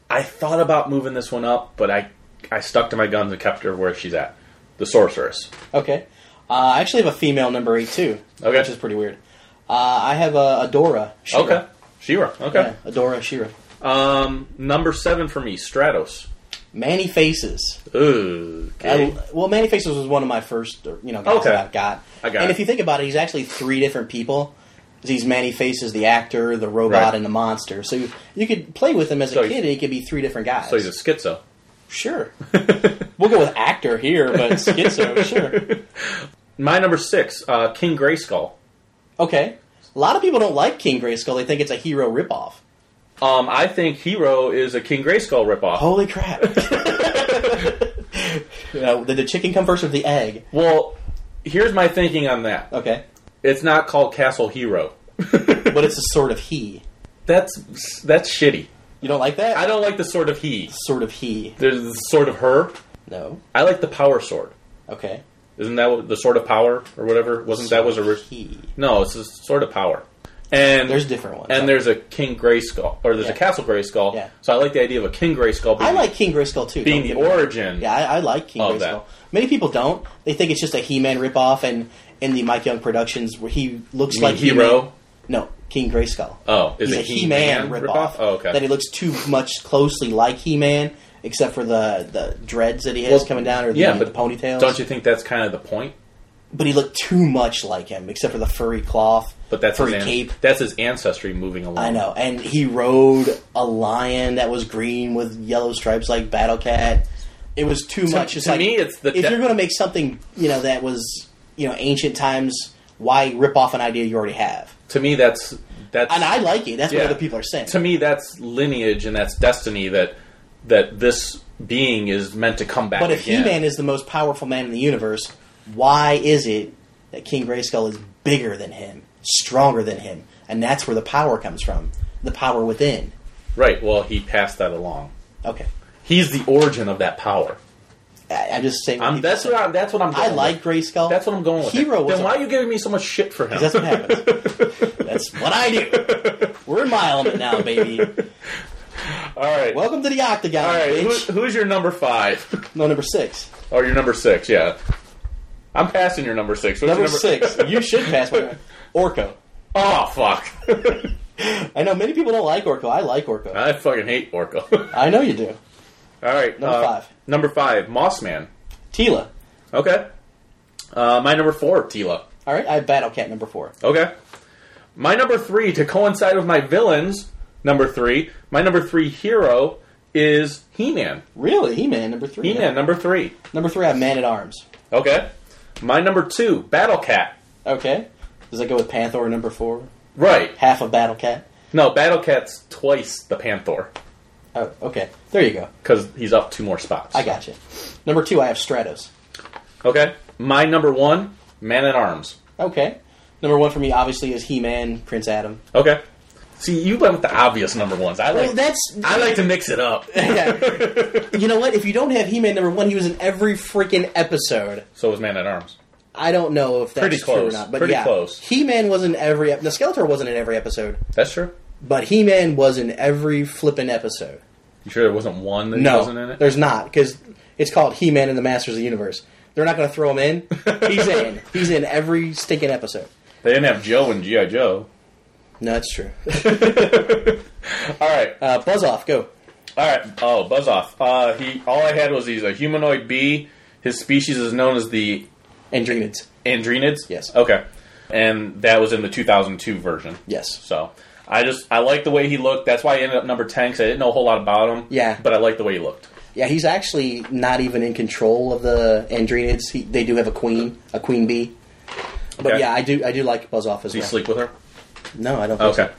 [SPEAKER 2] I thought about moving this one up, but I I stuck to my guns and kept her where she's at. The sorceress.
[SPEAKER 3] Okay. Uh, I actually have a female number eight too,
[SPEAKER 2] Okay.
[SPEAKER 3] which is pretty weird. Uh, I have uh, Adora. Shira.
[SPEAKER 2] Okay. Shira. Okay.
[SPEAKER 3] Yeah, Adora Shira.
[SPEAKER 2] Um, number seven for me, Stratos.
[SPEAKER 3] Manny Faces.
[SPEAKER 2] Ooh. Okay.
[SPEAKER 3] I- well, Manny Faces was one of my first, or, you know, guys
[SPEAKER 2] Okay.
[SPEAKER 3] that I've got.
[SPEAKER 2] I got
[SPEAKER 3] and
[SPEAKER 2] it.
[SPEAKER 3] if you think about it, he's actually three different people. He's Manny Faces, the actor, the robot,
[SPEAKER 2] Right.
[SPEAKER 3] and the monster. So you, you could play with him as a
[SPEAKER 2] So he's-
[SPEAKER 3] kid, and he could be three different guys.
[SPEAKER 2] so he's a schizo. *laughs*
[SPEAKER 3] sure. we'll go with actor here, but schizo, sure.
[SPEAKER 2] My number six, uh, King Grayskull.
[SPEAKER 3] Okay. A lot of people don't like King Grayskull. They think it's a hero ripoff.
[SPEAKER 2] Um, I think Hero is a King Grayskull ripoff. *laughs*
[SPEAKER 3] Holy crap! You know, did the chicken come first or the egg?
[SPEAKER 2] Well, here's my thinking on that.
[SPEAKER 3] Okay,
[SPEAKER 2] It's not called Castle Hero. *laughs*
[SPEAKER 3] but it's a sort of he.
[SPEAKER 2] That's that's shitty.
[SPEAKER 3] You don't like that?
[SPEAKER 2] I don't like the sword of he.
[SPEAKER 3] Sort of he.
[SPEAKER 2] There's the sword of her.
[SPEAKER 3] No.
[SPEAKER 2] I like the power sword.
[SPEAKER 3] Okay.
[SPEAKER 2] Isn't that what- the sword of power or whatever? Wasn't that was a ri-
[SPEAKER 3] he?
[SPEAKER 2] no? It's the sword of power. And
[SPEAKER 3] There's different ones.
[SPEAKER 2] and there's a King Grayskull or there's
[SPEAKER 3] Yeah.
[SPEAKER 2] a Castle Grayskull.
[SPEAKER 3] Yeah.
[SPEAKER 2] So I like the idea of a King Grayskull. Being,
[SPEAKER 3] I like King Grayskull too.
[SPEAKER 2] being the
[SPEAKER 3] don't get me wrong.
[SPEAKER 2] origin.
[SPEAKER 3] Yeah, I, I like King
[SPEAKER 2] Of
[SPEAKER 3] Grayskull.
[SPEAKER 2] that.
[SPEAKER 3] Many people don't. They think it's just a He-Man ripoff, and in the Mike Young Productions, where he looks
[SPEAKER 2] You mean
[SPEAKER 3] like
[SPEAKER 2] Hero?
[SPEAKER 3] He-Man. No, King Grayskull.
[SPEAKER 2] Oh, is
[SPEAKER 3] He's
[SPEAKER 2] it
[SPEAKER 3] a He-Man, ripoff.
[SPEAKER 2] Oh, okay.
[SPEAKER 3] That he looks too much closely like He-Man, except for the the dreads that he has
[SPEAKER 2] Well,
[SPEAKER 3] coming down or the,
[SPEAKER 2] yeah,
[SPEAKER 3] the
[SPEAKER 2] but
[SPEAKER 3] ponytails.
[SPEAKER 2] Don't you think that's kind of the point?
[SPEAKER 3] But he looked too much like him, except for the furry cloth,
[SPEAKER 2] But that's
[SPEAKER 3] furry
[SPEAKER 2] his an-
[SPEAKER 3] cape.
[SPEAKER 2] That's his ancestry moving along.
[SPEAKER 3] I know, and he rode a lion that was green with yellow stripes like Battle Cat. It was too much. It's
[SPEAKER 2] to
[SPEAKER 3] like,
[SPEAKER 2] me, it's the
[SPEAKER 3] if
[SPEAKER 2] de-
[SPEAKER 3] you're going to make something, you know, that was you know ancient times. Why rip off an idea you already have?
[SPEAKER 2] To me, that's that's
[SPEAKER 3] And I like it. That's
[SPEAKER 2] Yeah.
[SPEAKER 3] what other people are saying.
[SPEAKER 2] to me that's lineage and that's destiny that that this being is meant to come back.
[SPEAKER 3] but if
[SPEAKER 2] again.
[SPEAKER 3] He-Man is the most powerful man in the universe, why is it that King Grayskull is bigger than him, stronger than him, and that's where the power comes from? The power within.
[SPEAKER 2] right, well, he passed that along.
[SPEAKER 3] Okay,
[SPEAKER 2] He's the origin of that power.
[SPEAKER 3] I, I'm just saying. what
[SPEAKER 2] I'm,
[SPEAKER 3] people
[SPEAKER 2] that's
[SPEAKER 3] say.
[SPEAKER 2] what I'm. That's what I'm. Going
[SPEAKER 3] I like
[SPEAKER 2] With.
[SPEAKER 3] Grayskull.
[SPEAKER 2] That's what I'm going with. it.
[SPEAKER 3] Hero was
[SPEAKER 2] Then
[SPEAKER 3] a-
[SPEAKER 2] why are you giving me so much shit for him?
[SPEAKER 3] *laughs* That's what happens. That's what I do. We're in my element now, baby.
[SPEAKER 2] All right.
[SPEAKER 3] Welcome to the octagon,
[SPEAKER 2] All right.
[SPEAKER 3] bitch.
[SPEAKER 2] Who, who's your number five?
[SPEAKER 3] No, number six.
[SPEAKER 2] or your number six? Yeah. I'm passing your number six. What's your
[SPEAKER 3] Number, six.
[SPEAKER 2] *laughs*
[SPEAKER 3] You should pass my Orko.
[SPEAKER 2] Oh fuck! *laughs*
[SPEAKER 3] I know many people don't like Orko. I like Orko.
[SPEAKER 2] I fucking hate Orko. *laughs*
[SPEAKER 3] I know you do.
[SPEAKER 2] All right,
[SPEAKER 3] Number
[SPEAKER 2] uh,
[SPEAKER 3] five.
[SPEAKER 2] Number five, Mossman.
[SPEAKER 3] Tila.
[SPEAKER 2] Okay. Uh, my number four, Tila.
[SPEAKER 3] All right, I have Battle Cat number four.
[SPEAKER 2] Okay. My number three, to coincide with my villains, number three. My number three hero is He-Man.
[SPEAKER 3] Really, He-Man number three.
[SPEAKER 2] He-Man, number three.
[SPEAKER 3] Number three, I have Man at Arms.
[SPEAKER 2] Okay. My number two, Battle Cat.
[SPEAKER 3] Okay. Does that go with Panther number four?
[SPEAKER 2] Right.
[SPEAKER 3] Half of Battle Cat.
[SPEAKER 2] No, Battle Cat's twice the Panther
[SPEAKER 3] Oh, okay. There you go.
[SPEAKER 2] because he's up two more spots.
[SPEAKER 3] I got you. Number two, I have Stratos.
[SPEAKER 2] Okay. My number one, Man at Arms.
[SPEAKER 3] Okay. Number one for me, obviously, is He-Man, Prince Adam.
[SPEAKER 2] Okay. See, you went with the obvious number ones. I like.
[SPEAKER 3] Well, that's
[SPEAKER 2] I like to mix it up.
[SPEAKER 3] *laughs* Yeah.
[SPEAKER 2] *laughs*
[SPEAKER 3] you know what? If you don't have He-Man number one, he was in every freaking episode.
[SPEAKER 2] So is Man at Arms.
[SPEAKER 3] I don't know if that's
[SPEAKER 2] Pretty
[SPEAKER 3] true or
[SPEAKER 2] close.
[SPEAKER 3] not, but
[SPEAKER 2] Pretty
[SPEAKER 3] yeah,
[SPEAKER 2] close.
[SPEAKER 3] He-Man was in every. Ep- the Skeletor wasn't in every episode,
[SPEAKER 2] That's true.
[SPEAKER 3] but He-Man was in every flippin' episode.
[SPEAKER 2] You sure there wasn't one that
[SPEAKER 3] No,
[SPEAKER 2] wasn't in it?
[SPEAKER 3] there's not because it's called He-Man and the Masters of the Universe. They're not going to throw him in.
[SPEAKER 2] *laughs*
[SPEAKER 3] He's in. He's in every stinking episode.
[SPEAKER 2] They didn't have Joe and G.I. Joe.
[SPEAKER 3] No, that's true.
[SPEAKER 2] All right.
[SPEAKER 3] Uh, buzz off. Go.
[SPEAKER 2] All right. Oh, buzz off. Uh, he. All I had was he's a humanoid bee. His species is known as the
[SPEAKER 3] Andrenids.
[SPEAKER 2] Andrenids.
[SPEAKER 3] Yes.
[SPEAKER 2] Okay. And that was in the 2002 version.
[SPEAKER 3] Yes.
[SPEAKER 2] So I just I like the way he looked. That's why I ended up number ten because I didn't know a whole lot about him.
[SPEAKER 3] Yeah.
[SPEAKER 2] But I like the way he looked.
[SPEAKER 3] Yeah, he's actually not even in control of the Andrenids. He, they do have a queen, a queen bee. But
[SPEAKER 2] Okay.
[SPEAKER 3] yeah, I do I do like Buzz off as
[SPEAKER 2] Do you
[SPEAKER 3] well.
[SPEAKER 2] sleep with her?
[SPEAKER 3] No, I don't. Think
[SPEAKER 2] Okay.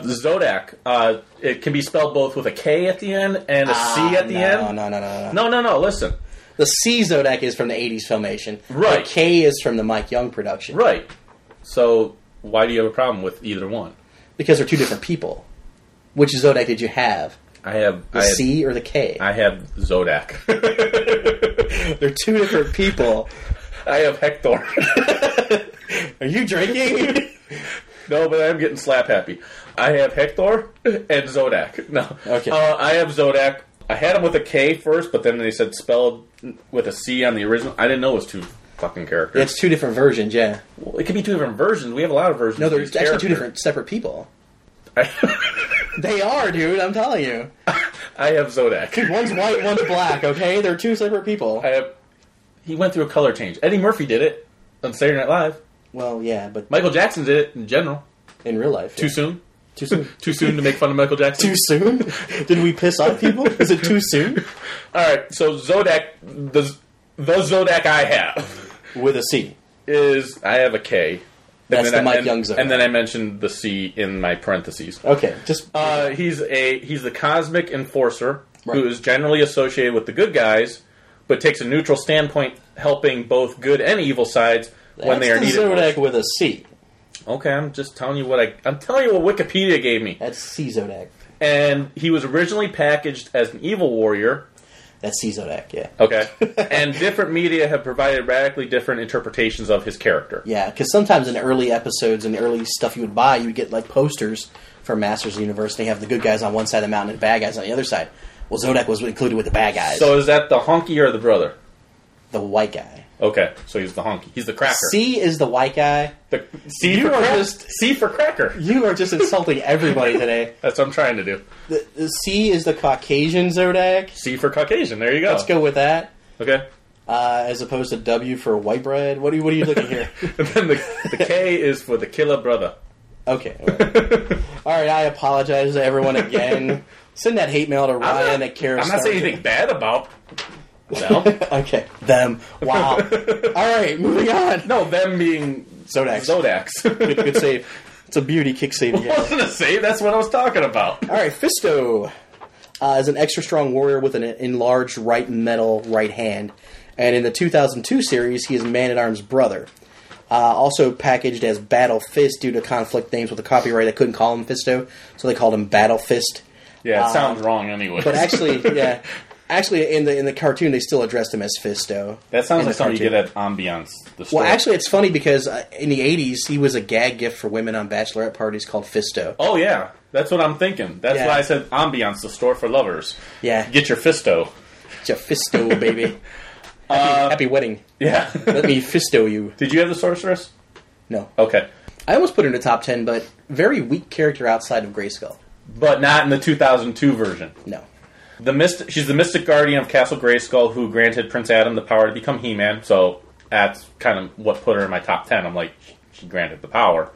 [SPEAKER 2] Zodak. Uh, it can be spelled both with a K at the end and a C
[SPEAKER 3] so.
[SPEAKER 2] at the
[SPEAKER 3] Ah, no,
[SPEAKER 2] end.
[SPEAKER 3] No, no, no, no, no.
[SPEAKER 2] No, no, no. Listen.
[SPEAKER 3] The C Zodak is from the '80s filmation.
[SPEAKER 2] Right.
[SPEAKER 3] The K is from the Mike Young production.
[SPEAKER 2] Right. So why do you have a problem with either one?
[SPEAKER 3] Because they're two different people. Which Zodak did you have?
[SPEAKER 2] I have
[SPEAKER 3] The
[SPEAKER 2] I have,
[SPEAKER 3] C or the K?
[SPEAKER 2] I have Zodak.
[SPEAKER 3] *laughs* they're two different people.
[SPEAKER 2] *laughs* I have Hector. *laughs*
[SPEAKER 3] Are you drinking?
[SPEAKER 2] no, but I'm getting slap happy. I have Hector and Zodak. No.
[SPEAKER 3] Okay.
[SPEAKER 2] Uh, I have Zodak. I had him with a K first, but then they said spelled with a C on the original. I didn't know it was two fucking characters.
[SPEAKER 3] *laughs* it's two different versions. Yeah.
[SPEAKER 2] Well, it could be two different versions. We have a lot of versions.
[SPEAKER 3] No,
[SPEAKER 2] of
[SPEAKER 3] they're
[SPEAKER 2] these
[SPEAKER 3] actually two
[SPEAKER 2] characters.
[SPEAKER 3] different separate people. *laughs* They are, dude. I'm telling you.
[SPEAKER 2] I have Zodak.
[SPEAKER 3] One's white, one's black. Okay, they're two separate people.
[SPEAKER 2] *laughs* I have. He went through a color change. Eddie Murphy did it on Saturday Night Live.
[SPEAKER 3] Well, yeah, but
[SPEAKER 2] Michael Jackson did it in general.
[SPEAKER 3] in real life,
[SPEAKER 2] Too
[SPEAKER 3] yeah.
[SPEAKER 2] soon?
[SPEAKER 3] Too soon.
[SPEAKER 2] Too soon to make fun of Michael Jackson?
[SPEAKER 3] too soon? Did we piss off people? Is it too soon?
[SPEAKER 2] Alright, so Zodak, the, the Zodak I have
[SPEAKER 3] With a C.
[SPEAKER 2] is, I have a K.
[SPEAKER 3] That's
[SPEAKER 2] then
[SPEAKER 3] the
[SPEAKER 2] I-
[SPEAKER 3] Mike
[SPEAKER 2] and-
[SPEAKER 3] Young zone.
[SPEAKER 2] And then I mentioned the C in my parentheses.
[SPEAKER 3] okay, just
[SPEAKER 2] Uh, he's a he's the cosmic enforcer
[SPEAKER 3] Right.
[SPEAKER 2] who is generally associated with the good guys, but takes a neutral standpoint, helping both good and evil sides when they are
[SPEAKER 5] That's the
[SPEAKER 2] needed.
[SPEAKER 5] Zodak
[SPEAKER 2] most.
[SPEAKER 5] with a C.
[SPEAKER 2] Okay, I'm just telling you what I I'm telling you what Wikipedia gave me.
[SPEAKER 5] That's C Zodak.
[SPEAKER 2] And he was originally packaged as an evil warrior.
[SPEAKER 5] That's C Zodak. Yeah.
[SPEAKER 3] *laughs*
[SPEAKER 2] Okay, and different media have provided radically different interpretations of his character.
[SPEAKER 3] yeah, because sometimes in early episodes and early stuff you would buy, you would get like posters for Masters of the Universe. They have the good guys on one side of the mountain and the bad guys on the other side. Well, Zodak was included with the bad guys,
[SPEAKER 2] So is that the honky or the brother?
[SPEAKER 3] the white guy.
[SPEAKER 2] Okay, so he's the honky. He's the cracker.
[SPEAKER 3] C is the white guy.
[SPEAKER 2] the, C
[SPEAKER 3] You
[SPEAKER 2] for
[SPEAKER 3] are
[SPEAKER 2] crack-
[SPEAKER 3] just-
[SPEAKER 2] C for cracker.
[SPEAKER 3] You are just insulting everybody today.
[SPEAKER 2] That's what I'm trying to do.
[SPEAKER 3] The, the C is the Caucasian Zodak.
[SPEAKER 2] C for Caucasian. There you go.
[SPEAKER 3] Let's go with that,
[SPEAKER 2] Okay.
[SPEAKER 3] uh, as opposed to W for white bread. What are you What are you
[SPEAKER 2] *laughs*
[SPEAKER 3] looking here?
[SPEAKER 2] And then the, the
[SPEAKER 3] *laughs*
[SPEAKER 2] K is for the killer brother.
[SPEAKER 3] Okay. All right. All right, I apologize to
[SPEAKER 2] *laughs*
[SPEAKER 3] everyone again. Send that hate mail to Ryan at Kara.
[SPEAKER 2] I'm not saying anything bad about
[SPEAKER 3] *laughs*
[SPEAKER 2] them.
[SPEAKER 3] okay. Them.
[SPEAKER 2] *laughs*
[SPEAKER 3] Wow. All right. Moving on.
[SPEAKER 2] no, them being
[SPEAKER 3] Zodax.
[SPEAKER 2] Zodax.
[SPEAKER 3] Good,
[SPEAKER 2] *laughs*
[SPEAKER 3] *laughs* good save. It's a beauty kick save. you
[SPEAKER 2] I
[SPEAKER 3] guys.
[SPEAKER 2] was gonna say that's what I was talking about.
[SPEAKER 3] All right. Fisto uh, is an extra strong warrior with an enlarged right metal right hand, and in the 2002 series, he is Man at Arms' brother. Uh, also packaged as Battle Fist due to conflict names with the copyright. They couldn't call him Fisto, so they called him Battle Fist.
[SPEAKER 2] Yeah, it sounds wrong anyway.
[SPEAKER 3] Um, But actually, yeah, actually in the in the cartoon they still addressed him as Fisto.
[SPEAKER 2] *laughs* that sounds
[SPEAKER 3] In
[SPEAKER 2] like
[SPEAKER 3] the
[SPEAKER 2] something you
[SPEAKER 3] cartoon.
[SPEAKER 2] get at Ambiance. The store.
[SPEAKER 3] Well, actually, it's funny because uh, in the '80s he was a gag gift for women on bachelorette parties called Fisto.
[SPEAKER 2] oh yeah, that's what I'm thinking. That's
[SPEAKER 3] Yeah.
[SPEAKER 2] why I said Ambiance, the store for lovers.
[SPEAKER 3] Yeah,
[SPEAKER 2] Get your fisto.
[SPEAKER 3] it's a Fisto
[SPEAKER 2] *laughs*
[SPEAKER 3] baby.
[SPEAKER 2] Uh,
[SPEAKER 3] Happy, happy wedding.
[SPEAKER 2] Yeah. *laughs*
[SPEAKER 3] Let me Fisto you.
[SPEAKER 2] Did you have the sorceress?
[SPEAKER 3] No,
[SPEAKER 2] Okay,
[SPEAKER 3] I almost put her in the top ten, but very weak character outside of Grayskull.
[SPEAKER 2] but not in the 2002 version.
[SPEAKER 3] No,
[SPEAKER 2] The myst- she's the mystic guardian of Castle Grayskull, who granted Prince Adam the power to become He-Man. So that's kind of what put her in my top ten. I'm like, she granted the power.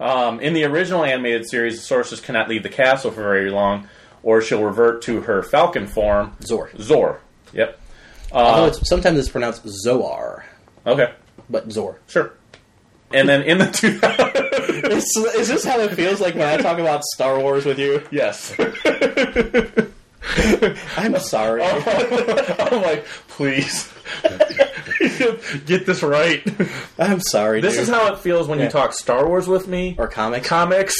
[SPEAKER 2] Um, in the original animated series, the Sorceress cannot leave the castle for very long, or she'll revert to her Falcon form,
[SPEAKER 3] Zor.
[SPEAKER 2] Zor. Yep.
[SPEAKER 3] Although it's, sometimes it's pronounced Zoar,
[SPEAKER 2] Okay.
[SPEAKER 3] but Zor.
[SPEAKER 2] Sure. And then in the two, *laughs*
[SPEAKER 3] Is, is this how it feels like when I talk about Star Wars with you?
[SPEAKER 2] *laughs* yes,
[SPEAKER 3] I'm sorry.
[SPEAKER 2] I'm like, please *laughs* get this right.
[SPEAKER 3] I'm sorry.
[SPEAKER 2] This is how it feels when
[SPEAKER 3] Yeah.
[SPEAKER 2] you talk Star Wars with me,
[SPEAKER 3] or comics
[SPEAKER 2] *laughs* comics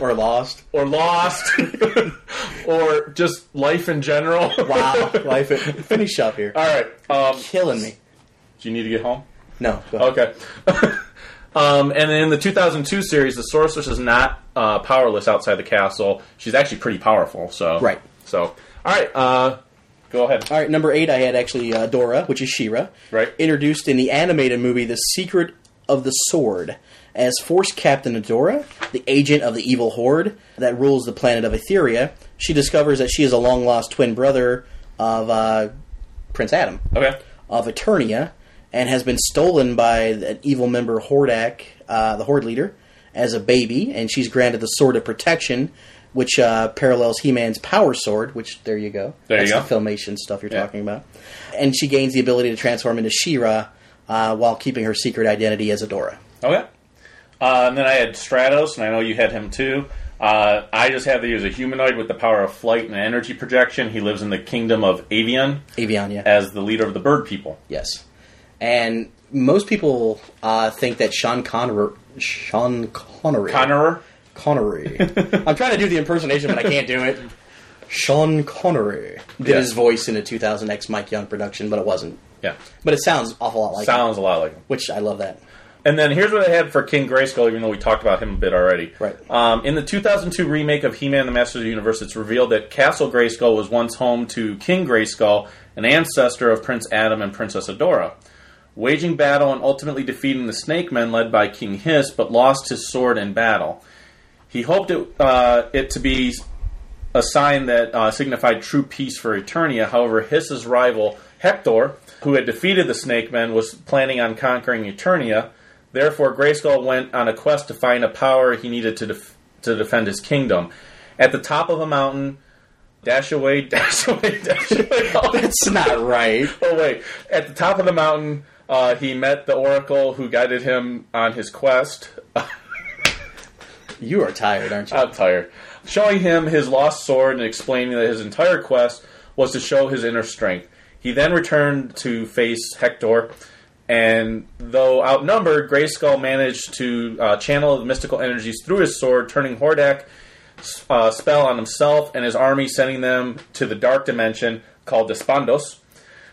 [SPEAKER 3] or Lost.
[SPEAKER 2] or Lost *laughs* or just life in general.
[SPEAKER 3] *laughs* Wow, life. Finish up here.
[SPEAKER 2] *laughs* All right. Um,
[SPEAKER 3] Killing me.
[SPEAKER 2] do you need to get home?
[SPEAKER 3] No. go ahead.
[SPEAKER 2] Okay. *laughs* um, and then in the 2002 series, the sorceress is not uh, powerless outside the castle. She's actually pretty powerful. So
[SPEAKER 3] Right.
[SPEAKER 2] So all right. Uh, go ahead.
[SPEAKER 3] All right, number eight, I had actually uh, Dora, which is She-Ra.
[SPEAKER 2] Right.
[SPEAKER 3] Introduced in the animated movie The Secret of the Sword as Force Captain Adora, the agent of the evil horde that rules the planet of Etheria. She discovers that she is a long-lost twin brother of uh, Prince Adam
[SPEAKER 2] Okay.
[SPEAKER 3] of Eternia and has been stolen by an evil member Hordak, uh, the Horde leader, as a baby, and she's granted the Sword of Protection, which uh, parallels He-Man's Power Sword, which, there you go.
[SPEAKER 2] There you
[SPEAKER 3] That's
[SPEAKER 2] go.
[SPEAKER 3] the filmation stuff you're
[SPEAKER 2] Yeah.
[SPEAKER 3] talking about. And she gains the ability to transform into She-Ra uh, while keeping her secret identity as Adora.
[SPEAKER 2] Okay. Oh, Uh, and then I had Stratos, and I know you had him too. Uh, I just have that he was a humanoid with the power of flight and energy projection. He lives in the kingdom of Avian
[SPEAKER 3] Avian, yeah.
[SPEAKER 2] as the leader of the bird people.
[SPEAKER 3] Yes. And most people uh, think that Sean Connery... Sean Connery...
[SPEAKER 2] Connerer? *laughs*
[SPEAKER 3] Connery. I'm trying to do the impersonation, but I can't do it. Sean Connery did
[SPEAKER 2] Yeah.
[SPEAKER 3] his voice in a 2000X Mike Young production, but it wasn't.
[SPEAKER 2] Yeah.
[SPEAKER 3] But it sounds awful lot like him,
[SPEAKER 2] Sounds a lot like him.
[SPEAKER 3] which I love that.
[SPEAKER 2] And then here's what I had for King Grayskull, even though we talked about him a bit already.
[SPEAKER 3] Right.
[SPEAKER 2] Um, in the 2002 remake of He-Man and the Masters of the Universe, it's revealed that Castle Grayskull was once home to King Grayskull, an ancestor of Prince Adam and Princess Adora. Waging battle and ultimately defeating the Snake Men led by King Hiss, but lost his sword in battle. He hoped it, uh, it to be a sign that uh, signified true peace for Eternia. However, Hiss's rival, Hector, who had defeated the Snake Men, was planning on conquering Eternia. Therefore, Grayskull went on a quest to find a power he needed to, def- to defend his kingdom. At the top of a mountain, dash away, *laughs* dash away, *laughs* dash away.
[SPEAKER 3] That's not right.
[SPEAKER 2] Oh wait! At the top of the mountain, Uh, he met the Oracle, who guided him on his quest.
[SPEAKER 3] You are tired, aren't you?
[SPEAKER 2] I'm tired. Showing him his lost sword and explaining that his entire quest was to show his inner strength. He then returned to face Hector, and though outnumbered, Grayskull managed to uh, channel the mystical energies through his sword, turning Hordak uh, spell on himself and his army, sending them to the dark dimension called Despondos.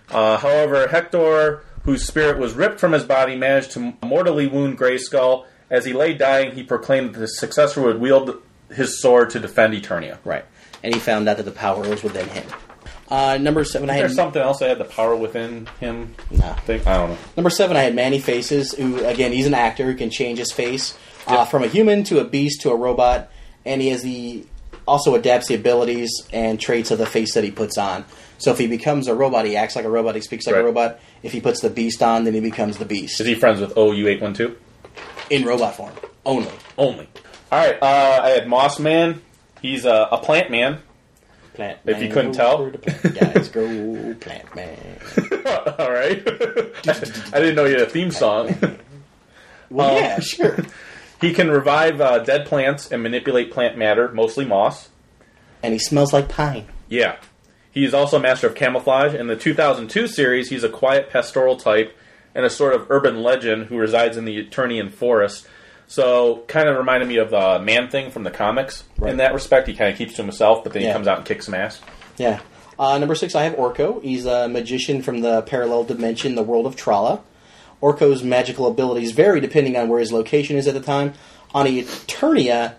[SPEAKER 2] Uh, however, Hector, whose spirit was ripped from his body, managed to mortally wound Grayskull. As he lay dying, he proclaimed that his successor would wield his sword to defend Eternia.
[SPEAKER 3] right. And he found out that the power was within him. Uh, number seven, I had
[SPEAKER 2] There's something else that had the power within him.
[SPEAKER 3] Nah.
[SPEAKER 2] Thing? I don't know.
[SPEAKER 3] number seven. I had Manny Faces, who again he's an actor who can change his face uh, from a human to a beast to a robot, and he has the also adapts the abilities and traits of the face that he puts on. So if he becomes a robot, he acts like a robot. He speaks like
[SPEAKER 2] Right.
[SPEAKER 3] a robot. If he puts the beast on, then he becomes the beast
[SPEAKER 2] Is he friends with OU812?
[SPEAKER 3] in robot form only.
[SPEAKER 2] Only. All right. Uh, I had Moss Man. He's a, a plant man. *laughs*
[SPEAKER 3] Plant.
[SPEAKER 2] If you
[SPEAKER 3] man,
[SPEAKER 2] couldn't
[SPEAKER 3] go
[SPEAKER 2] tell.
[SPEAKER 3] *laughs* where the plant guys, go plant man.
[SPEAKER 2] All right. *laughs* I didn't know he had a theme song. *laughs*
[SPEAKER 3] Well,
[SPEAKER 2] Um,
[SPEAKER 3] yeah, sure.
[SPEAKER 2] *laughs* he can revive uh, dead plants and manipulate plant matter, mostly moss.
[SPEAKER 3] And he smells like pine.
[SPEAKER 2] Yeah. He is also a master of camouflage. In the 2002 series, he's a quiet pastoral type and a sort of urban legend who resides in the Eternian forest. So, kind of reminded me of the man thing from the comics
[SPEAKER 3] Right.
[SPEAKER 2] in that respect. He kind of keeps to himself, but then he
[SPEAKER 3] Yeah.
[SPEAKER 2] comes out and kicks some ass.
[SPEAKER 3] Yeah. Uh, number six, I have Orko. He's a magician from the parallel dimension, the world of Trala. Orko's magical abilities vary depending on where his location is at the time. On Eternia,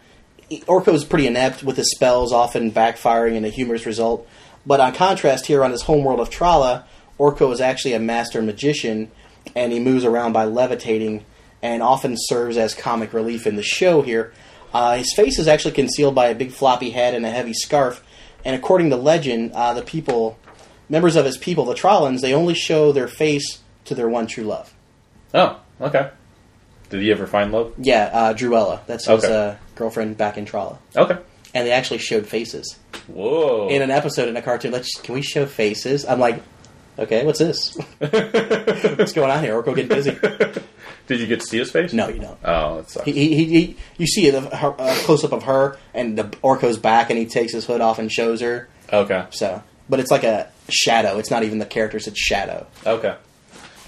[SPEAKER 3] Orko is pretty inept with his spells, often backfiring in a humorous result. But on contrast, here on his homeworld of Trala, Orko is actually a master magician, and he moves around by levitating and often serves as comic relief in the show here. Uh, his face is actually concealed by a big floppy hat and a heavy scarf, and according to legend, uh, the people, members of his people, the Trollins, they only show their face to their one true love.
[SPEAKER 2] Oh, okay. Did he ever find love?
[SPEAKER 3] Yeah, uh, Druella. That's his
[SPEAKER 2] Okay.
[SPEAKER 3] uh, girlfriend back in Trolla.
[SPEAKER 2] Okay.
[SPEAKER 3] And they actually showed faces.
[SPEAKER 2] Whoa.
[SPEAKER 3] In an episode in a cartoon, let's can we show faces? I'm like, okay, what's this? *laughs* what's going on here? Orko getting busy.
[SPEAKER 2] *laughs* Did you get to see his face?
[SPEAKER 3] No, you don't.
[SPEAKER 2] Oh, that sucks.
[SPEAKER 3] He, he, he, he- you see a, a close up of her and the Orko's back, and he takes his hood off and shows her.
[SPEAKER 2] okay.
[SPEAKER 3] So, but it's like a shadow. It's not even the characters. It's shadow.
[SPEAKER 2] Okay.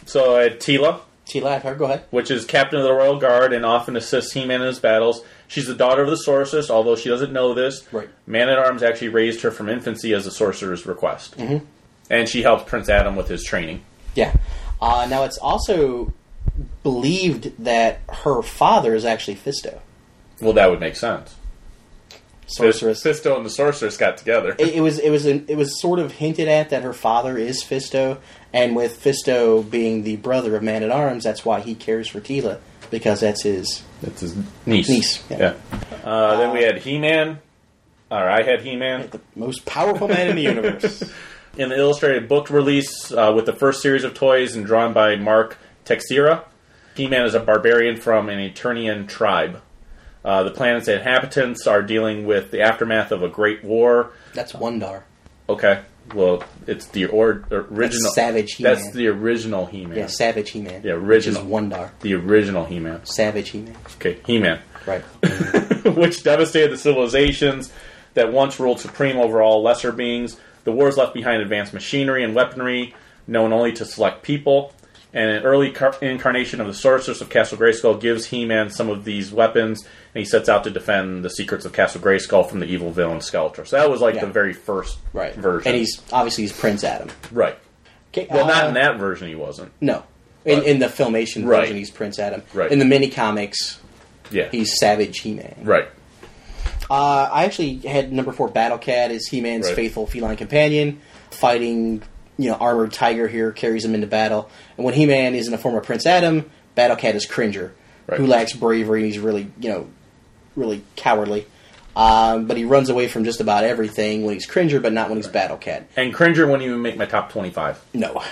[SPEAKER 2] So, I had Tila.
[SPEAKER 3] T. Lack, go ahead.
[SPEAKER 2] which is captain of the royal guard and often assists He-Man in his battles. She's the daughter of the sorceress, although she doesn't know this.
[SPEAKER 3] Right.
[SPEAKER 2] Man at Arms actually raised her from infancy as a sorcerer's request, mm-hmm. and she helps Prince Adam with his training.
[SPEAKER 3] Yeah. Uh, now it's also believed that her father is actually Fisto,
[SPEAKER 2] Well, that would make sense.
[SPEAKER 3] sorceress. It,
[SPEAKER 2] Fisto and the sorceress got together.
[SPEAKER 3] it was it was an, it was sort of hinted at that her father is Fisto, and with Fisto being the brother of Man at Arms, that's why he cares for Tila because that's his.
[SPEAKER 2] That's his niece.
[SPEAKER 3] Niece, yeah.
[SPEAKER 2] Uh, then we had He-Man. Or I had He-Man.
[SPEAKER 3] The most powerful man in the universe.
[SPEAKER 2] in the illustrated book release uh, with the first series of toys and drawn by Mark Texera. He Man is a barbarian from an Eternian tribe. Uh, the planet's inhabitants are dealing with the aftermath of a great war.
[SPEAKER 3] *laughs* That's Wondar.
[SPEAKER 2] Okay, well, it's the or- original
[SPEAKER 3] Savage He-Man.
[SPEAKER 2] That's the original He Man.
[SPEAKER 3] Yeah, Savage He Man.
[SPEAKER 2] The original.
[SPEAKER 3] Which is Wondar.
[SPEAKER 2] The original He Man.
[SPEAKER 3] Savage He Man.
[SPEAKER 2] Okay, He Man,
[SPEAKER 3] Right.
[SPEAKER 2] *laughs* which devastated the civilizations that once ruled supreme over all lesser beings. The wars left behind advanced machinery and weaponry known only to select people. And an early car- incarnation of the Sorceress of Castle Grayskull gives He-Man some of these weapons, and he sets out to defend the secrets of Castle Grayskull from the evil villain Skeletor. So that was like
[SPEAKER 3] Yeah.
[SPEAKER 2] the very first
[SPEAKER 3] Right.
[SPEAKER 2] version.
[SPEAKER 3] And he's obviously he's Prince Adam.
[SPEAKER 2] right.
[SPEAKER 3] Okay,
[SPEAKER 2] Well, not
[SPEAKER 3] uh,
[SPEAKER 2] in that version. He wasn't.
[SPEAKER 3] No. In, in the filmation
[SPEAKER 2] Right.
[SPEAKER 3] version, he's Prince Adam.
[SPEAKER 2] Right.
[SPEAKER 3] In the mini comics,
[SPEAKER 2] Yeah.
[SPEAKER 3] he's Savage He Man.
[SPEAKER 2] right.
[SPEAKER 3] Uh, I actually had number four Battle Cat as He Man's
[SPEAKER 2] Right.
[SPEAKER 3] faithful feline companion, fighting you know armored tiger here carries him into battle. And when He Man is in the form of Prince Adam, Battle Cat is Cringer,
[SPEAKER 2] Right.
[SPEAKER 3] who lacks bravery. and He's really you know really cowardly. Um, but he runs away from just about everything when he's Cringer, but not when he's Battle Cat.
[SPEAKER 2] And Cringer wouldn't even make my top twenty-five. *laughs*
[SPEAKER 3] No,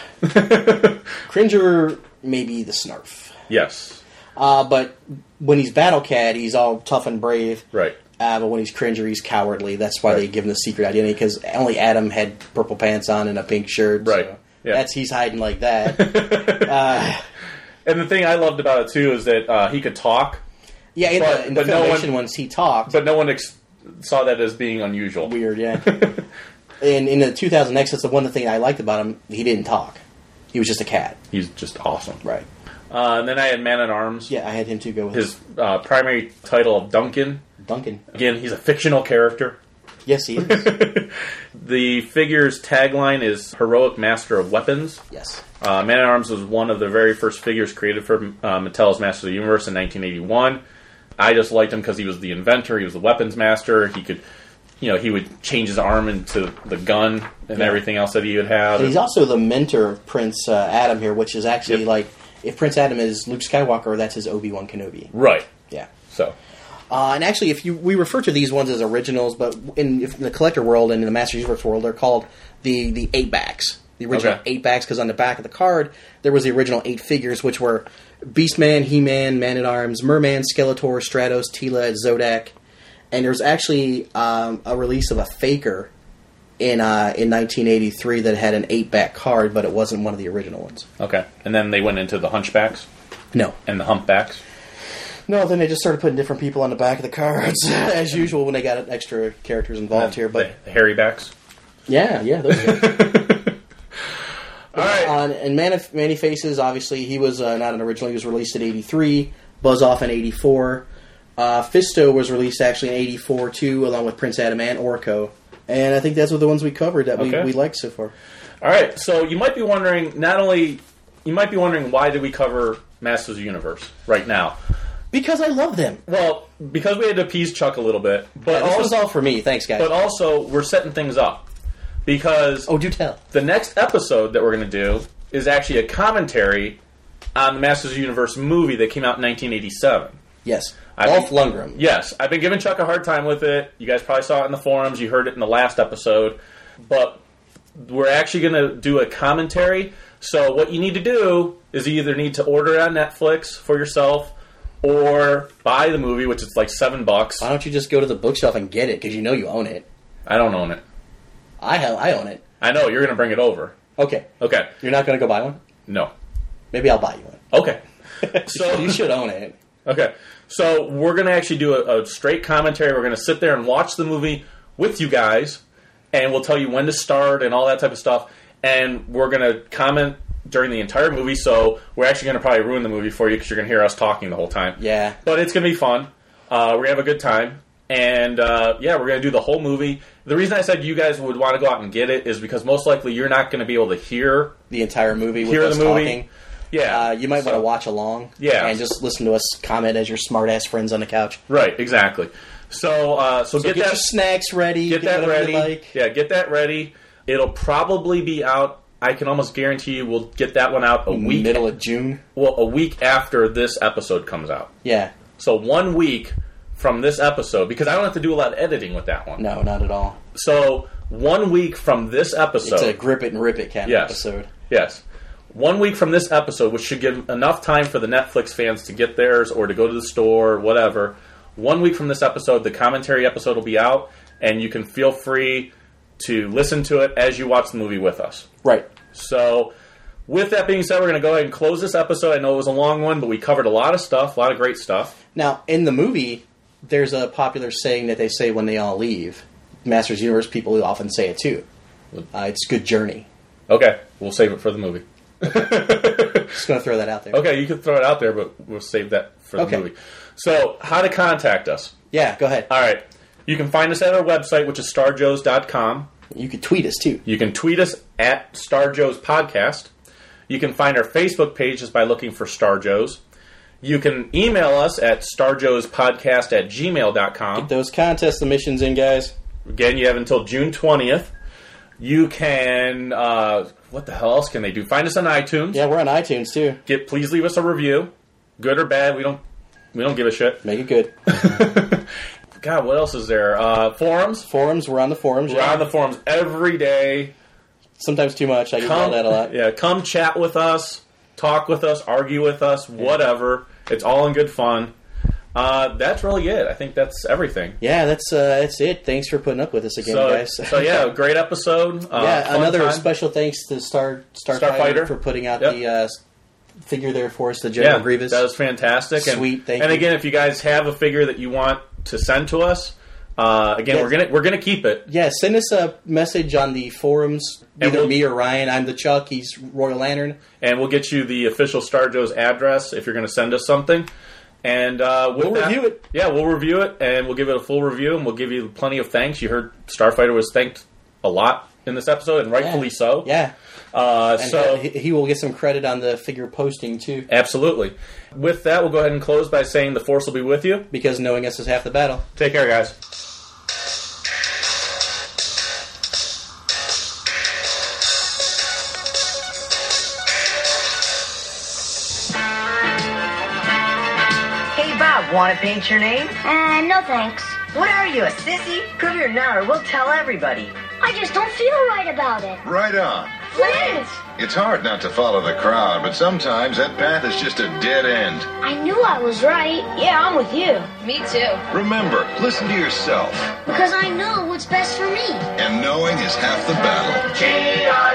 [SPEAKER 3] Cringer may be the Snarf.
[SPEAKER 2] Yes.
[SPEAKER 3] Uh, but when he's Battle Cat, he's all tough and brave.
[SPEAKER 2] Right.
[SPEAKER 3] Uh, but when he's Cringer, he's cowardly. That's why
[SPEAKER 2] Right.
[SPEAKER 3] they give him the secret identity because only Adam had purple pants on and a pink shirt.
[SPEAKER 2] Right.
[SPEAKER 3] So
[SPEAKER 2] Yeah. *laughs*
[SPEAKER 3] That's he's hiding like that. uh,
[SPEAKER 2] And the thing I loved about it too is that uh, he could talk,
[SPEAKER 3] Yeah, in
[SPEAKER 2] But-
[SPEAKER 3] the, in the
[SPEAKER 2] but no
[SPEAKER 3] Filmation
[SPEAKER 2] one-
[SPEAKER 3] ones, he talked.
[SPEAKER 2] but no one ex- saw that as being unusual.
[SPEAKER 3] weird,
[SPEAKER 2] *laughs*
[SPEAKER 3] yeah. and in the 2000 X, that's the one thing I liked about him. He didn't talk. He was just a cat.
[SPEAKER 2] He's just awesome.
[SPEAKER 3] Right.
[SPEAKER 2] Uh, and then I had Man at Arms.
[SPEAKER 3] Yeah, I had him too go with
[SPEAKER 2] His uh, primary title of Duncan.
[SPEAKER 3] Duncan.
[SPEAKER 2] Again, he's a fictional character.
[SPEAKER 3] Yes,
[SPEAKER 2] *laughs*
[SPEAKER 3] he is.
[SPEAKER 2] The figure's tagline is "Heroic Master of Weapons."
[SPEAKER 3] yes.
[SPEAKER 2] Uh, Man at Arms was one of the very first figures created for uh, Mattel's Master of the Universe in 1981. I just liked him because he was the inventor. He was the weapons master. He could, you know, he would change his arm into the gun and
[SPEAKER 3] Yeah.
[SPEAKER 2] everything else that he would have.
[SPEAKER 3] And he's also the mentor of Prince uh, Adam here, which is actually
[SPEAKER 2] Yep.
[SPEAKER 3] like if Prince Adam is Luke Skywalker, that's his Obi Wan Kenobi.
[SPEAKER 2] right.
[SPEAKER 3] Yeah.
[SPEAKER 2] So
[SPEAKER 3] Uh, and actually, if you we refer to these ones as originals, but in, if in the collector world and in the Master Universe world, they're called the the eight backs. The original
[SPEAKER 2] Okay.
[SPEAKER 3] eight backs, because on the back of the card there was the original eight figures, which were Beastman, He Man, Man at Arms, Merman, Skeletor, Stratos, Tila, Zodak, and there was actually um, a release of a Faker in uh, in 1983 that had an eight back card, but it wasn't one of the original ones.
[SPEAKER 2] okay, and then they went into the Hunchbacks
[SPEAKER 3] No,
[SPEAKER 2] and the Humpbacks.
[SPEAKER 3] No, then they just started putting different people on the back of the cards, *laughs* as usual, when they got extra characters involved here.
[SPEAKER 2] *laughs*
[SPEAKER 3] But
[SPEAKER 2] the, the Harrybacks.
[SPEAKER 3] yeah, yeah, those guys.
[SPEAKER 2] All right.
[SPEAKER 3] on and Man of Many Faces, obviously, he was uh, not an original. He was released in '83, Buzz Off in '84. Uh, Fisto was released actually in '84 too, along with Prince Adam and Orko. And I think that's what the ones we covered that
[SPEAKER 2] Okay.
[SPEAKER 3] we, we liked so far.
[SPEAKER 2] All right, so you might be wondering not only you might be wondering why did we cover Masters of the Universe right now?
[SPEAKER 3] Because I love them.
[SPEAKER 2] Well, because we had to appease Chuck a little bit, but
[SPEAKER 3] Yeah, this was
[SPEAKER 2] also
[SPEAKER 3] all for me. Thanks, guys.
[SPEAKER 2] but also we're setting things up because
[SPEAKER 3] oh, do tell.
[SPEAKER 2] the next episode that we're going to do is actually a commentary on the Masters of the Universe movie that came out in 1987.
[SPEAKER 3] Yes,
[SPEAKER 2] I-
[SPEAKER 3] Dolph Lundgren.
[SPEAKER 2] Yes, I've been giving Chuck a hard time with it. You guys probably saw it in the forums. You heard it in the last episode. But we're actually going to do a commentary. So, what you need to do is you either need to order it on Netflix for yourself or buy the movie, which is like seven bucks.
[SPEAKER 3] Why don't you just go to the bookshelf and get it? Because you know you own it.
[SPEAKER 2] I don't own it.
[SPEAKER 3] I have. I own it.
[SPEAKER 2] I know you're going to bring it over.
[SPEAKER 3] Okay.
[SPEAKER 2] Okay.
[SPEAKER 3] You're not going to go buy one?
[SPEAKER 2] No.
[SPEAKER 3] Maybe I'll buy you one.
[SPEAKER 2] Okay. So,
[SPEAKER 3] Oh, You should own it.
[SPEAKER 2] Okay, so we're going to actually do a, a straight commentary. We're going to sit there and watch the movie with you guys, and we'll tell you when to start and all that type of stuff. And we're going to comment during the entire movie, so we're actually going to probably ruin the movie for you because you're going to hear us talking the whole time.
[SPEAKER 3] Yeah.
[SPEAKER 2] But it's going to be fun. Uh, we're going to have a good time. And uh, yeah, we're going to do the whole movie. The reason I said you guys would want to go out and get it is because most likely you're not going to be able to hear
[SPEAKER 3] The entire movie with
[SPEAKER 2] hear
[SPEAKER 3] us
[SPEAKER 2] the movie.
[SPEAKER 3] talking.
[SPEAKER 2] Yeah,
[SPEAKER 3] Uh, you might
[SPEAKER 2] So-
[SPEAKER 3] want to watch along.
[SPEAKER 2] Yeah.
[SPEAKER 3] And just listen to us comment as your smart ass friends on the couch.
[SPEAKER 2] right? Exactly. So, uh, so,
[SPEAKER 3] Get,
[SPEAKER 2] that.
[SPEAKER 3] your snacks ready.
[SPEAKER 2] get that
[SPEAKER 3] whatever
[SPEAKER 2] ready.
[SPEAKER 3] you like.
[SPEAKER 2] Yeah, get that ready. It'll probably be out. I can almost guarantee you we'll get that one out a week.
[SPEAKER 3] Middle of June.
[SPEAKER 2] well, a week after this episode comes out.
[SPEAKER 3] Yeah.
[SPEAKER 2] So one week from this episode, because I don't have to do a lot of editing with that one.
[SPEAKER 3] No, not at all.
[SPEAKER 2] So one week from this episode.
[SPEAKER 3] It's a grip it and rip it kind of
[SPEAKER 2] Yes.
[SPEAKER 3] episode.
[SPEAKER 2] Yes. One week from this episode, which should give enough time for the Netflix fans to get theirs or to go to the store or whatever. One week from this episode, the commentary episode will be out, and you can feel free to listen to it as you watch the movie with us.
[SPEAKER 3] Right.
[SPEAKER 2] So, with that being said, we're going to go ahead and close this episode. I know it was a long one, but we covered a lot of stuff, a lot of great stuff.
[SPEAKER 3] Now, in the movie, there's a popular saying that they say when they all leave. Masters Universe people often say it too. Uh, it's good journey.
[SPEAKER 2] Okay, we'll save it for the movie.
[SPEAKER 3] Just going to throw that out there.
[SPEAKER 2] Okay, you can throw it out there, but we'll save that for the
[SPEAKER 3] Okay.
[SPEAKER 2] movie. So, how to contact us?
[SPEAKER 3] Yeah, go ahead.
[SPEAKER 2] All right. You can find us at our website, which is starjoes.com.
[SPEAKER 3] You could tweet us too.
[SPEAKER 2] You can tweet us at Star Joes Podcast. You can find our Facebook page just by looking for Star Joes. You can email us at starjoespodcast at gmail.com.
[SPEAKER 3] Those contest emissions in, guys.
[SPEAKER 2] Again, you have until June 20th. You can, uh, what the hell else can they do? Find us on iTunes.
[SPEAKER 3] Yeah, we're on iTunes too.
[SPEAKER 2] Get, please leave us a review, good or bad. We don't, we don't give a shit.
[SPEAKER 3] Make it
[SPEAKER 2] *laughs*
[SPEAKER 3] good.
[SPEAKER 2] God, what else is there? Uh, forums.
[SPEAKER 3] Forums, we're on the forums.
[SPEAKER 2] We're
[SPEAKER 3] yeah.
[SPEAKER 2] on the forums every day.
[SPEAKER 3] Sometimes too much. I get
[SPEAKER 2] come
[SPEAKER 3] yelled at a lot.
[SPEAKER 2] yeah come chat with us talk with us argue with us whatever it's all in good fun uh, that's really it i think that's everything
[SPEAKER 3] Yeah, that's uh, that's it. Thanks for putting up with us again,
[SPEAKER 2] so,
[SPEAKER 3] guys.
[SPEAKER 2] so yeah great episode uh,
[SPEAKER 3] *laughs* yeah,
[SPEAKER 2] fun
[SPEAKER 3] another
[SPEAKER 2] time.
[SPEAKER 3] special thanks to Star Starfighter
[SPEAKER 2] Starfighter.
[SPEAKER 3] for putting out
[SPEAKER 2] Yep.
[SPEAKER 3] the uh, figure there for us, the General
[SPEAKER 2] Yeah,
[SPEAKER 3] Grievous.
[SPEAKER 2] that was fantastic. And,
[SPEAKER 3] Sweet, thank
[SPEAKER 2] And
[SPEAKER 3] you.
[SPEAKER 2] again, if you guys have a figure that you want to send to us, uh, again,
[SPEAKER 3] Yes.
[SPEAKER 2] we're gonna we're gonna keep it.
[SPEAKER 3] yeah, send us a message on the forums.
[SPEAKER 2] And
[SPEAKER 3] Either
[SPEAKER 2] we'll-
[SPEAKER 3] me or Ryan. I'm the Chuck. He's Royal Lantern.
[SPEAKER 2] and we'll get you the official Star Joe's address if you're going to send us something. And uh, with
[SPEAKER 3] We'll
[SPEAKER 2] that-
[SPEAKER 3] review it.
[SPEAKER 2] Yeah, we'll review it, and we'll give it a full review, and we'll give you plenty of thanks. You heard Starfighter was thanked a lot in this episode, and rightfully so.
[SPEAKER 3] Yeah.
[SPEAKER 2] Uh,
[SPEAKER 3] And
[SPEAKER 2] so
[SPEAKER 3] uh, he, he will get some credit on the figure posting too,
[SPEAKER 2] absolutely. With that, we'll go ahead and close by saying the force will be with you.
[SPEAKER 3] because knowing us is half the battle.
[SPEAKER 2] Take care, guys.
[SPEAKER 6] Hey, Bob, want to paint your name?
[SPEAKER 7] Uh, no thanks.
[SPEAKER 6] What are you, a sissy? Come here now or we'll tell everybody.
[SPEAKER 7] I just don't feel right about it.
[SPEAKER 8] Right on.
[SPEAKER 7] Flint!
[SPEAKER 8] It's hard not to follow the crowd, but sometimes that path is just a dead end.
[SPEAKER 7] I knew I was right. Yeah, I'm with you.
[SPEAKER 9] Me too.
[SPEAKER 8] Remember, listen to yourself,
[SPEAKER 7] Because I know what's best for me.
[SPEAKER 8] and knowing is half the battle.
[SPEAKER 1] G.I.